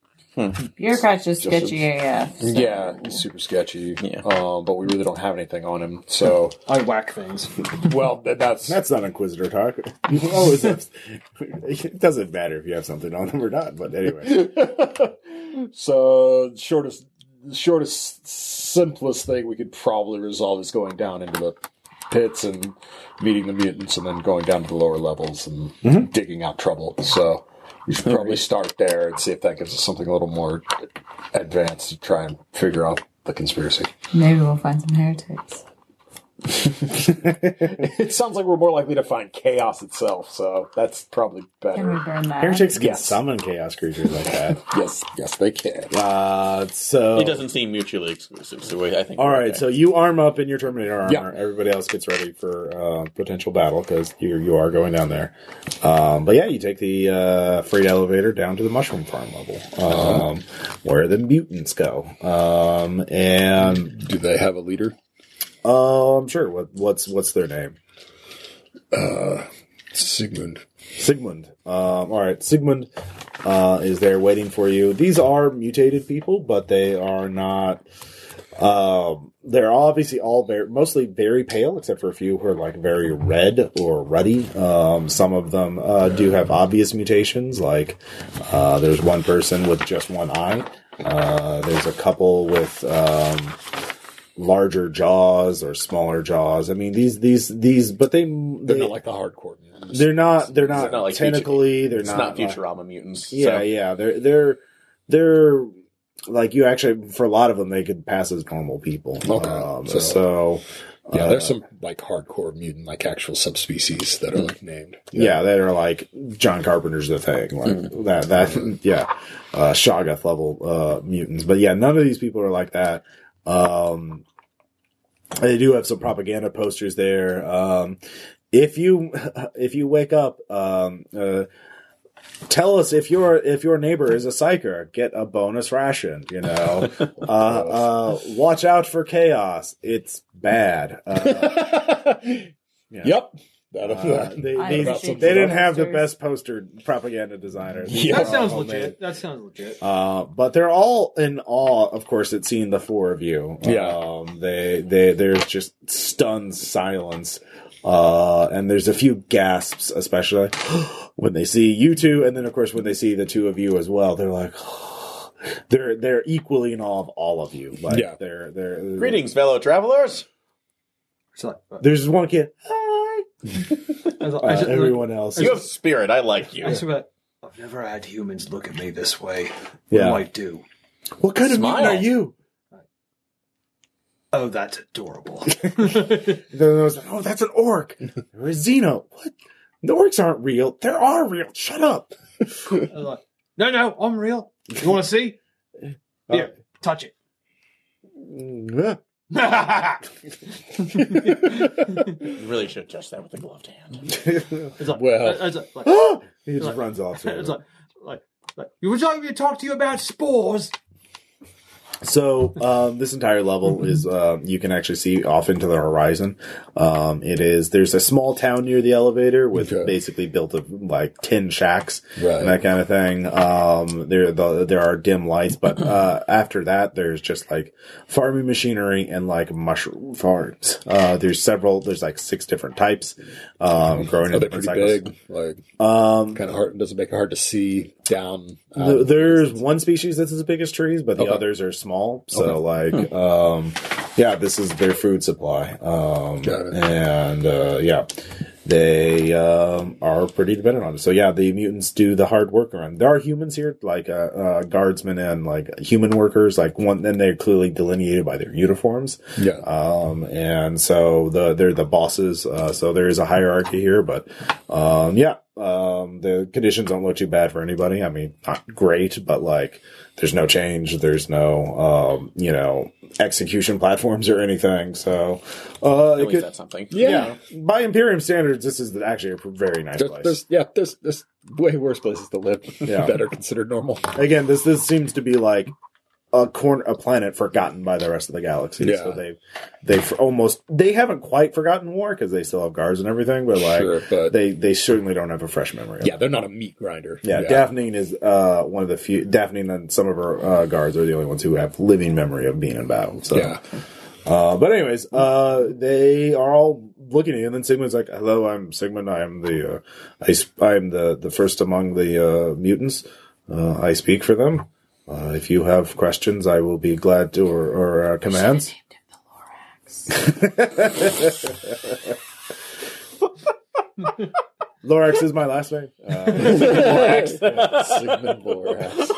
S6: Bureaucrat's just
S2: Just-
S6: sketchy AF. so-
S2: Yeah, he's super sketchy.
S3: Yeah.
S2: Um, but we really don't have anything on him. So,
S4: I whack things.
S2: well, th- that's
S1: that's not Inquisitor talk. You Always have, it doesn't matter if you have something on them or not. But anyway,
S2: so shortest, shortest, simplest thing we could probably resolve is going down into the pits and meeting the mutants, and then going down to the lower levels and digging out trouble. So we should probably start there and see if that gives us something a little more advanced to try and figure out the conspiracy.
S6: Maybe we'll find some heretics.
S2: it sounds like we're more likely to find chaos itself, so that's probably
S6: Can we
S2: better.
S6: burn that?
S1: heretics can
S2: Yes.
S1: summon chaos creatures like that.
S2: Yes, yes, they can.
S1: Uh, so
S3: It doesn't seem mutually exclusive, so we- I think.
S1: All
S3: we're
S1: right,
S3: okay.
S1: so you arm up in your Terminator armor.
S2: Yeah.
S1: Everybody else gets ready for uh, potential battle because you you are going down there. Um, but yeah, you take the uh, freight elevator down to the mushroom farm level, um, where the mutants go. Um, and
S7: Do they have a leader?
S1: um, sure, what, what's what's their name?
S7: Sigmund.
S1: Sigmund. Um, all right, Sigmund uh, is there waiting for you. These are mutated people, but they are not. Um, they're obviously all very, mostly very pale, except for a few who are like very red or ruddy. Um, some of them uh, do have obvious mutations, like uh, there's one person with just one eye. Uh, there's a couple with um, larger jaws or smaller jaws. I mean, these these these, but they
S7: They're
S1: they-
S7: not like the hardcore mutants.
S1: they're not. They're not.
S3: It's not like
S1: technically, they're
S3: it's
S1: not.
S3: not
S1: like-
S3: Futurama mutants.
S1: yeah,
S3: so.
S1: yeah. They're they're they're like you actually for a lot of them they could pass as normal people.
S7: Okay,
S1: Um, so,
S7: so- yeah,
S1: uh,
S7: there's some like hardcore mutant, like actual subspecies that are like named.
S1: yeah, that are like John Carpenter's the thing, like that that yeah, uh, Shoggoth level uh, mutants. But yeah, none of these people are like that. Um, they do have some propaganda posters there. Um, if you if you wake up, um, uh, tell us if your if your neighbor is a psyker, get a bonus ration. You know, uh, uh, watch out for chaos. It's bad. Uh, yeah.
S7: Yep. That,
S1: Uh, they,
S6: I
S1: they,
S6: appreciate
S1: they didn't
S6: the
S1: have the
S6: posters.
S1: best poster propaganda designers.
S7: Yeah.
S4: That sounds
S1: Oh, man.
S4: legit. That sounds legit.
S1: Uh, but they're all in awe, of course, at seeing the four of you.
S7: Yeah.
S1: Um, they, they, there's just stunned silence. Uh, and there's a few gasps, especially when they see you two. And then, of course, when they see the two of you as well, they're like, they're, they're equally in awe of all of you. Like,
S7: Yeah.
S1: they're, they're,
S3: Greetings, fellow travelers.
S4: It's like, uh,
S1: There's one kid, hi,
S4: I was like,
S1: uh,
S4: I should-
S1: everyone else.
S3: You have spirit. I like you.
S4: I should be like, I've never had humans look at me this way. What
S1: Yeah.
S4: do I do?
S1: What kind of mutant
S3: Smile.
S1: are you?
S4: Oh, that's adorable.
S1: Then I was like, oh, that's an orc or a Xeno. What? The orcs aren't real. There are real. Shut up.
S4: I was like, no, no, I'm real. You want to see?
S3: Uh,
S4: Here, touch it. it's
S3: You really should touch that with a gloved hand.
S4: like,
S7: Well.
S4: it's like, like,
S1: he just
S4: Like-
S1: runs off.
S4: it's like, like, like, you would like me to talk to you about spores?
S1: So um, this entire level is um, you can actually see off into the horizon. Um, it is there's a small town near the elevator with
S7: Okay.
S1: basically built of like tin shacks
S7: Right.
S1: and that kind of thing. Um, there the, there are dim lights, but uh, after that there's just like farming machinery and like mushroom farms. Uh, there's several. There's like six different types um, growing.
S7: are
S1: in
S7: they
S1: different
S7: pretty
S1: cycles.
S7: big? Like
S1: Um,
S7: kind of hard. Doesn't make it hard to see down.
S1: Th-
S7: out.
S1: there's one species that's as big as trees, but the
S7: Uh, Okay. Hmm.
S1: others are small. So, like, um, yeah, this is their food supply. Um,
S7: Got it.
S1: and uh, yeah, they um, are pretty dependent on it. So yeah, the mutants do the hard work around. There are humans here, like uh, uh, guardsmen and like human workers. Like one, then they're clearly delineated by their uniforms.
S2: Yeah.
S1: Um, and so the they're the bosses. Uh, so there is a hierarchy here, but um, yeah, um, the conditions don't look too bad for anybody. I mean, not great, but like there's no change, there's no um, you know execution platforms or anything. So uh,
S3: At
S1: it
S3: least
S1: could,
S3: that's something.
S1: yeah. by Imperium standards, this is actually a very nice
S2: There's,
S1: place.
S2: there's, yeah, there's, there's way worse places to live
S1: Yeah.
S2: that are considered normal.
S1: Again, this this seems to be like a corner, a planet forgotten by the rest of the galaxy.
S2: Yeah.
S1: So they they've almost they haven't quite forgotten war because they still have guards and everything, but like
S2: sure, but
S1: they they certainly don't have a fresh memory. of
S2: yeah, they're not a meat grinder.
S1: Yeah, Daphne is uh, one of the few. Daphne and some of her uh, guards are the only ones who have living memory of being in battle. So,
S2: yeah.
S1: uh, but anyways, uh, they are all looking at you, and then Sigmund's like, "Hello, I'm Sigmund. I am the uh, I sp- I am the the first among the uh, mutants. Uh, I speak for them. Uh, if you have questions, I will be glad to or, or uh, commands." Lorax is my last name. Uh,
S2: Sigmund Lorax.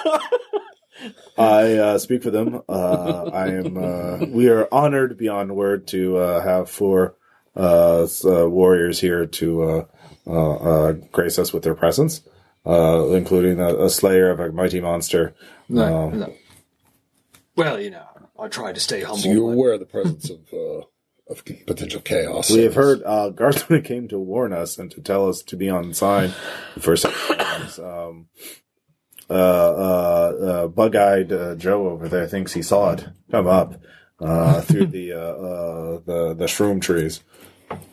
S1: I uh, speak for them. Uh, I am. Uh, we are honored beyond word to uh, have four uh, s- uh, warriors here to uh, uh, uh, grace us with their presence, uh, including a, a slayer of a mighty monster.
S4: No,
S1: Um,
S4: no. Well, you know, I try to stay humble.
S2: So you're
S4: but-
S2: aware of the presence of uh, of potential chaos.
S1: We have heard uh, Garthman came to warn us and to tell us to be on sign for some times. Um, uh, uh, uh, bug-eyed uh, Joe over there thinks he saw it come up uh, through the uh, uh, the the shroom trees.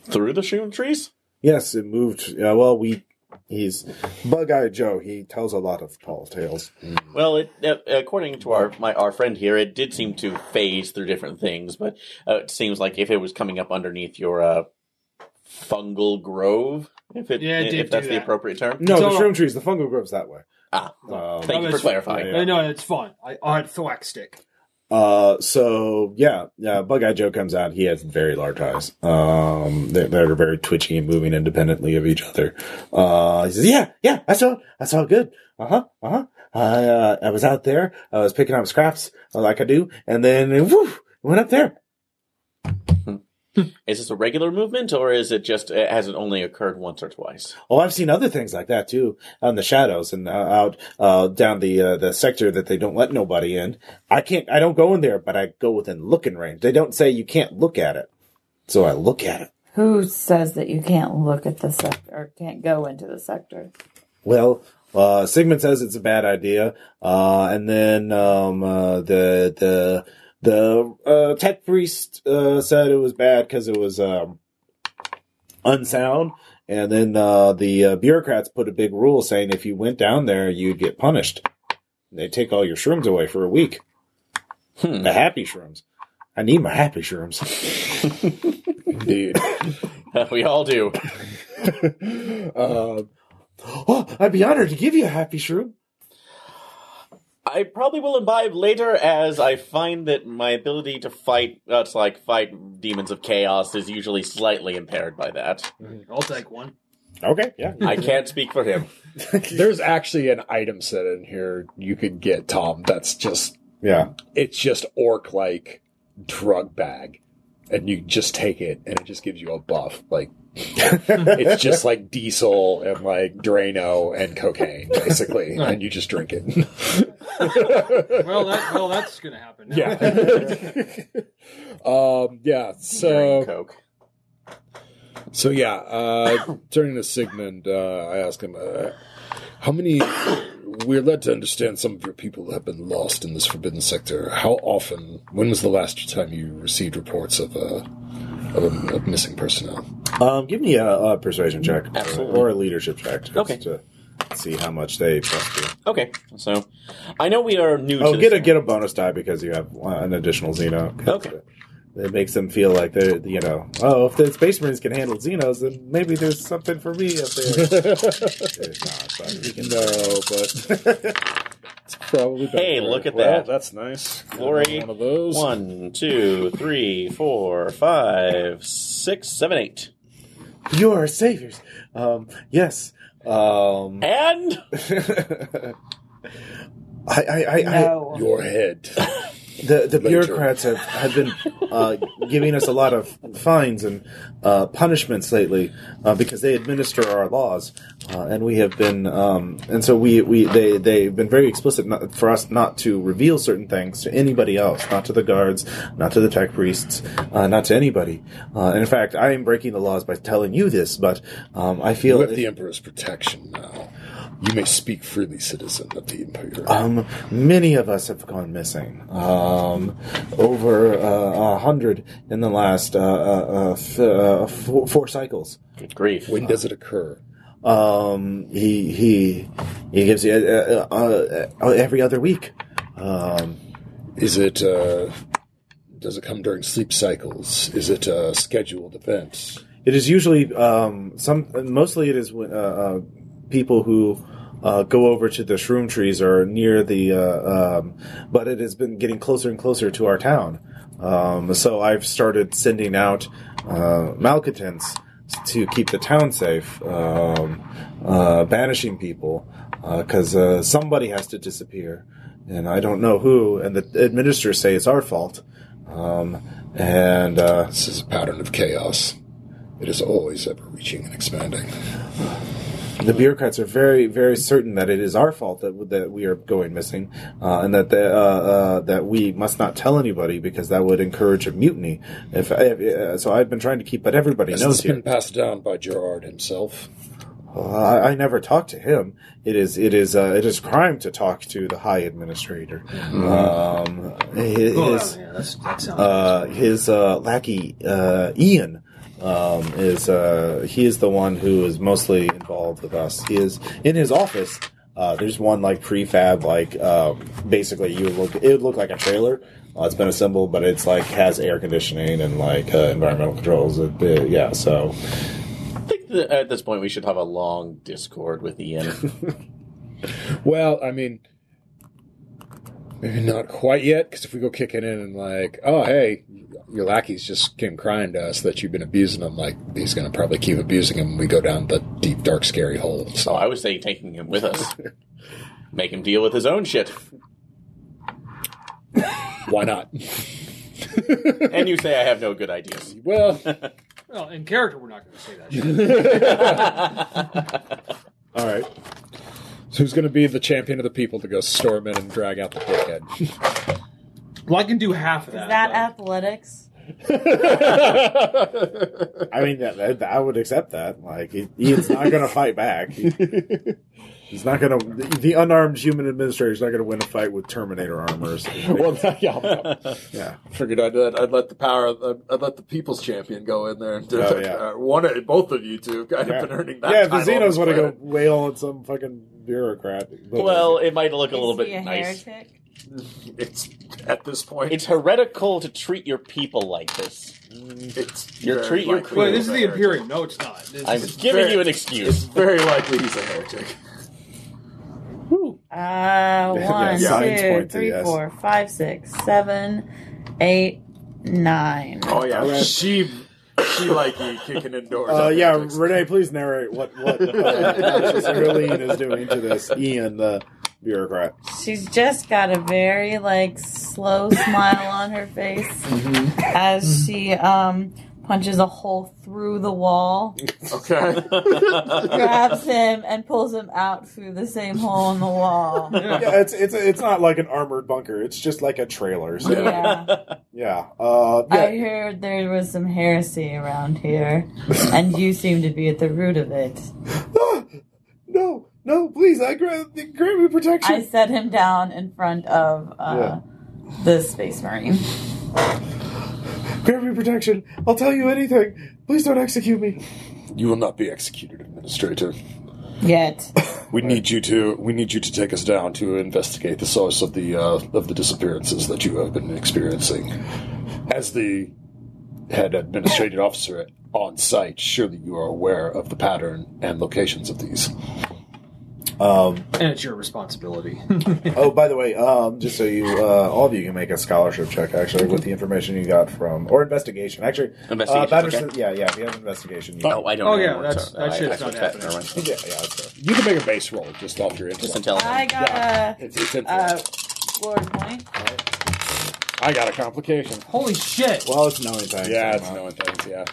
S3: Through the shroom trees?
S1: Yes, it moved. Uh, well, we. He's Bug Eye Joe. He tells a lot of tall tales.
S3: Well, it, uh, according to our my our friend here, it did seem to phase through different things, but uh, it seems like if it was coming up underneath your uh, fungal grove, if it,
S4: Yeah, it did
S3: if that's
S4: do
S3: the
S4: that.
S3: appropriate term.
S1: No, the
S4: So-
S1: shroom trees. The fungal grove's that way.
S3: Ah,
S1: Um,
S3: thank you for
S4: it's-
S3: clarifying.
S1: yeah,
S4: No, no, it's fine. I, I had thwack stick.
S1: Uh, so yeah, yeah. Bug Eye Joe comes out. He has very large eyes. Um, they're, they're very twitchy and moving independently of each other. Uh, he says, "Yeah, yeah, I saw, it. I saw it good. Uh-huh, uh-huh. I, uh I was out there. I was picking up scraps uh, like I do, and then whew, went up there.
S3: Is this a regular movement, or is it just it has it only occurred once or twice?
S1: Oh, I've seen other things like that too, on the shadows and uh, out uh, down the uh, the sector that they don't let nobody in. I can't, I don't go in there, but I go within looking range. They don't say you can't look at it, so I look at it.
S6: Who says that you can't look at the sector or can't go into the sector?
S1: Well, uh, Sigmund says it's a bad idea, uh, and then um, uh, the the the uh, tech priest uh, said it was bad because it was um, unsound. And then uh, the uh, bureaucrats put a big rule saying if you went down there, you'd get punished. They take all your shrooms away for a week.
S3: Hmm.
S1: The happy shrooms. I need my happy shrooms.
S2: Indeed.
S3: we all do.
S2: uh,
S1: Oh, I'd be honored to give you a happy shroom.
S3: I probably will imbibe later as I find that my ability to fight, uh, to like fight demons of chaos, is usually slightly impaired by that.
S4: I'll take one.
S1: Okay, yeah.
S3: I can't speak for him.
S2: there's actually an item set in here you could get, Tom. That's just
S1: Yeah.
S2: it's just orc like drug bag and you just take it and it just gives you a buff like it's just like diesel and like drano and cocaine basically and you just drink it
S4: Well, that, well, that's gonna happen. Now.
S2: yeah um yeah so
S3: Drink Coke.
S2: so yeah, uh, turning to Sigmund, uh, I ask him, uh, "How many? We're led to understand some of your people have been lost in this forbidden sector. How often? When was the last time you received reports of uh, of, of missing personnel?
S1: Um, give me a, a persuasion check
S3: Absolutely.
S1: or a leadership check just
S3: Okay.
S1: to see how much they trust you.
S3: Okay, so I know we are new.
S1: Oh,
S3: to
S1: get a
S3: this
S1: get a bonus die because you have one- an additional Xeno. 'Cause
S3: Okay.
S1: It makes them feel like they're, you know, oh, if the Space Marines can handle Xenos, then maybe there's something for me up there. There's not, but we can-
S2: No, but it's probably been
S3: Hey,
S2: there.
S3: look at
S2: Well,
S3: that.
S2: That's nice.
S3: Glory.
S2: One of those.
S3: One, two, three, four, five, six, seven, eight.
S1: You are our saviors. Um, yes. Um,
S3: And
S1: I, I, I,
S6: No.
S7: Your head.
S1: I, the the
S7: Later.
S1: bureaucrats have, have been uh, giving us a lot of fines and uh, punishments lately uh, because they administer our laws, uh, and we have been um, and so we, we they they've been very explicit not, for us not to reveal certain things to anybody else, not to the guards, not to the tech priests, uh, not to anybody. Uh, and in fact, I am breaking the laws by telling you this, but um, I feel
S7: You have the Emperor's protection now. You may speak freely, citizen of the Empire.
S1: Um, many of us have gone missing. Um, over uh, a hundred in the last uh, uh, uh, f- uh, four, four cycles.
S3: good grief.
S7: when does it occur?
S1: Um, he he he gives you uh, uh, uh, every other week. Um,
S7: Is it? Uh, does it come during sleep cycles? Is it a scheduled event?
S1: it is usually um, some mostly it is when, uh, uh, people who. Uh, go over to the shroom trees or near the, uh, um, but it has been getting closer and closer to our town. Um, so I've started sending out uh, malcontents to keep the town safe, um, uh, banishing people because uh, somebody has to disappear, and I don't know who. And the administrators say it's our fault, um, and uh,
S7: This is a pattern of chaos. It is always ever reaching and expanding.
S1: the bureaucrats are very, very certain that it is our fault that that we are going missing, uh, and that the, uh, uh, that we must not tell anybody because that would encourage a mutiny. If, if uh, so, I've been trying to keep, but everybody
S7: Has
S1: knows
S7: this
S1: here.
S7: been passed down by Gerard himself?
S1: Well, I, I never talked to him. It is it is uh, it is crime to talk to the high administrator.
S7: Mm-hmm.
S1: Um, his his,
S4: yeah, that's, that sounds.
S1: uh, his uh, lackey uh, Ian um, is uh, he is the one who is mostly involved with us. He is in his office. Uh, there's one like prefab, like um, basically you would look it would look like a trailer. Uh, it's been assembled, but it's like has air conditioning and like uh, environmental controls. It, uh, yeah, so
S3: I think that at this point we should have a long discord with Ian.
S7: Well, I mean, maybe not quite yet, because if we go kicking in and like, oh, hey, your lackeys just came crying to us that you've been abusing them, like, he's going to probably keep abusing him when we go down the deep, dark, scary hole.
S3: oh,
S7: So
S3: I was saying taking him with us. Make him deal with his own shit.
S7: why not?
S3: And you say I have no good ideas.
S7: Well,
S4: well, in character, we're not going to say that. Shit.
S7: all right. So who's going to be the champion of the people to go storm in and drag out the dickhead?
S4: Well, I can do half of
S6: Is
S4: that.
S6: that
S4: but-
S6: athletics?
S1: I mean, that, that- I would accept that. Like, he, Ian's not going to fight back. He- he's not going to. The unarmed human administrator is not going to win a fight with Terminator armors.
S2: well, yeah.
S1: Yeah.
S2: Figured I'd let, I'd let the power, I'd, I'd let the people's champion go in there and do
S1: Oh,
S2: it.
S1: yeah.
S2: Uh, one, of- both of you two have kind
S1: Yeah.
S2: of been earning that.
S1: Yeah, if the Xenos
S2: title on
S1: want to
S2: this
S1: go
S2: planet.
S1: wail on some fucking bureaucrat. but- uh,
S3: Well, it might look a
S6: Is
S3: little
S6: he
S3: bit
S6: a
S3: nice.
S6: heretic?
S2: it's at this point,
S3: It's heretical to treat your people like this.
S2: it's
S3: You're
S2: very
S3: treat your
S2: likely
S4: Wait,
S3: crew.
S4: this is
S2: a
S4: the
S2: heretic.
S4: Imperium. No, it's not. This
S3: I'm
S4: is-
S3: giving
S2: very-
S3: you an
S2: It's
S3: excuse.
S2: very likely he's a heretic.
S6: Uh, one,
S1: Yeah, signs
S6: two,
S1: point to
S6: three,
S1: yes.
S6: four, five, six, seven, eight, nine.
S2: Oh yeah,
S1: All right.
S2: she she like you kicking in doors.
S1: Uh,
S2: on
S1: yeah,
S2: heretics.
S1: Renee, please narrate what what uh, Cerulean is doing to this Ian the bureaucrat.
S6: She's just got a very like slow smile on her face
S1: Mm-hmm.
S6: as she um punches a hole through the wall,
S3: Oh,
S2: Okay.
S6: grabs him and pulls him out through the same hole in the wall.
S1: Yeah, it's it's it's not like an armored bunker. It's just like a trailer. So, yeah.
S6: Yeah.
S1: Uh, yeah.
S6: I heard there was some heresy around here, and you seem to be at the root of it.
S1: no, no, please! I grab grab me protection.
S6: I set him down in front of uh, the space marine.
S1: Grab me protection. I'll tell you anything. Please don't execute me.
S7: you will not be executed, administrator.
S6: Yet,
S7: We need you to we need you to take us down to investigate the source of the uh, of the disappearances that you have been experiencing. As the head administrative officer on site, surely you are aware of the pattern and locations of these.
S1: Um,
S4: And it's your responsibility.
S1: oh, by the way, um, just so you, uh, all of you can make a scholarship check, actually, with the information you got from, or investigation. Actually,
S3: Investigation,
S1: Uh, Batters-
S3: okay.
S1: Yeah, yeah, if you have investigation. You
S3: Oh, I don't
S4: Oh,
S3: know.
S4: yeah,
S3: anymore,
S4: that's-
S3: sorry.
S4: that
S3: I-
S4: shit's
S3: I
S4: not
S3: switched back to
S4: happening.
S3: never mind.
S1: Yeah, yeah. that's
S7: You can make a base roll just off your
S3: Just
S7: intellect.
S6: I
S3: intelligence.
S6: got a
S7: It's, it's intellect.
S6: uh, Lord Point.
S7: I got a complication.
S4: Holy shit!
S1: it. Well, it's knowing things.
S7: Yeah, it's
S1: Uh,
S7: knowing things. Yeah.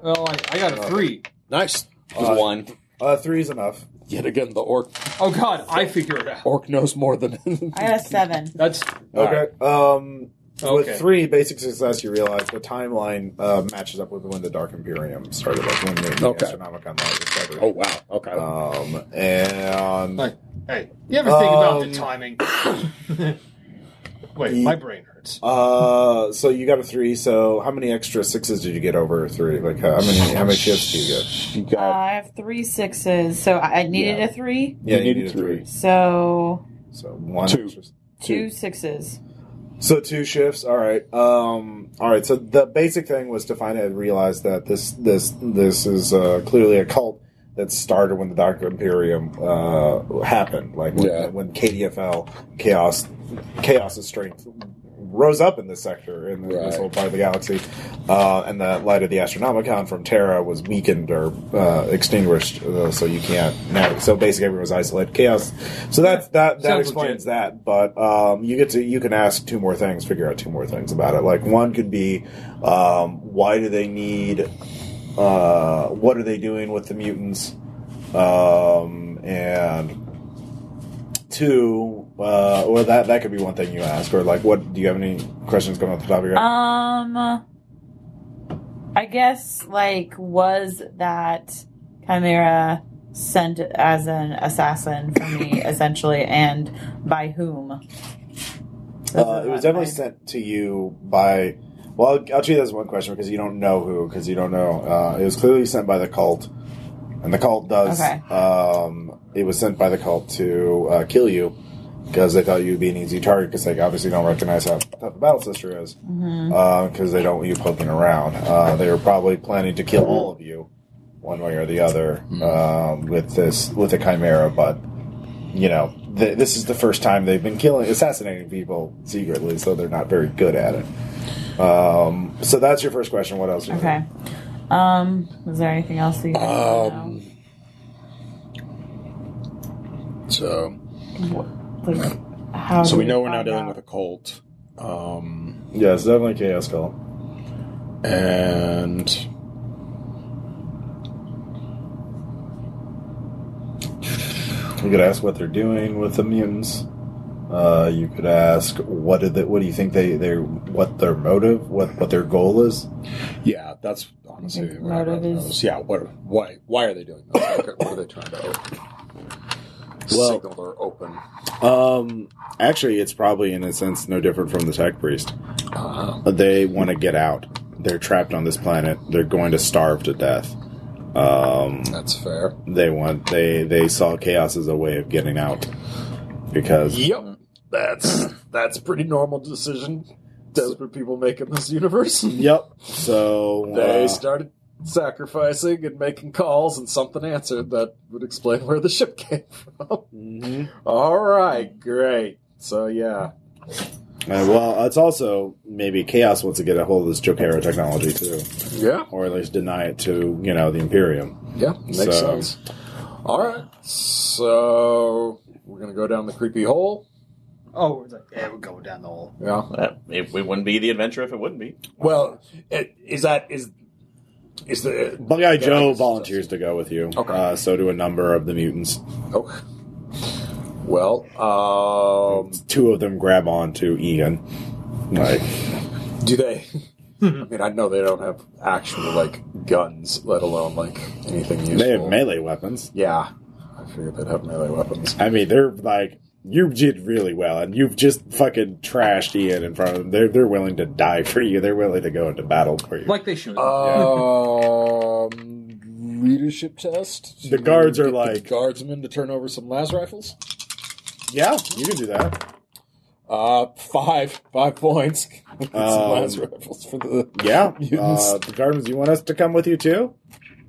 S4: Well, I, I got a three.
S7: Nice.
S3: Just one.
S1: Uh, three is enough.
S7: Yet again, the orc
S4: Oh god, I figure it out.
S7: orc knows more than.
S6: I got a seven.
S4: That's
S1: Okay. Um,
S4: Okay.
S1: With three basic success, you realize the timeline uh, matches up with when the Dark Imperium started, like when the
S7: Okay.
S1: Astronomicon Light was discovered.
S7: oh wow. Okay.
S1: Um, and
S4: Like, hey, you ever think about
S1: Um,
S4: the timing? Wait, my brain hurts.
S1: uh, so you got a three. So how many extra sixes did you get over a three? Like how many how many shifts do you get?
S7: you
S6: Uh, I have three sixes, so I I needed
S1: Yeah.
S6: a three.
S1: Yeah,
S7: you needed three.
S6: So
S1: So one.
S7: Two.
S1: extra-
S6: two sixes.
S1: So two shifts. All right. Um, all right. So the basic thing was to find out and realize that this this this is uh, clearly a cult that started when the Dark Imperium uh, happened, like when,
S7: Yeah.
S1: when KDFL chaos chaos's strength rose up in this sector in this
S7: Right.
S1: whole part of the galaxy, uh, and the light of the Astronomicon from Terra was weakened or uh, extinguished, uh, so you can't now. So basically, everyone was isolated chaos. So that's that that
S4: Sounds
S1: explains
S4: legit.
S1: that. But um, you get to you can ask two more things, figure out two more things about it. Like one could be, um, why do they need? Uh, what are they doing with the mutants? Um, and two, uh, or that that could be one thing you ask, or like, what do you have any questions going off the top of your head?
S6: Um, I guess like was that Chimera sent as an assassin for me essentially, and by whom? Those
S1: Uh,
S6: are
S1: it was
S6: my-
S1: definitely sent to you by. Well, I'll, I'll treat that as one question because you don't know who, because you don't know. Uh, it was clearly sent by the cult, and the cult does.
S6: Okay.
S1: Um, it was sent by the cult to uh, kill you because they thought you'd be an easy target because they obviously don't recognize how tough the battle sister is because they don't want you poking around. Uh, they were probably planning to kill all of you, one way or the other, um, with this with the chimera, but you know, th- this is the first time they've been killing, assassinating people secretly, so they're not very good at it. Um, so that's your first question. What else? is
S6: Okay. Um, was there anything else that you um,
S7: Um, so
S6: like, how
S7: so
S6: do
S7: we know we're not
S6: find
S7: dealing
S6: out?
S7: with a cult. Um,
S1: there? Yeah, it's definitely chaos call.
S7: and
S1: You could ask what they're doing with the mutants. Uh, you could ask what did they, what do you think they they what their motive what what their goal is.
S7: yeah, that's honestly
S6: think
S7: what I'd rather
S6: motive
S7: know
S6: is-
S7: is- Yeah. What? Why? Why are they doing this? what are they trying to?
S1: Well-
S7: signal they're open.
S1: Um, actually, it's probably in a sense no different from the tech priest.
S7: Uh,
S2: Uh-huh.
S1: They want to get out. They're trapped on this planet. They're going to starve to death. Um,
S7: that's fair.
S1: they want they they saw chaos as a way of getting out because
S2: Yep. Mm. That's that's a pretty normal decision desperate people make in this universe.
S1: yep so
S2: They
S1: uh,
S2: started sacrificing and making calls, and something answered that would explain where the ship came from.
S1: mhm.
S2: All right, great. So yeah,
S1: Uh, well it's also maybe chaos wants to get a hold of this Jokera technology too
S2: yeah,
S1: or at least deny it to you know the Imperium
S2: yeah, makes
S1: So-
S2: sense. All right, so we're gonna go down the creepy hole.
S4: Oh, it's like, yeah, we're going down the hole.
S2: Yeah.
S3: That- It, it wouldn't be the adventure if it wouldn't be.
S2: Well, it, is that is is the
S1: Bug Eye
S2: I
S1: Joe
S2: guess-
S1: volunteers to go with you
S2: Okay.
S1: uh, so do a number of the mutants
S2: oh. Well, um,
S1: two of them grab on to Ian like
S2: Do they? I mean, I know they don't have actual like guns, let alone like anything useful.
S1: they have melee weapons
S2: Yeah, I figured they'd have melee weapons.
S1: I mean they're like you did really well, and you've just fucking trashed Ian in front of them. They're they're willing to die for you. They're willing to go into battle for you.
S4: Like they should.
S1: Uh,
S7: Um, leadership test.
S1: The guards are
S7: Get the
S1: like-
S7: guardsmen to turn over some las rifles.
S1: yeah, you can do that.
S7: Uh, five, five points. Get some
S1: Um,
S7: las rifles for the
S1: Yeah,
S7: Mutants.
S1: uh, the Gardens. You want us to come with you too?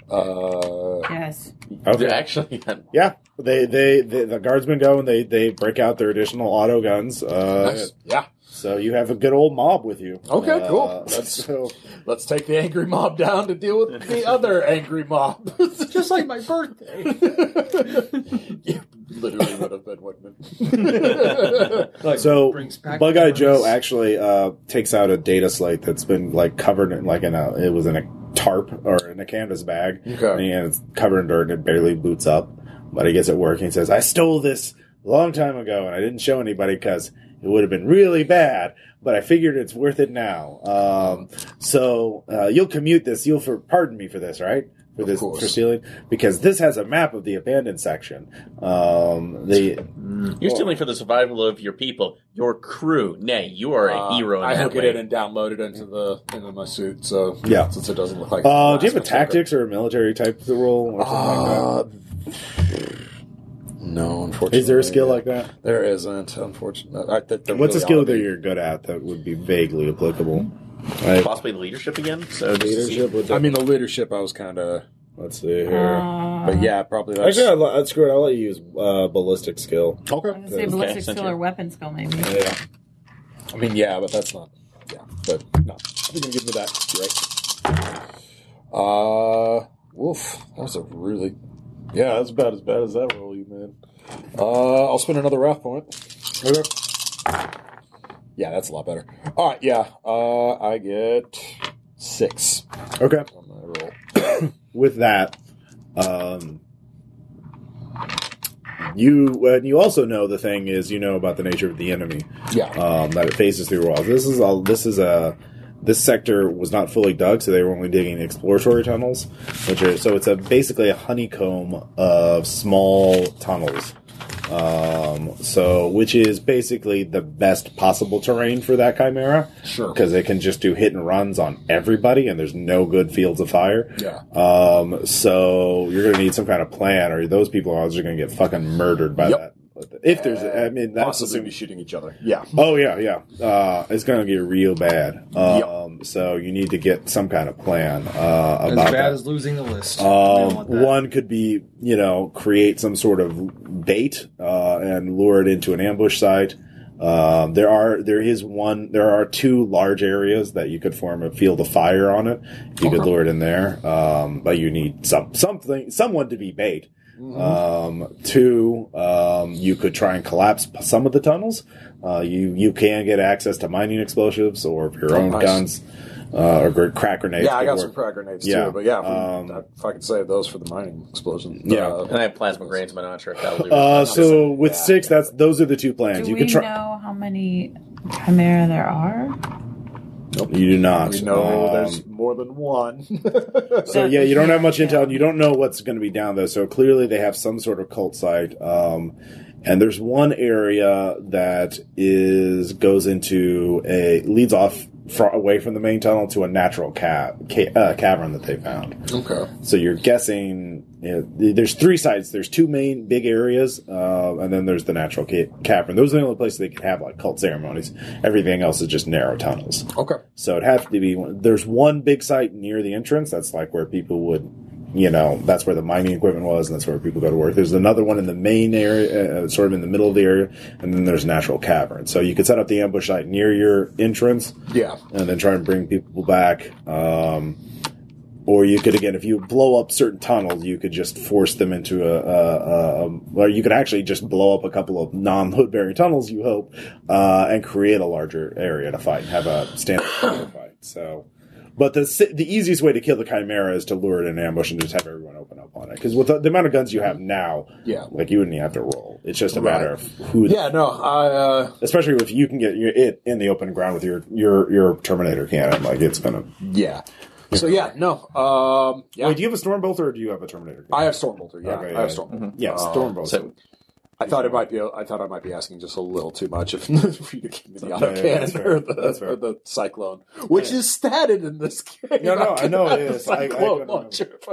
S7: Uh,
S6: Yes.
S3: They're Actually,
S1: Yeah, they, they they the guardsmen go and they they break out their additional auto guns. Uh,
S2: Nice. Yeah.
S1: So you have a good old mob with you.
S2: Okay,
S1: Uh,
S2: cool. That's-
S1: so.
S2: Let's take the angry mob down to deal with the other angry mob.
S4: Just like my birthday.
S2: Yeah, literally would have been, wouldn't it?
S4: Like,
S1: So
S4: brings back
S1: Bug Eye
S4: memories.
S1: Joe actually uh, takes out a data slate that's been like covered in like in a it was in a tarp or in a canvas bag
S2: Okay.
S1: and it's covered in dirt and it barely boots up, but he gets it working. He says, "I stole this a long time ago and I didn't show anybody because it would have been really bad, but I figured it's worth it now. Um, so uh, you'll commute this. You'll for pardon me for this, right?" For this
S2: course.
S1: for stealing because this has a map of the abandoned section. Um, the
S3: you're stealing for the survival of your people, your crew. Nay, you are a
S2: Uh,
S3: hero. In
S2: I
S3: that
S2: hooked it
S3: way.
S2: in and downloaded into the into my suit, so
S1: Yeah.
S2: since it doesn't look like.
S1: Uh, do you have a
S2: last one's
S1: tactics or a military type role or something like
S7: uh,
S3: Uh,
S7: no,
S1: that?
S7: unfortunately.
S1: Is there a skill like that?
S7: There isn't, unfortunately. I, that, that
S1: What's a
S7: really
S1: skill
S7: ought to
S1: that
S7: be-
S1: you're good at that would be vaguely applicable? Like,
S3: Possibly leadership again. So just to see-
S1: leadership would.
S7: I mean, the leadership. I was kind of,
S1: let's see here.
S7: but
S6: Uh,
S7: yeah, probably. That's,
S1: Actually, I'd, I'd screw it. I'll let you use uh, ballistic skill.
S6: I was gonna say
S1: Okay,
S6: ballistic
S3: sent
S6: skill
S3: you.
S6: or weapon skill, maybe.
S7: yeah. I mean, yeah, but that's not. Yeah, but no, you're gonna give me that. You're right. Uh, woof. That was a really. Yeah, that's about as bad as that roll you made. Uh, I'll spend another wrath point. Okay. Yeah, that's a lot better. All right, yeah. Uh, I get six
S1: Okay.
S7: on my roll.
S1: With that, um, you and you also know the thing is you know about the nature of the enemy.
S7: Yeah.
S1: um, that it faces through walls. This is all. This is a. This sector was not fully dug, so they were only digging exploratory tunnels, which are so it's a basically a honeycomb of small tunnels. Um, so which is basically the best possible terrain for that chimera.
S2: Sure.
S1: because it can just do hit and runs on everybody, and there's no good fields of fire.
S2: Yeah.
S1: Um, so you're gonna need some kind of plan, or those people are just gonna get fucking murdered by
S2: Yep.
S1: that. If there's, I mean, that's
S2: Possibly be shooting each other. Yeah.
S1: Oh yeah, yeah. Uh, it's gonna get real bad. Um, So you need to get some kind of plan uh,
S4: As
S1: about
S4: bad
S1: that.
S4: as losing the list.
S1: Um, one could be, you know, create some sort of bait uh, and lure it into an ambush site. Um, there are there is one there are two large areas that you could form a field of fire on it. You could lure it in there, um, but you need some something someone to be bait.
S2: Mm-hmm.
S1: Um, two, um, you could try and collapse p- some of the tunnels. Uh, you you can get access to mining explosives or your own
S2: nice.
S1: guns uh, or gr- crack grenades.
S2: Yeah, I
S1: could
S2: got
S1: work.
S2: some frag grenades
S1: Yeah.
S2: too, but yeah, if, we-
S1: Um,
S2: I- if I could save those for the mining explosion. Uh,
S1: Yeah.
S3: And I have plasma grenades, but I'm not sure if that'll do.
S1: Uh, so with
S2: Yeah.
S1: six, that's those are the two plans.
S6: Do
S1: you
S6: we
S1: can try.
S6: know how many chimera there are?
S1: You do not.
S2: we know
S1: Um,
S2: there's more than one.
S1: So yeah, you don't have much intel, and you don't know what's going to be down though. So clearly, they have some sort of cult site. Um, and there's one area that is goes into a leads off far away from the main tunnel to a natural ca- ca- uh, cavern that they found.
S2: okay.
S1: So you're guessing you know, there's three sides. There's two main big areas, uh, and then there's the natural ca- cavern. Those are the only places they can have like cult ceremonies. Everything else is just narrow tunnels.
S2: Okay.
S1: So it'd have to be. one- There's one big site near the entrance. That's like where people would, you know, that's where the mining equipment was, and that's where people go to work. There's another one in the main area, uh, sort of in the middle of the area, and then there's natural cavern. So you could set up the ambush site near your entrance
S2: Yeah.
S1: and then try and bring people back. Um, or you could again, if you blow up certain tunnels, you could just force them into a, a, a, a or you could actually just blow up a couple of non-load bearing tunnels. You hope, uh, and create a larger area to fight and have a standard fight. So, but the si- the easiest way to kill the chimera is to lure it in an ambush and just have everyone open up on it. Because with the, the amount of guns you have now,
S2: Yeah.
S1: like you wouldn't even have to roll. It's just a
S2: Right.
S1: matter of who. the-
S2: Yeah, no, I uh
S1: especially if you can get your, it in the open ground with your your your Terminator cannon. Like it's gonna.
S2: yeah. So yeah, no. Um yeah.
S1: Wait, do you have a Stormbolt or do you have a Terminator? Cannon?
S2: I have Stormbolter, yeah.
S1: Okay,
S2: I uh, have
S1: yeah.
S2: Stormbolter.
S1: yeah, Stormbolt.
S3: so
S2: I thought it might be. I thought I might be asking just a little too much if for you to give me the auto
S1: Yeah, yeah, that's
S2: cannon
S1: fair.
S2: or,
S1: That's
S2: the,
S1: fair.
S2: or the cyclone, which is statted in this game.
S1: No, no, I
S2: could
S1: know it
S2: have the
S1: is. I- I
S2: cyclone
S1: couldn't
S2: launcher if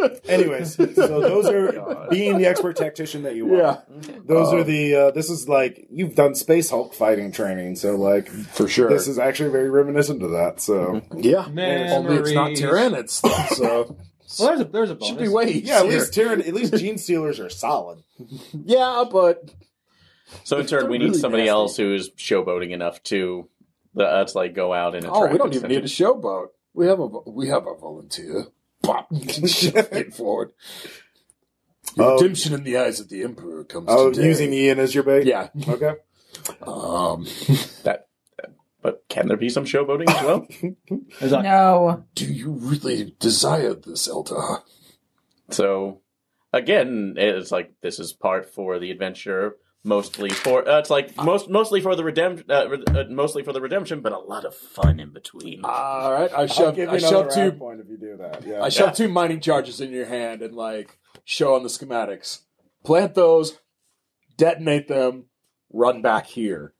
S2: I
S1: Anyways, so those are being the expert tactician that you are.
S2: Yeah.
S1: Those are the. Uh, this is like you've done space Hulk fighting training, so like
S2: For sure.
S1: this is actually very reminiscent of that. So
S2: yeah.
S4: Memories.
S2: Only it's not Tyranids, though, so
S4: Well, there's a there's a bonus.
S2: should be way
S1: yeah, at
S2: easier.
S1: least Tyrann, at least gene stealers are solid.
S2: Yeah, but
S3: So in turn, we need
S2: Really
S3: somebody
S2: nasty.
S3: else who's showboating enough to uh, to like go out and.
S2: oh, we
S3: attract
S2: don't even need a
S3: attention.
S2: showboat. We have a vo- we have a volunteer. Pop, get forward.
S1: Oh.
S2: Redemption in the eyes of the emperor comes.
S1: Oh,
S2: today.
S1: using Ian as your bait.
S2: yeah.
S1: Okay.
S2: Um,
S3: that. But can there be some showboating as well?
S4: There's like,
S6: No.
S2: do you really desire this, Eldar?
S3: so again, it's like this is part for the adventure, mostly for uh, it's like most mostly for the redemption, uh, re- uh, mostly for the redemption, but a lot of fun in between.
S2: All right, I
S1: I'll
S2: shove
S1: give you
S2: I
S1: another
S2: shove
S1: round
S2: two
S1: point if you do that. Yeah.
S2: I shove two mining charges in your hand and like show on the schematics. Plant those, detonate them, run back here.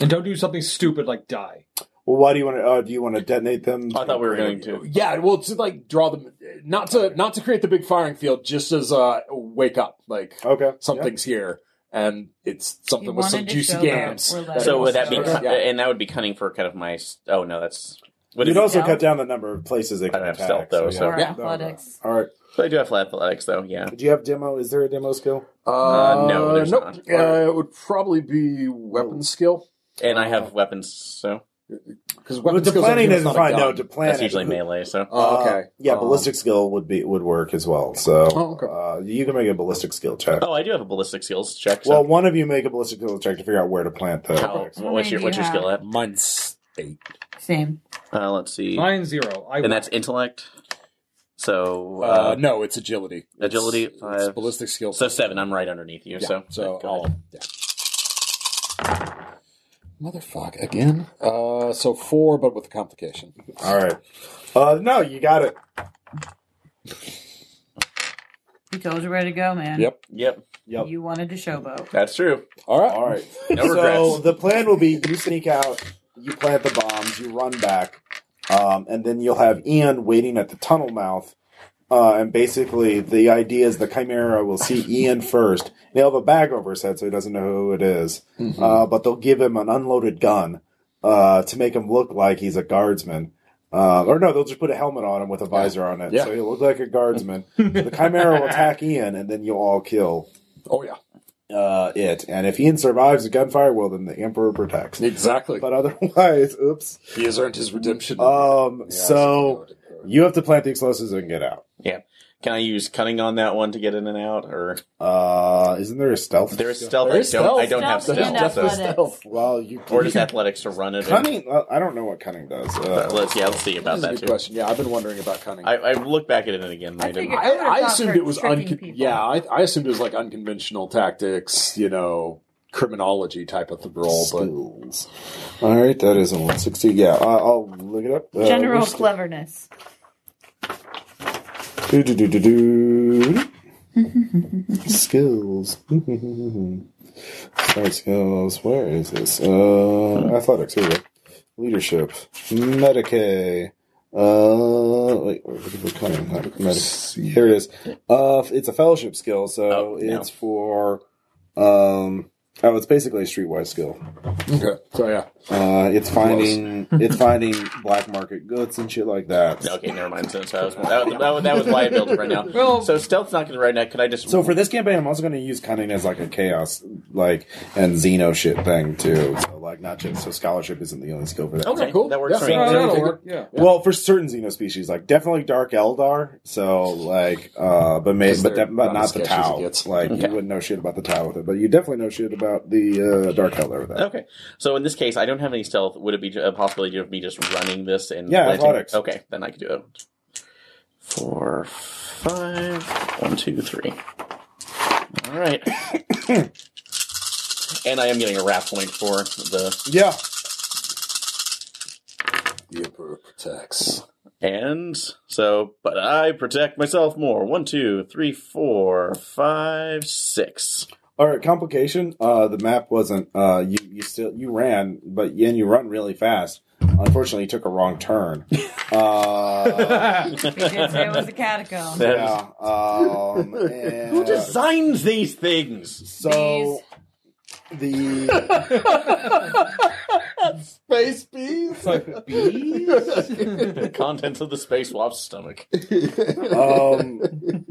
S4: and don't do something stupid like die.
S1: well, why do you want to? Uh, do you want to detonate them?
S3: I thought we were going to.
S2: Yeah, well, to like draw them, not to not to create the big firing field, just as uh, wake up, like
S1: Okay.
S2: something's here and it's something
S6: You
S2: with some
S6: wanted to
S2: juicy
S6: show
S2: gams.
S6: that we're letting
S3: So would that be?
S6: Yeah.
S3: And that would be cunning for kind of my. s- Oh no, that's.
S1: Yeah.
S3: Would it
S1: You'd
S3: be-
S1: also
S6: Yeah.
S1: cut down the number of places they
S3: I
S1: can
S3: don't have
S1: attack.
S3: stealth, though, so-
S6: Or
S2: Yeah.
S6: athletics.
S1: All right.
S3: But I do have athletics, though. Yeah.
S1: Do you have demo? Is there a demo skill?
S3: Uh, no, there's
S2: nope.
S3: not.
S2: Uh, it would probably be weapon skill
S3: And I have weapons, so
S2: because
S1: Well,
S2: weapon
S1: the
S2: skill
S1: planning is fine. No, the
S3: that's
S1: planning.
S3: usually melee. So
S2: Oh,
S1: Uh,
S2: okay.
S1: yeah,
S2: Um,
S1: ballistic skill would be would work as well. So
S2: Oh, okay.
S1: uh, you can make a ballistic skill check.
S3: oh, I do have a ballistic skills check. So
S1: well, one of you make a ballistic skill check to figure out where to plant the.
S3: how,
S6: How
S3: what's your
S6: many
S3: what's
S6: do
S3: your
S6: you
S3: skill at?
S7: Mine's eight.
S6: Same.
S3: Uh, let's see,
S4: Mine zero. I
S3: and that's intellect. So uh,
S7: Uh, no, it's agility. It's-
S3: Agility,
S7: it's
S3: five.
S7: ballistic skill.
S3: so seven. I'm right underneath you.
S7: Yeah,
S3: so
S7: so
S3: Good.
S7: I'll, yeah. Motherfuck again. Uh, so four, but with a complication.
S1: All right. Uh, no, you got it.
S6: He told you where to go, man.
S7: Yep.
S3: yep,
S1: Yep.
S6: You wanted to showboat.
S3: that's true.
S7: All right.
S1: All right.
S3: No
S1: so
S3: regrets.
S1: the plan will be you sneak out, you plant the bombs, you run back, um, and then you'll have Ian waiting at the tunnel mouth. Uh, and basically, the idea is the Chimera will see Ian first. They'll have a bag over his head, so he doesn't know who it is. Uh, but they'll give him an unloaded gun uh, to make him look like he's a guardsman. Uh, or no, they'll just put a helmet on him with a visor on it,
S2: Yeah.
S1: so he'll look like a guardsman. the Chimera will attack Ian, and then you'll all kill
S2: Oh yeah,
S1: uh, it. And if Ian survives the gunfire, well, then the Emperor protects.
S2: exactly.
S1: But otherwise, oops.
S2: he has earned his redemption.
S1: Um,
S2: Yeah,
S1: so
S2: I see.
S1: you have to plant the explosives and get out.
S3: Can I use cunning on that one to get in and out, or
S1: Uh, isn't there a stealth?
S3: there's stealth?
S2: There
S3: I don't.
S2: is
S3: I don't
S6: stealth.
S3: have
S6: Stealth and
S3: stealth. So.
S6: athletics.
S1: well, you can,
S3: Or just athletics to run it. in.
S1: cunning. Uh, I don't know what cunning does.
S3: Uh,
S1: Uh,
S3: let's yeah, let's see
S2: That
S3: about
S2: is a
S3: that
S2: good
S3: too.
S2: question. Yeah, I've been wondering about cunning.
S3: I, I looked back at it again. I,
S6: I
S3: didn't.
S6: figured-
S2: I, I
S6: would've
S2: assumed
S6: thought
S2: it was
S6: tricking
S2: uncon
S6: people.
S2: yeah. I, I assumed it was like unconventional tactics, you know, criminology type of the role. But
S1: Skills. All right, that is a 160. Yeah, I I'll look it up. Uh,
S6: General
S1: which-
S6: cleverness.
S1: Do, do, do, do, do. skills. Sorry, skills. Where is this? Uh, athletics. Here we go. Leadership. Medicaid. Uh, wait, where did it come from? Medic- Here it is. Uh, it's a fellowship skill, so
S3: Oh, no.
S1: it's for, um, oh, it's basically a streetwise skill.
S2: okay. so yeah,
S1: Uh, it's finding, it's finding black market goods and shit like that.
S3: Okay, never mind. So, so I was, that, was- that, was- that was why I built it right now. so stealth's not going to right now. Could I just?
S1: So for this campaign, I'm also going to use cunning as like a chaos, like and Xeno shit thing too. So like not just so scholarship isn't the only skill for that.
S3: okay,
S2: cool.
S3: that works
S2: Yeah.
S3: for me.
S4: Oh,
S2: Right.
S4: that'll work. Yeah.
S1: Well, for certain Xeno species, like definitely Dark Eldar. So like, uh, but may,
S2: 'Cause
S1: but
S2: they're
S1: that, but
S2: not
S1: not
S2: as
S1: the
S2: sketchy as it
S1: Tau.
S2: gets.
S1: Like you wouldn't know shit about the Tau with it, but you definitely know shit about the uh, Dark Eldar with that.
S3: Okay, so in this case, I don't have any stealth. Would it be a possibility of me just running this and
S1: Yeah,
S3: planting?
S1: athletics.
S3: Okay, then I could do that. Four, five, one, two, three. All right. and I am getting a wrap point for the
S1: Yeah,
S2: the emperor protects.
S3: and so, but I protect myself more. One, two, three, four, five, six.
S1: All right, complication. Uh, the map wasn't. Uh, you you still you ran, but and you run really fast. Unfortunately, he took a wrong turn. Uh,
S6: He did say it was a catacomb.
S1: yeah. Um, and
S3: Who designs these things?
S1: so the
S3: Space bees. the contents of the spacewalk's stomach.
S1: um,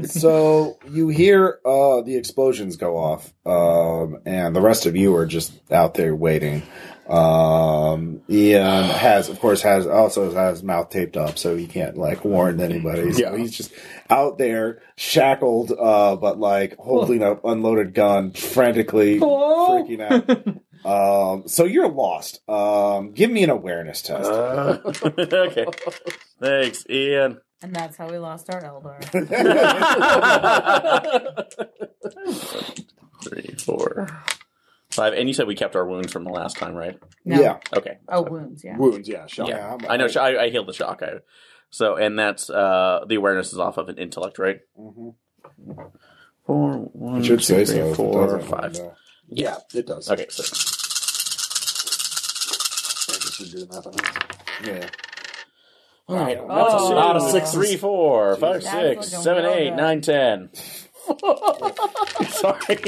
S1: so you hear uh, the explosions go off, um, and the rest of you are just out there waiting. Um, Ian has, of course, has also has his mouth taped up, so he can't like warn anybody. So
S2: Yeah.
S1: he's just out there shackled, uh, but like holding up unloaded gun, frantically
S4: Hello?
S1: freaking out. Um, so you're lost. Um, give me an awareness
S3: Uh,
S1: test.
S3: okay. Thanks, Ian.
S6: And that's how we lost our Eldar.
S3: Three, four, five. And you said we kept our wounds from the last time, right?
S6: No.
S1: Yeah.
S3: Okay.
S6: Oh, wounds, yeah.
S2: Wounds, yeah, shock.
S3: Yeah.
S1: I'm-
S3: I know. sh- I, I healed the shock. I, so, and that's uh, the awareness is off of an intellect, right?
S1: Mhm.
S3: Four, one,
S1: I should
S3: two,
S1: say
S3: three,
S1: so. if it
S3: four,
S1: doesn't,
S3: five.
S1: uh,
S2: Yeah, it does.
S3: Okay, so
S1: Yeah.
S3: all right.
S6: Oh.
S3: Not a six, three, four, five,
S6: That's
S3: six,
S6: looking
S3: seven,
S6: real
S3: eight,
S6: good.
S3: nine, ten. Sorry.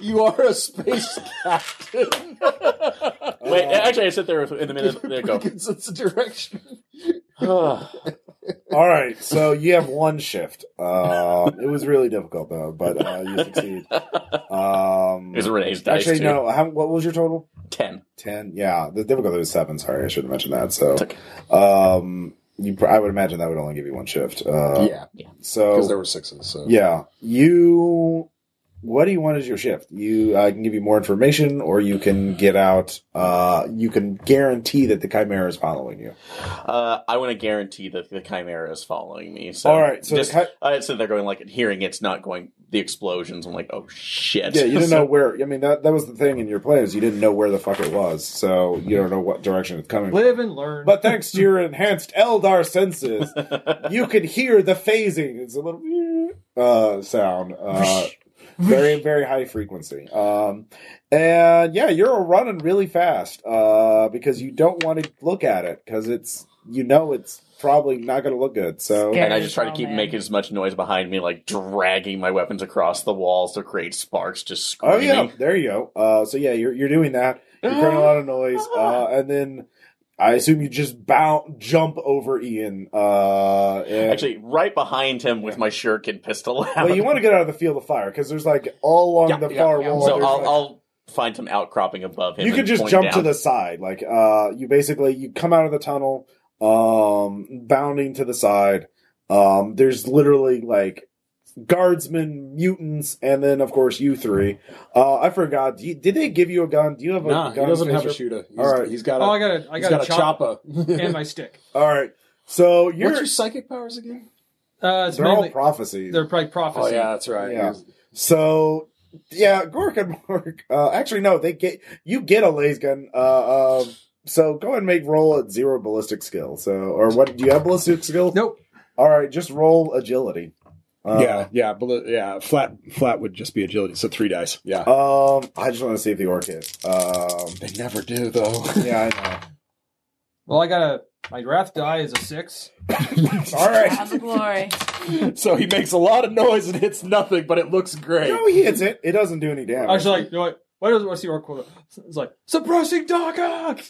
S2: You are a space captain.
S3: Wait, actually, I sit there in the minute. There you go.
S2: It's a direction.
S3: Ah.
S1: All right, so you have one shift. Um, it was really difficult though, but uh, you succeed. Um,
S3: It's Renee's dice.
S1: actually,
S3: too.
S1: no. How, what was your total?
S3: Ten.
S1: Ten. Yeah, the difficulty was seven. Sorry, I should have mentioned that. So,
S3: okay.
S1: um, you, pr- I would imagine that would only give you one shift. Uh,
S7: yeah, because there
S2: oh.
S1: So,
S7: were sixes. So
S1: yeah, you. What do you want as your shift? You, I can give you more information, or you can get out. Uh, you can guarantee that the chimera is following you.
S3: Uh, I want to guarantee that the chimera is following me. So
S1: All right, so
S3: just,
S1: the chi-
S3: I sit there going like hearing it's not going the explosions. I'm like, oh shit.
S1: Yeah, you didn't know where. I mean, that that was the thing in your play is you didn't know where the fuck it was, so you don't know what direction it's coming. from.
S4: Live and learn.
S1: But thanks to your enhanced Eldar senses, you can hear the phasing. It's a little uh, sound, uh, very very high frequency. Um, and yeah, you're running really fast uh, because you don't want to look at it because it's you know it's probably not going to look good. So
S6: Scary.
S3: and I just try to
S6: Oh,
S3: keep
S6: man.
S3: making as much noise behind me, like dragging my weapons across the walls to create sparks, just
S1: Oh
S3: screaming.
S1: yeah, there you go. Uh, so yeah, you're you're doing that. You're creating a lot of noise, uh, and then I assume you just bound jump over Ian. Uh, and,
S3: Actually, right behind him with my shuriken pistol out.
S1: well, you want to get out of the field of fire because there's like all along
S3: Yeah,
S1: the
S2: yeah,
S1: far
S2: yeah.
S1: wall.
S3: so
S1: there's,
S3: I'll,
S1: like-
S3: I'll find some outcropping above him.
S1: you could
S3: and
S1: just
S3: point
S1: jump
S3: down.
S1: to the side. Like uh, you basically you come out of the tunnel, um, bounding to the side. Um, there's literally like guardsmen, mutants, and then of course you three. Uh, I forgot. Do you- did they give you a gun? Do you have a
S2: Nah,
S1: gun?
S2: he doesn't have a
S1: Fisher?
S2: shooter. He's,
S1: All right.
S2: he's got a,
S4: oh, I got a, I
S2: he's
S4: got,
S2: got a
S4: chopper
S2: chopper.
S4: and my stick.
S1: All right. So you're
S7: what's your psychic powers again?
S4: Uh, it's
S1: they're all
S4: mainly,
S1: prophecies.
S4: they're probably prophecy.
S2: Oh yeah, that's right.
S1: Yeah. so yeah, Gork and Mork. Uh, actually, no, they get you get a laser gun. Uh, uh, so go ahead and make roll at zero ballistic skill. So or what? Do you have ballistic skill?
S4: Nope.
S1: All right, just roll agility. Uh,
S7: yeah, yeah, bl- yeah. Flat, flat would just be agility. So three dice. Yeah,
S2: Uh,
S1: Um, I just want to see if the orc is. Um,
S7: they never do though.
S1: yeah, I
S4: Well, I got a my wrath die is a six.
S1: know. All right.
S6: Have the glory.
S2: So he makes a lot of noise and hits nothing, but it looks great.
S1: No, he hits it. It doesn't do any damage.
S4: I was like, you know what? Why does what's the orc quota? It's like suppressing Daga.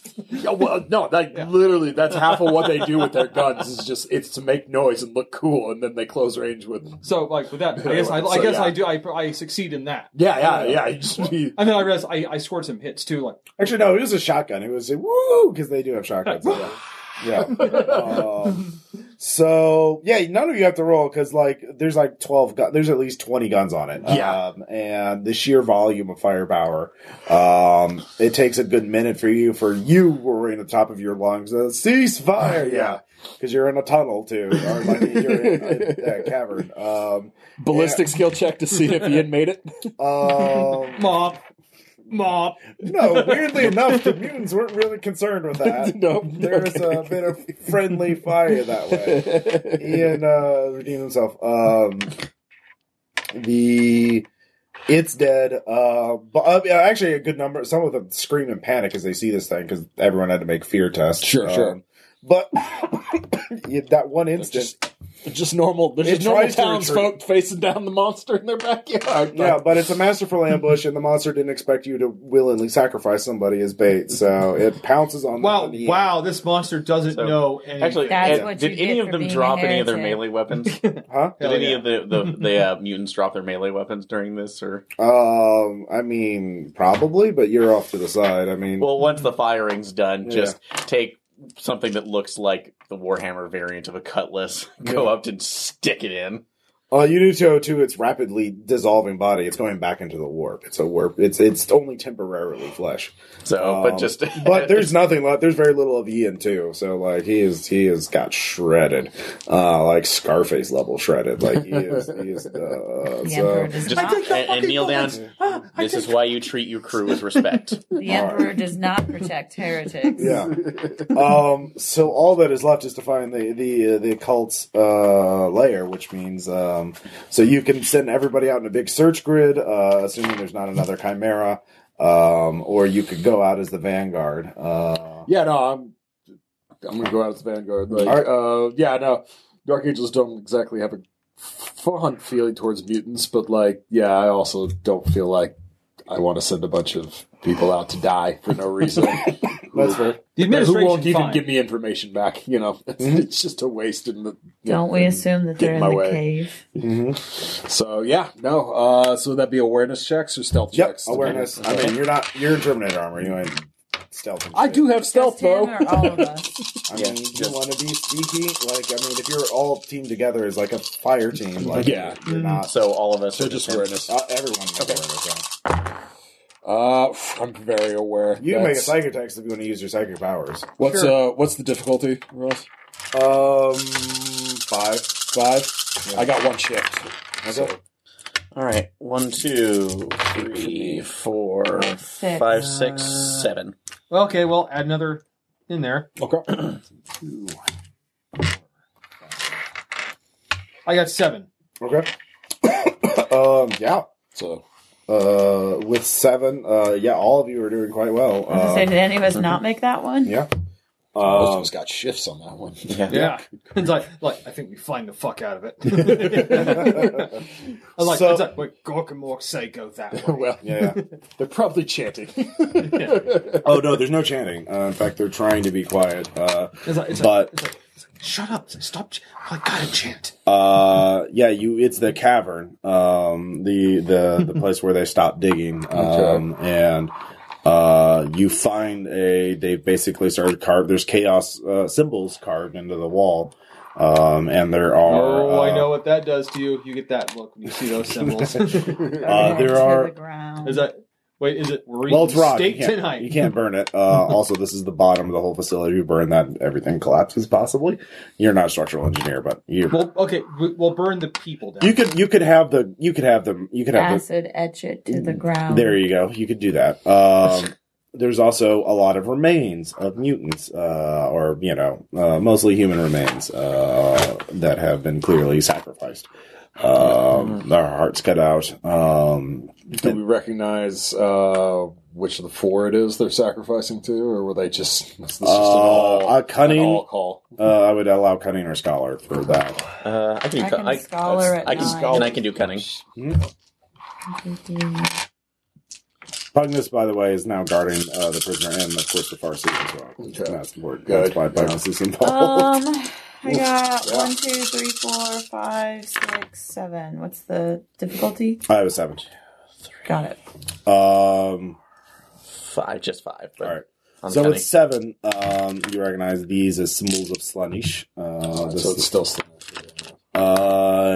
S2: Yeah, well, no, that literally that's half of what they do with their guns is just it's to make noise and look cool, and then they close range with.
S4: So like with that, I guess I, I
S2: So,
S4: guess
S2: yeah.
S4: I do I, I succeed in that.
S2: Yeah, yeah, yeah. you just be-
S4: And then I realized I, I scored some hits too. Like
S1: Actually, no, it was a shotgun. It was a woo because they do have shotguns. yeah. Yeah. Um, so yeah, none of you have to roll because like there's like twelve gun. There's at least twenty guns on it.
S2: Yeah.
S1: Um, and the sheer volume of firepower. Um, it takes a good minute for you for you roaring at the top of your lungs. Uh, Cease fire. Yeah. Because you're in a tunnel too, or like you're in a, a cavern. Um,
S2: ballistic skill check to see if Ian made it.
S1: um,
S4: mop, mop.
S1: No, weirdly enough, the mutants weren't really concerned with that.
S2: No,
S1: there's a bit of friendly fire that way. Ian uh, redeemed himself. Um, the It's dead. Uh, but uh, yeah, actually, a good number. Some of them scream in panic as they see this thing because everyone had to make fear tests.
S7: Sure,
S1: Um,
S7: sure.
S1: But yeah, that one instance,
S7: just, they're just normal. They're just
S1: It
S7: normal
S1: tries to retreat.
S7: townsfolk facing down the monster in their backyard.
S1: yeah. But it's a masterful ambush, and the monster didn't expect you to willingly sacrifice somebody as bait, so it pounces on.
S4: Wow,
S1: them in the end.
S4: wow, this monster doesn't
S3: So-
S4: know anything.
S3: Actually,
S9: That's
S3: uh,
S9: what
S3: did
S9: you get
S3: any of
S9: for
S3: them
S9: being a
S3: drop any of their
S9: heretic.
S3: melee weapons?
S1: Huh?
S3: Did
S4: Hell
S3: any
S4: yeah.
S3: of the the, the uh, mutants drop their melee weapons during this? Or
S1: Um, I mean, probably, but you're off to the side. I mean,
S3: well, once the firing's done,
S1: Yeah.
S3: just take something that looks like the Warhammer variant of a cutlass, go
S1: Yeah.
S3: up and stick it in.
S1: Uh, you do to to its rapidly dissolving body. It's going back into the warp. It's a warp. It's it's only temporarily flesh.
S3: So,
S1: Um,
S3: Oh, but just
S1: but there's nothing left. There's very little of Ian too. So like he is he has got shredded, uh, like Scarface level shredded. Like he is he is. Uh,
S9: The Ah,
S1: so-
S9: Emperor does
S3: just
S9: not.
S3: and, and kneel down. This is why you treat your crew with respect.
S9: The Emperor does not protect heretics.
S1: yeah. Um. So all that is left is to find the the uh, the cult's uh, lair, which means um. So you can send everybody out in a big search grid, uh, assuming there's not another chimera, um, or you could go out as the vanguard. Uh,
S2: Yeah, no, I'm I'm gonna go out as Vanguard. Like,
S1: All right.
S2: uh, yeah, no, Dark Angels don't exactly have a fun feeling towards mutants, but like, yeah, I also don't feel like I want to send a bunch of people out to die for no reason.
S1: that's fair.
S4: the
S2: Who
S4: administration
S2: won't even
S4: fine.
S2: give me information back? You know, it's,
S1: Mm-hmm.
S2: it's just a waste. In the, yeah,
S9: Don't we
S2: and-
S9: assume that
S2: Get
S9: they're
S2: in
S9: in
S2: my
S9: the
S2: way.
S9: cave?
S1: Mm-hmm.
S2: So yeah, no. Uh, so would that be awareness checks or stealth
S1: Yep.
S2: checks?
S1: Awareness. I mean, you're not you're in Terminator armor. You ain't stealth. and
S2: I
S1: shit.
S2: do have stealth
S9: Just him
S2: though.
S9: or all of us?
S1: I
S3: Yeah,
S1: mean, you
S3: just-
S1: want to be sneaky. Like, I mean, if you're all teamed together as like a fire team, like,
S2: Yeah.
S1: you're not.
S3: So all of us.
S2: So
S3: are
S2: just
S3: the same.
S2: awareness.
S1: uh, everyone. Can okay. Awareness,
S2: Uh, I'm very aware.
S1: yeah. You can make a
S2: That's-
S1: psychic text if you want to use your psychic powers.
S2: What's
S4: Sure.
S2: uh what's the difficulty, Ross?
S1: Um, five.
S2: Five? I got one shift.
S1: Okay.
S3: All right, one, two, three, four,
S9: Six.
S3: five, six, seven.
S4: Well, okay, well, add another in there.
S2: Okay.
S4: I got seven.
S1: Okay. um, yeah.
S2: So
S1: Uh, with seven. Uh, yeah, all of you are doing quite
S9: I
S1: well.
S9: was gonna say,
S1: Uh,
S9: did any of us not make that one?
S1: yeah.
S7: Most of
S1: Um,
S7: us got shifts on that one.
S4: Yeah. it's like, like, I think we find the fuck out of it. I like,
S1: So-
S4: it's like, wait, Gorkamork say go that way.
S2: well
S1: yeah.
S2: they're probably chanting.
S1: Oh no, there's no chanting. Uh, in fact, they're trying to be quiet. Uh,
S4: It's like, it's
S1: But-
S4: like, it's like, it's like, shut up, It's like, stop, ch- oh, I gotta chant.
S1: Uh, yeah, you. It's the cavern, um, the the the place where they stopped digging, um, and uh, you find a. They basically started carved. There's chaos uh, symbols carved into the wall, um, and there are.
S4: Oh, I
S1: uh,
S4: know what that does to you. You get that look when you see those symbols. is
S1: Uh, there are.
S9: The ground.
S4: that, wait, is it, we're
S1: Well, it's
S4: eating
S1: rock. You
S4: steak
S1: can't,
S4: tonight?
S1: you can't burn it. Uh, also, this is the bottom of the whole facility. You burn that, everything collapses. Possibly, you're not a structural engineer, but you
S4: Well, okay, we- we'll burn the people down.
S1: you could you could have the you could have them you could have the,
S9: Acid etch it to the ground.
S6: Oh.
S1: There you go. You could do that. Um, there's also a lot of remains of mutants, uh, or you know, uh, mostly human remains uh, that have been clearly sacrificed. Um, their hearts cut out. Um,
S2: Do we recognize uh which of the four it is they're sacrificing to, or were they just was this just an all,
S1: Uh, a cunning-
S2: an all Oh, call?
S1: uh, I would allow cunning or scholar for that.
S3: Uh, I can.
S9: I
S3: cu-
S9: can
S3: I,
S9: scholar at
S3: I can
S9: nine.
S3: and I can do cunning.
S1: Pugnus, by the way, is now guarding uh, the prisoner and, of course, the Farsi as well.
S2: Okay.
S1: That's important.
S2: Good.
S1: That's why Pugnus is
S6: Oh.
S1: involved.
S9: Um, I got one, two, three, four, five, six, seven. What's the difficulty?
S1: I was seven.
S9: Got it.
S1: Um,
S3: Five, just five. But
S1: all right.
S3: I'm
S1: So
S3: cunning.
S1: with seven, um, you recognize these as symbols of Slunish. Uh, this
S2: so it's
S1: is-
S2: still
S1: uh,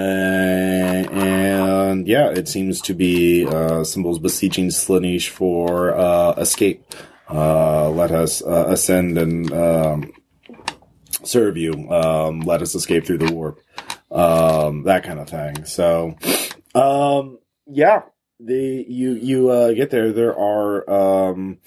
S1: and yeah, it seems to be uh, symbols beseeching Slunish for uh, escape. Uh, let us uh, ascend and um, serve you. Um, let us escape through the warp. Um, that kind of thing. So, um, yeah, the you you uh, get there. There are. Um,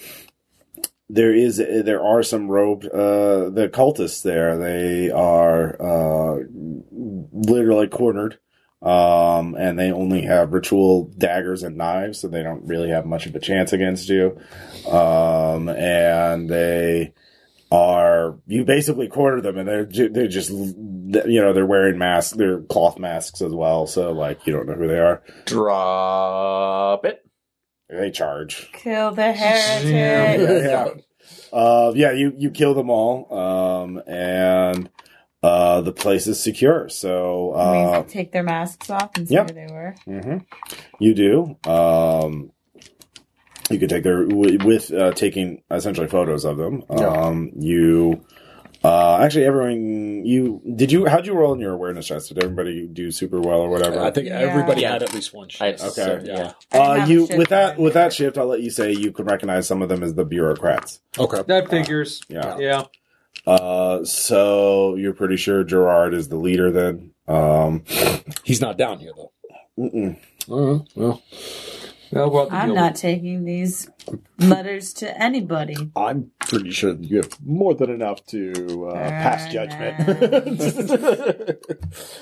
S1: there is there are some robed uh the cultists there they are uh literally cornered um, and they only have ritual daggers and knives, so they don't really have much of a chance against you. Um, and they are you basically corner them, and they're ju- they're just you know they're wearing masks, they're cloth masks as well, so like you don't know who they are.
S3: Drop it.
S1: They charge.
S6: Kill the heretic.
S1: Yeah, yeah. Uh, yeah, you you kill them all, um, and uh, the place is secure. So
S6: I
S1: uh,
S6: mean, take their masks off and see
S1: Yep.
S6: where they were.
S1: hmm You do. Um, you could take their wi- with uh, taking essentially photos of them. Um, You uh, actually everyone you did you how'd you roll in your awareness test? Did everybody do super well or whatever?
S2: I think
S6: Yeah.
S2: everybody
S3: Yeah.
S2: had at least one.
S3: I,
S2: Shot.
S1: Okay.
S2: Yeah.
S6: I didn't
S1: uh,
S6: have a
S1: you
S6: shift
S1: with that
S6: on
S1: with
S6: there.
S1: that shift, I'll let you say you can recognize some of them as the bureaucrats.
S2: Okay.
S4: That figures.
S1: Yeah.
S4: yeah.
S1: Uh, so you're pretty sure Gerard is the leader then. Um,
S2: He's not down here though.
S1: mm-mm.
S2: Uh, well,
S4: Well, well,
S6: I'm
S4: you'll-
S6: not taking these letters to anybody.
S10: I'm pretty sure that you have more than enough to uh, pass judgment.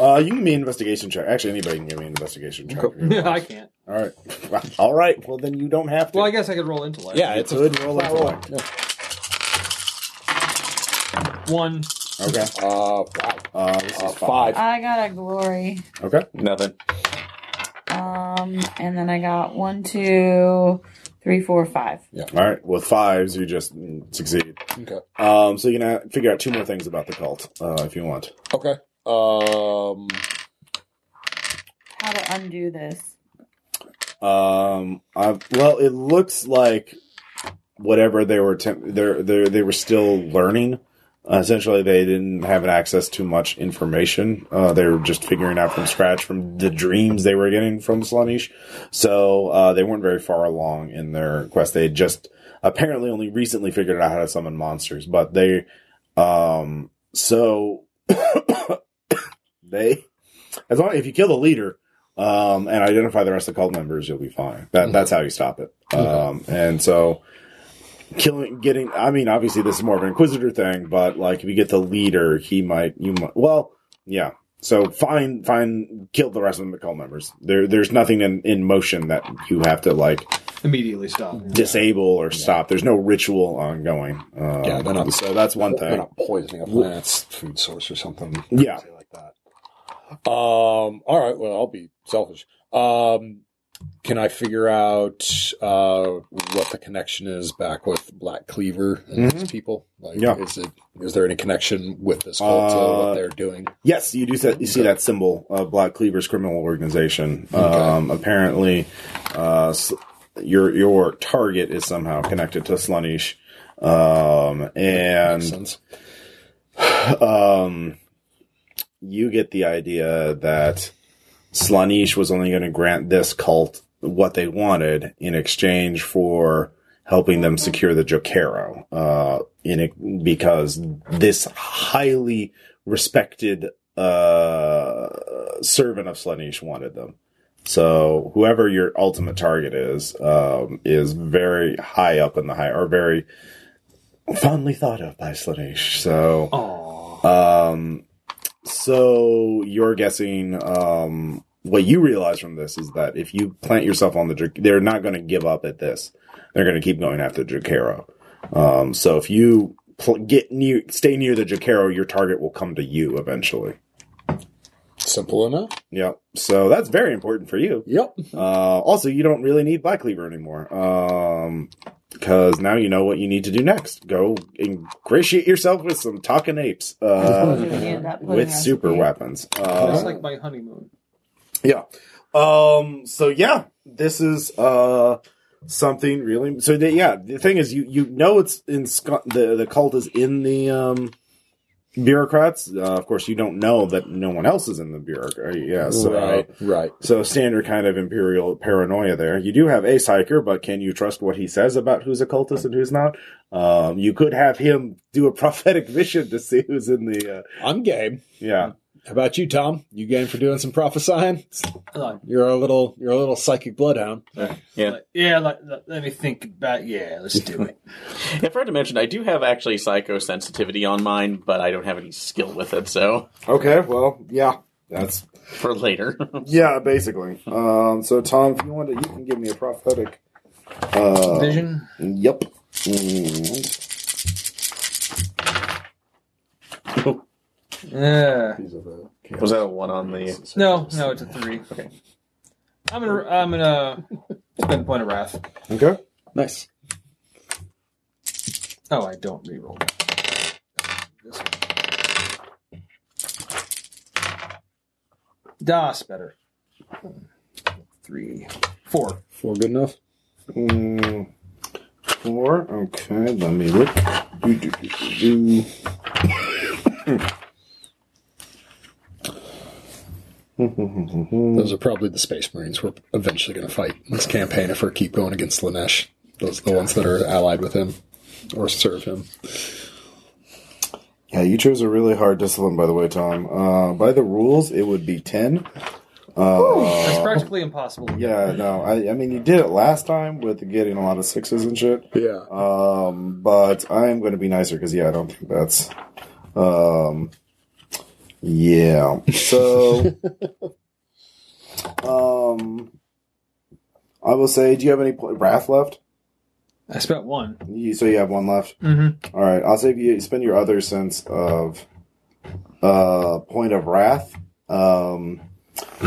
S1: uh, you can be an investigation check. Actually, anybody can give me an investigation check. if you want.
S4: I can't.
S1: All right. All right. Well, then you don't have to.
S4: Well, I guess I could roll intellect.
S2: yeah,
S1: You
S2: it's a
S1: could roll intellect.
S4: One.
S1: Okay.
S2: uh, wow,
S1: Uh, this is
S2: uh, five.
S6: I got a glory.
S1: Okay.
S3: Nothing.
S6: Um, and then I got one, two, three, four, five.
S1: All right. With fives, you just mm, succeed.
S2: Okay.
S1: Um, so you can uh, figure out two more things about the cult uh, if you want.
S2: Okay. Um,
S6: How to undo this?
S1: Um, I, well, it looks like whatever they were, attempt- they're, they're, they were still learning. Uh, essentially, they didn't have access to much information. Uh, they were just figuring out from scratch from the dreams they were getting from Slanish. So uh, they weren't very far along in their quest. They had just apparently only recently figured out how to summon monsters, but they, um, so they, as long if you kill the leader um, and identify the rest of the cult members, you'll be fine.
S2: Mm-hmm.
S1: That, That's how you stop it. Um, and so killing getting i mean obviously this is more of an inquisitor thing but like if you get the leader he might you might well yeah so find find kill the rest of the cult members there there's nothing in in motion that you have to like
S4: Immediately stop.
S1: disable or stop there's no ritual ongoing um,
S2: Yeah, they're not-
S1: so that's one
S2: they're
S1: thing
S2: not poisoning a planet's food source or something.
S1: Yeah.
S2: Say like that. Um. All right. Well, I'll be selfish. Um. Can I figure out uh, what the connection is back with Black Cleaver and these people? Like,
S1: Yeah.
S2: Is it? Is there any connection with this cult to
S1: Uh,
S2: what they're doing?
S1: Yes, you do. Set, you see that symbol of Black Cleaver's criminal organization. Um, apparently, uh, s- your your target is somehow connected to Slanish, um,
S2: Makes
S1: and
S2: sense.
S1: um, you get the idea that Slanish was only going to grant this cult what they wanted in exchange for helping them secure the Jokero, uh, in it, because this highly respected uh, servant of Slanish wanted them. So whoever your ultimate target is um, is very high up in the high, or very fondly thought of by Slanish. So. Um, so you're guessing. Um, what you realize from this is that if you plant yourself on the, Dra- they're not going to give up at this. They're going to keep going after Jacaro. Um, so if you pl- get near, stay near the Jacaro, your target will come to you eventually.
S2: Simple enough.
S1: Yep. So that's very important for you.
S2: Yep.
S1: Uh, also, you don't really need Black Cleaver anymore. Um, because now you know what you need to do next. Go ingratiate yourself with some talking apes. Uh,
S6: You end up putting
S1: with
S6: us-
S1: super weapons.
S4: That's
S1: Uh,
S4: like my honeymoon.
S1: yeah. Um. So yeah, this is uh something really. So the, yeah, the thing is, you you know it's in Sc- the the cult is in the um bureaucrats. Uh, of course, you don't know that no one else is in the bureaucrat. Yeah. So.
S2: right. Right.
S1: So standard kind of imperial paranoia there. You do have Ace Hiker, but can you trust what he says about who's a cultist and who's not? Um, you could have him do a prophetic vision to see who's in the uh,
S2: I'm game.
S1: yeah.
S2: How about you, Tom? You game for doing some prophesying?
S4: Like,
S2: You're a little. You're a little psychic bloodhound.
S3: Yeah.
S4: like, yeah, like, like, let me think about. Yeah, let's do it.
S3: I forgot to mention, I do have actually psychosensitivity on mine, but I don't have any skill with it, so.
S1: Okay, well, yeah. That's
S3: for later.
S1: yeah, basically. Um, so Tom, if you want to, you can give me a prophetic
S4: Oh.
S1: uh,
S11: Vision?
S1: Yep. Mm,
S4: Yeah.
S3: Was that a one on the?
S4: No, no, it's a three. Okay. I'm gonna I'm gonna spend a point of wrath.
S1: Okay.
S7: Nice.
S4: Oh, I don't reroll. This one. Das better. Three, four.
S7: Four good enough?
S1: mm, four. Okay, let me look. Do, do, do, do, do.
S7: Those are probably the Space Marines we're eventually going to fight in this campaign if we keep going against Lanesh. Those are the ones that are allied with him or serve him.
S1: Yeah, you chose a really hard discipline, by the way, Tom. Uh, by the rules, it would be ten.
S4: That's
S1: Uh,
S4: practically impossible.
S1: yeah, no, I, I mean, you did it last time with getting a lot of sixes and shit.
S7: Yeah.
S1: Um, but I am going to be nicer because yeah, I don't think that's. Um, yeah. So, um, I will say, do you have any pl- wrath left?
S4: I spent one.
S1: You, so you have one left.
S4: Mm-hmm.
S1: All right, I'll save you. Spend your other sense of uh, point of wrath. Um,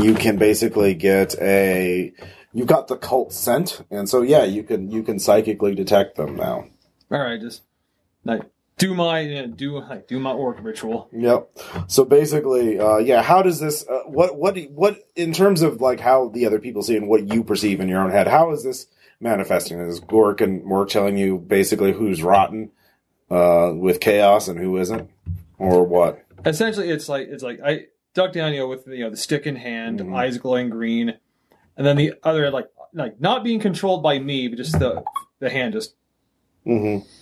S1: you can basically get a. You got the cult scent, and so yeah, you can you can psychically detect them now.
S4: All right, just like do my uh, do like, do my orc ritual.
S1: Yep. So basically, uh, yeah. How does this? Uh, what? What? What? In terms of like how the other people see and what you perceive in your own head, how is this manifesting? Is Gork and Mork telling you basically who's rotten uh, with chaos and who isn't, or what?
S4: Essentially, it's like it's like I duck down, you know, with you know the stick in hand,
S1: Mm-hmm.
S4: eyes glowing green, and then the other like like not being controlled by me, but just the the hand just
S1: Mm-hmm.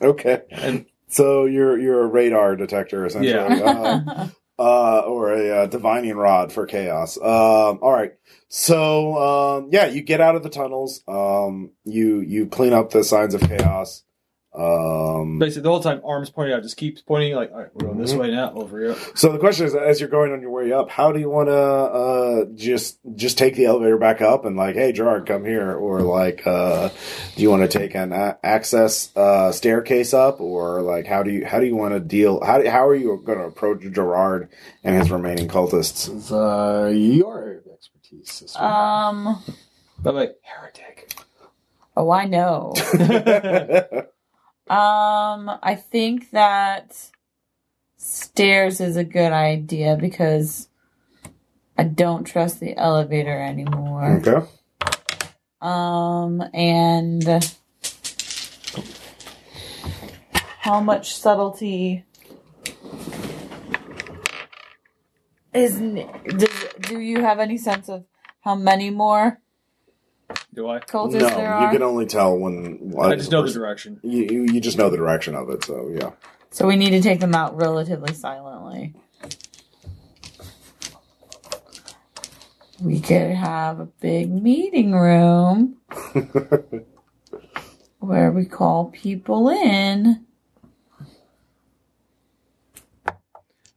S1: okay.
S4: And-
S1: so you're you're a radar detector essentially, uh, uh, or a uh, divining rod for chaos. Um, all right. So um, yeah, you get out of the tunnels. Um, you you clean up the signs of chaos. Um,
S4: basically the whole time arms pointed out, just keeps pointing like all right, we're going this
S1: Mm-hmm.
S4: way now over here.
S1: so the question is, as you're going on your way up, how do you want to uh, just just take the elevator back up and like, hey Gerard, come here, or like, uh, do you want to take an a- access uh, staircase up, or like, how do you how do you want to deal? How do- how are you going to approach Gerard and his remaining cultists?
S2: It's uh, your area of expertise. sister.
S6: Um.
S4: But I'm like heretic.
S6: Oh, I know. Um, I think that stairs is a good idea because I don't trust the elevator anymore.
S1: okay.
S6: Um, and how much subtlety is do, do you have any sense of how many more
S4: Do I?
S1: No,
S6: cultists
S1: you
S6: there are?
S1: can only tell when.
S4: I just know the direction.
S1: You, you you just know the direction of it, so yeah.
S6: So we need to take them out relatively silently. We could have a big meeting room where we call people in.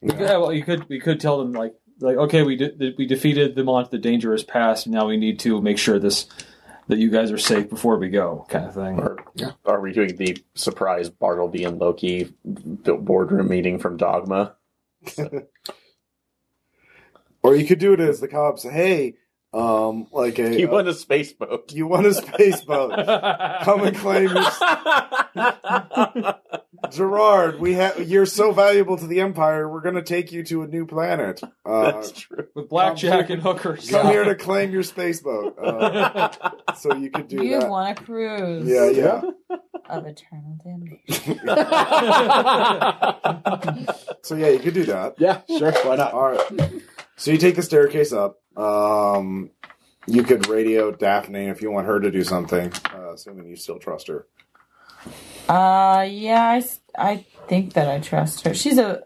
S4: Yeah, well, you could we could tell them like like okay, we de- we defeated them onto the dangerous past, and now we need to make sure this that you guys are safe before we go, kind of thing.
S3: Or are we doing the surprise Bartleby and Loki boardroom meeting from Dogma?
S1: Or you could do it as the cops. Hey, um, like a
S3: You
S1: uh,
S3: won a space boat.
S1: you want a space boat? Come and claim your Gerard, we ha- you're so valuable to the Empire. We're going to take you to a new planet. Uh,
S3: That's true.
S4: With blackjack and hookers.
S1: come here to claim your space boat. Uh, so you could do
S6: you
S1: that.
S6: want a cruise
S1: Yeah, yeah.
S6: of eternal damnation.
S1: So yeah, you could do that.
S2: Yeah, sure. Why not?
S1: All right. So you take the staircase up. Um, you could radio Daphne if you want her to do something, uh, assuming you still trust her.
S6: Uh, yeah, I, s- I think that I trust her. She's a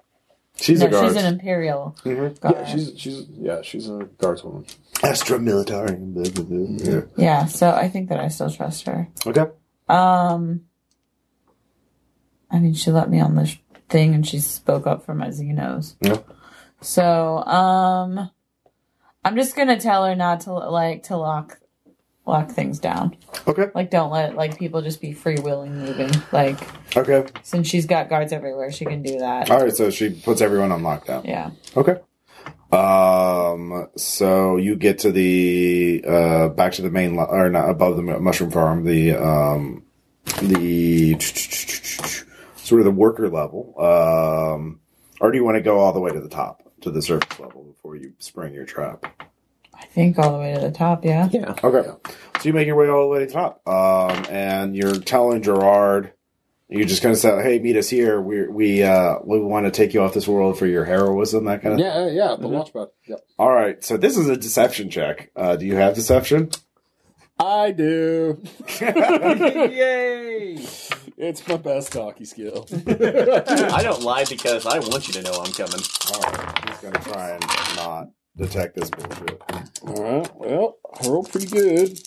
S1: She's
S6: no,
S1: a guard.
S6: she's an imperial
S1: Mhm.
S6: guard.
S2: Yeah, she's she's yeah, she's a guardswoman.
S1: Extra military. Blah, blah, blah. Yeah.
S6: yeah, so I think that I still trust her.
S1: Okay.
S6: Um, I mean, she let me on this thing, and she spoke up for my Xenos.
S1: Yeah.
S9: So, um, I'm just gonna tell her not to like to lock lock things down.
S1: Okay.
S9: Like, don't let like people just be free willing moving. Like,
S1: Okay.
S9: since she's got guards everywhere, she can do that.
S1: All right, so she puts everyone on lockdown.
S9: Yeah.
S1: Okay. Um. So you get to the uh back to the main lo- or not above the mu- mushroom farm. The um the sort of the worker level. Um. Or do you want to go all the way to the top to the surface level before you spring your trap?
S9: I think all the way to the top. Yeah.
S3: Yeah.
S1: Okay. So you make your way all the way to the top, um, and you're telling Gerard, you're just going to say, "Hey, meet us here. We we uh, we want to take you off this world for your heroism, that kind of."
S7: Yeah, uh, yeah,
S2: Mhm.
S7: the launch pad. Yeah.
S1: All right. So this is a deception check. Uh, do you have deception?
S7: I do.
S4: Yay!
S7: It's my best hockey skill.
S3: I don't lie because I want you to know I'm coming.
S1: All right. He's going to try and not detect this bullshit.
S7: All right. Well, I roll pretty good.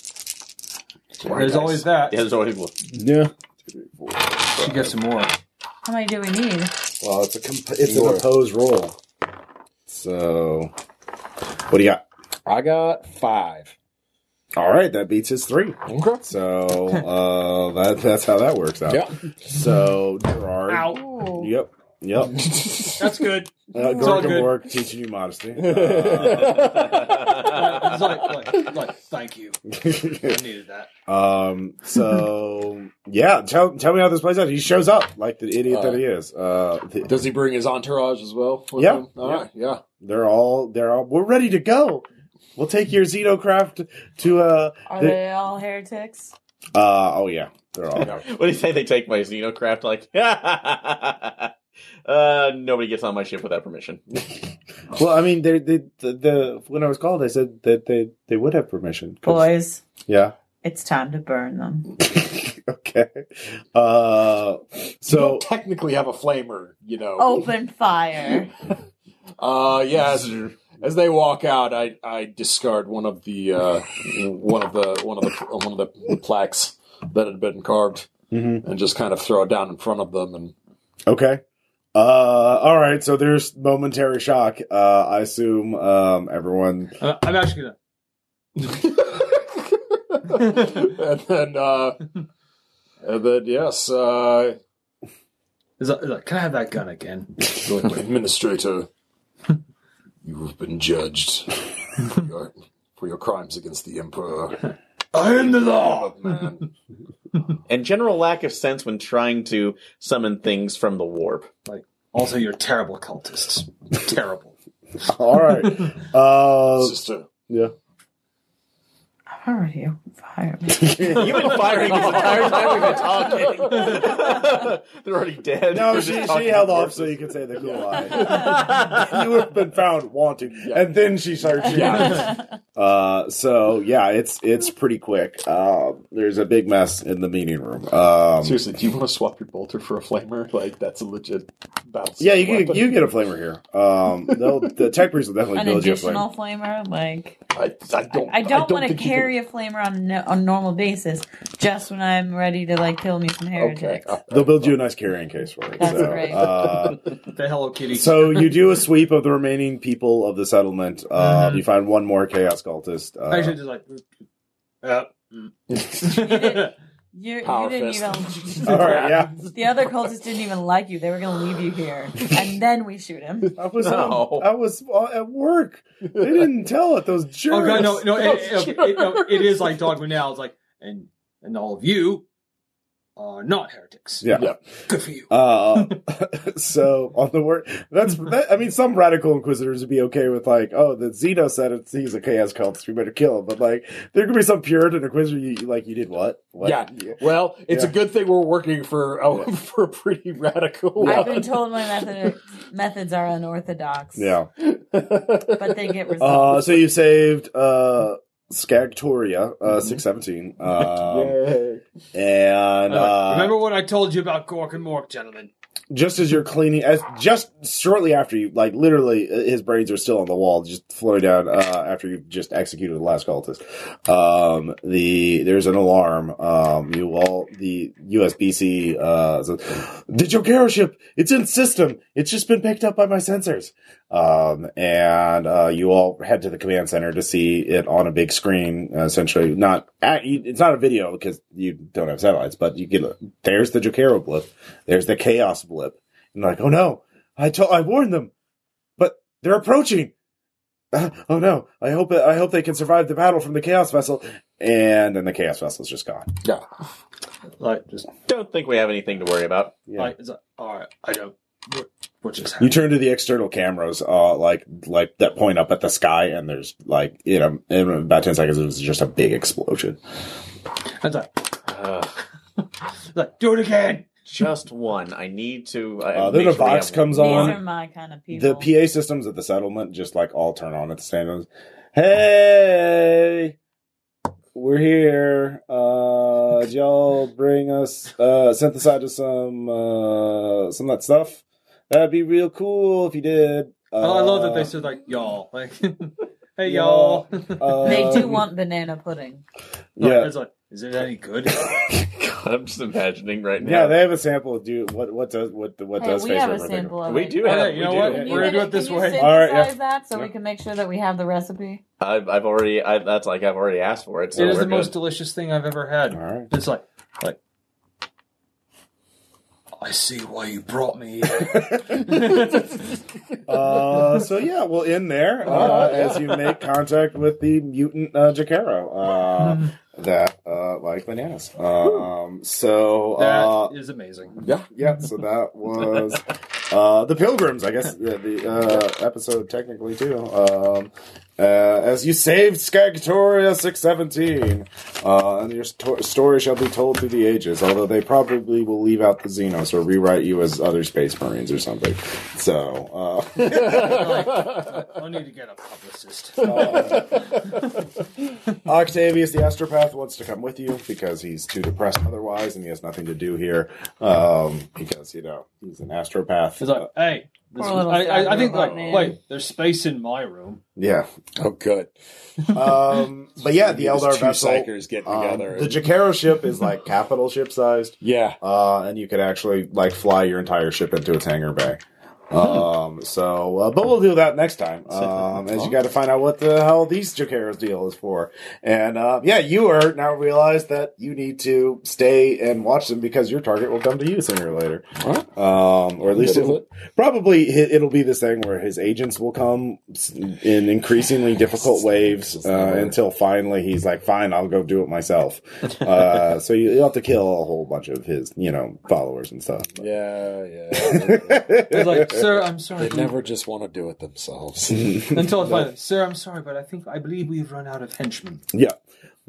S4: There's always that.
S3: Yeah, there's always one.
S7: Yeah.
S4: She gets some more.
S9: How many do we need?
S1: Well, it's a comp- it's
S7: Sure.
S1: an opposed roll. So, what do you got?
S7: I got five.
S1: All right, that beats his three.
S7: Okay.
S1: So uh, that that's how that works out.
S7: Yeah.
S1: So Gerard.
S9: Ooh.
S1: Yep. Yep.
S4: That's good.
S1: Uh,
S4: It's all
S1: Gorgon
S4: good.
S1: Borg teaching you modesty. Uh,
S4: It's like, like, like, thank you. I needed that.
S1: um. So yeah, tell tell me how this plays out. He shows up like the idiot that he is. Uh, th-
S7: Does he bring his entourage as well? with
S1: Yeah.
S7: him? All right. Yeah.
S1: they're all they're all. We're ready to go. We'll take your Xenocraft to uh.
S9: Are
S1: the-
S9: they all heretics?
S1: uh oh yeah, they're all.
S3: What do you say? They take my Xenocraft like. Uh, nobody gets on my ship without permission.
S1: Well, I mean, they, they, the, the when I was called, they said that they they would have permission. 'Cause-
S9: Boys,
S1: Yeah.
S9: it's time to burn them.
S1: Okay. Uh.
S2: So
S1: So
S2: technically have a flamer, you know.
S6: Oh,
S9: Open fire.
S2: Uh, yeah. As, as they walk out, I, I discard one of the uh, one of the one of the one of the plaques that had been carved,
S1: Mhm.
S2: and just kind of throw it down in front of them. And
S1: Okay. Uh, all right. So there's momentary shock. Uh, I assume um, everyone.
S4: Uh, I'm actually gonna.
S2: and then uh, and then yes, uh,
S4: It's like, it's like, can I have that gun again?
S2: like my administrator, you have been judged for your, for your crimes against the emperor.
S4: I am the
S3: Oh,
S4: law.
S2: Man,
S3: And general lack of sense when trying to summon things from the warp.
S4: Also, you're terrible cultists. terrible.
S1: All right. Uh,
S2: sister.
S1: yeah.
S9: I've already opened fire.
S3: You've been firing this entire time we've been talking. They're already dead.
S1: No,
S3: They're
S1: she,
S3: just
S1: she
S3: talking
S1: held
S3: to
S1: off so
S3: corpses.
S1: you could say the cool lie. you have been found wanting, and then she starts shooting. Uh, so yeah, it's it's pretty quick. Uh, there's a big mess in the meeting room. Um,
S2: Seriously, do you want to swap your bolter for a flamer? Like that's a legit battle.
S1: yeah, you can you can get a flamer here. Um, they'll, the tech priest will definitely
S9: An
S1: build you a flamer.
S9: additional flamer, like
S2: I, I don't.
S9: I don't, want to
S2: think you
S9: carry a flamer on no, on normal basis. Just when I'm ready to like kill me some
S2: can- Okay.
S9: heretics.
S2: all
S1: They'll build you a nice carrying case for it.
S9: That's
S1: so,
S9: great.
S1: Uh,
S4: The Hello Kitty.
S1: So you do a sweep of the remaining people of the settlement. Uh,
S3: Mm-hmm.
S1: You find one more chaos cultist. Uh,
S4: actually, just like. Uh, mm.
S9: You're, you
S2: Power
S9: didn't
S2: fist.
S9: even.
S1: all right, yeah.
S9: The other cultists didn't even like you. They were gonna leave you here, and then we shoot him.
S1: I was
S3: No.
S1: on, I was uh, at work. They didn't tell it. Those jerks.
S4: Oh god, no, no, it, it, it- no, it is like Dogma now. It's like, and and all of you are not heretics.
S1: Yeah.
S2: Yeah.
S4: Good for you.
S1: Uh, so on the word, that's that, I mean, some radical inquisitors would be okay with like, oh, the Zeno said it's, he's a chaos cultist. We better kill him. But like, there could be some Puritan inquisitor. You, you like, you did what? What?
S2: Yeah. Well, it's
S1: Yeah.
S2: a good thing we're working for oh, for a pretty radical
S9: I've been
S2: one.
S9: told my method, methods are unorthodox.
S1: Yeah.
S9: but they get
S1: Uh,
S9: results.
S1: so you saved uh, Skagtoria, uh,
S4: Mm-hmm.
S1: six seventeen, um,
S7: Yay.
S1: and
S4: I'm like,
S1: uh,
S4: Remember what I told you about Gork and Mork, gentlemen?
S1: just as you're cleaning, as just shortly after you, like literally, uh, his brains are still on the wall, just floating down uh, after you've just executed the last cultist. Um, the there's an alarm. Um, you all the USBC. Uh, so, Digital Garo ship, it's in system. It's just been picked up by my sensors. Um, and uh, you all head to the command center to see it on a big screen. uh, Essentially, not at, you- it's not a video because you don't have satellites, but you get a, there's the Jokero blip, there's the Chaos blip, and like, oh no, I told, I warned them, but they're approaching. Uh, oh no! I hope I hope they can survive the battle from the chaos vessel, and then the chaos vessel's just gone.
S2: Yeah,
S4: Like, just
S3: Don't think we have anything to worry about.
S4: like, it's like, all right, I don't. What, what just
S1: You
S4: happened?
S1: turn to the external cameras, uh, like like that point up at the sky, and there's like you know, in about ten seconds, it was just a big explosion.
S4: It's like,
S3: Ugh.
S4: it's like, do it again.
S3: Just one. I need to. I
S1: Uh, then
S3: make
S1: a
S3: sure we
S1: box
S3: have
S1: comes
S9: These
S1: on.
S9: are my kind of
S1: The
S9: people.
S1: PA systems at the settlement just like all turn on at the same time. Hey, we're here. Uh, did y'all bring us uh, synthesize us some uh, some of that stuff? That'd be real cool if you did. Uh,
S4: Oh, I love that they said like y'all, like, hey y'all.
S9: they do
S1: um,
S9: want banana pudding.
S1: Yeah,
S4: It's like, is it any good?
S3: God, I'm just imagining right now.
S1: Yeah, they have a sample of do what what does what what
S9: Hey,
S1: does
S9: we
S1: Face
S9: have a
S1: River think?
S9: sample of
S3: we
S9: it.
S3: do
S4: Okay,
S3: have.
S4: you
S3: we
S4: know
S3: do.
S4: what?
S1: Yeah.
S4: We're gonna do it
S9: Can
S4: this
S9: you
S4: way.
S1: All right, yeah.
S9: synthesize that so we can make sure that we have the recipe.
S3: I've, I've already. I, that's like I've already asked for it. So
S4: it is
S3: we're
S4: the most
S3: good.
S4: delicious thing I've ever had.
S1: All right.
S4: It's like, like, I see why you brought me. here.
S1: Uh, so yeah, we'll end there uh, as you make contact with the mutant uh, Jacaro uh, that uh, like bananas. Um, so uh,
S4: That is amazing.
S2: yeah.
S1: yeah, so that was uh, the Pilgrims, I guess the, the uh, episode technically too. Um, uh, as you saved Skagatoria six seventeen, uh, and your sto- story shall be told through the ages. Although they probably will leave out the Xenos or rewrite you as other Space Marines or something. So. Uh,
S4: I need to get a publicist.
S1: Octavius the astropath wants to come with you because he's too depressed otherwise, and he has nothing to do here um, because you know he's an astropath. Uh,
S4: It's like, hey, this
S9: Poor
S4: was-
S9: little
S4: I, I, I think
S9: scoundrel,
S4: like,
S9: man.
S4: wait, there's space in my room.
S1: yeah,
S7: Oh, good.
S1: um, but yeah, the
S7: These
S1: Eldar
S7: two
S1: vessel,
S7: psychers getting
S1: um,
S7: together.
S1: the Jacaro ship is like capital ship sized,
S7: yeah.
S1: uh, and you could actually like fly your entire ship into its hangar bay. Um, so, uh, but we'll do that next time. Um, as you got to find out what the hell these Jacaros deal is for. And, uh, yeah, you are now realize that you need to stay and watch them because your target will come to you sooner or later. Um, or at least
S7: good
S1: it'll,
S7: with
S1: probably hi- it'll be this thing where his agents will come s- in increasingly difficult waves, uh, until finally he's like, fine, I'll go do it myself. Uh, so you, you'll have to kill a whole bunch of his, you know, followers and stuff.
S7: Yeah, yeah.
S4: It's like, sir, I'm sorry.
S7: they never just want to do it
S2: Oh,
S7: themselves.
S4: Until I find it. Sir, I'm sorry, but I think I believe we've run out of henchmen.
S1: Yeah.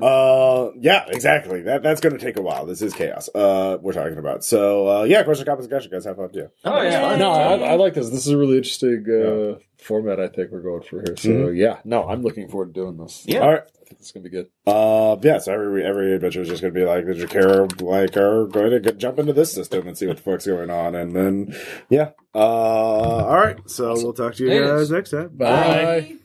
S1: Uh, yeah, exactly. That that's going to take a while. This is chaos. Uh, we're talking about. So, uh, yeah, question, comments, discussion, guys. Have fun. Yeah.
S4: Oh yeah.
S7: No,
S9: No,
S7: I,
S9: I-
S7: I like this. This is a really interesting uh, format. I think we're going for here. So
S2: Mm-hmm.
S7: yeah, no, I'm looking forward to doing this.
S3: Yeah.
S1: All right.
S7: I think it's gonna be good.
S1: Uh, yeah. So every every adventure is just going to be like the Jakara like are going to get, jump into this system and see what the fuck's going on, and then yeah. Uh, all right. So we'll talk to you
S4: Yes.
S1: guys next time.
S7: Bye.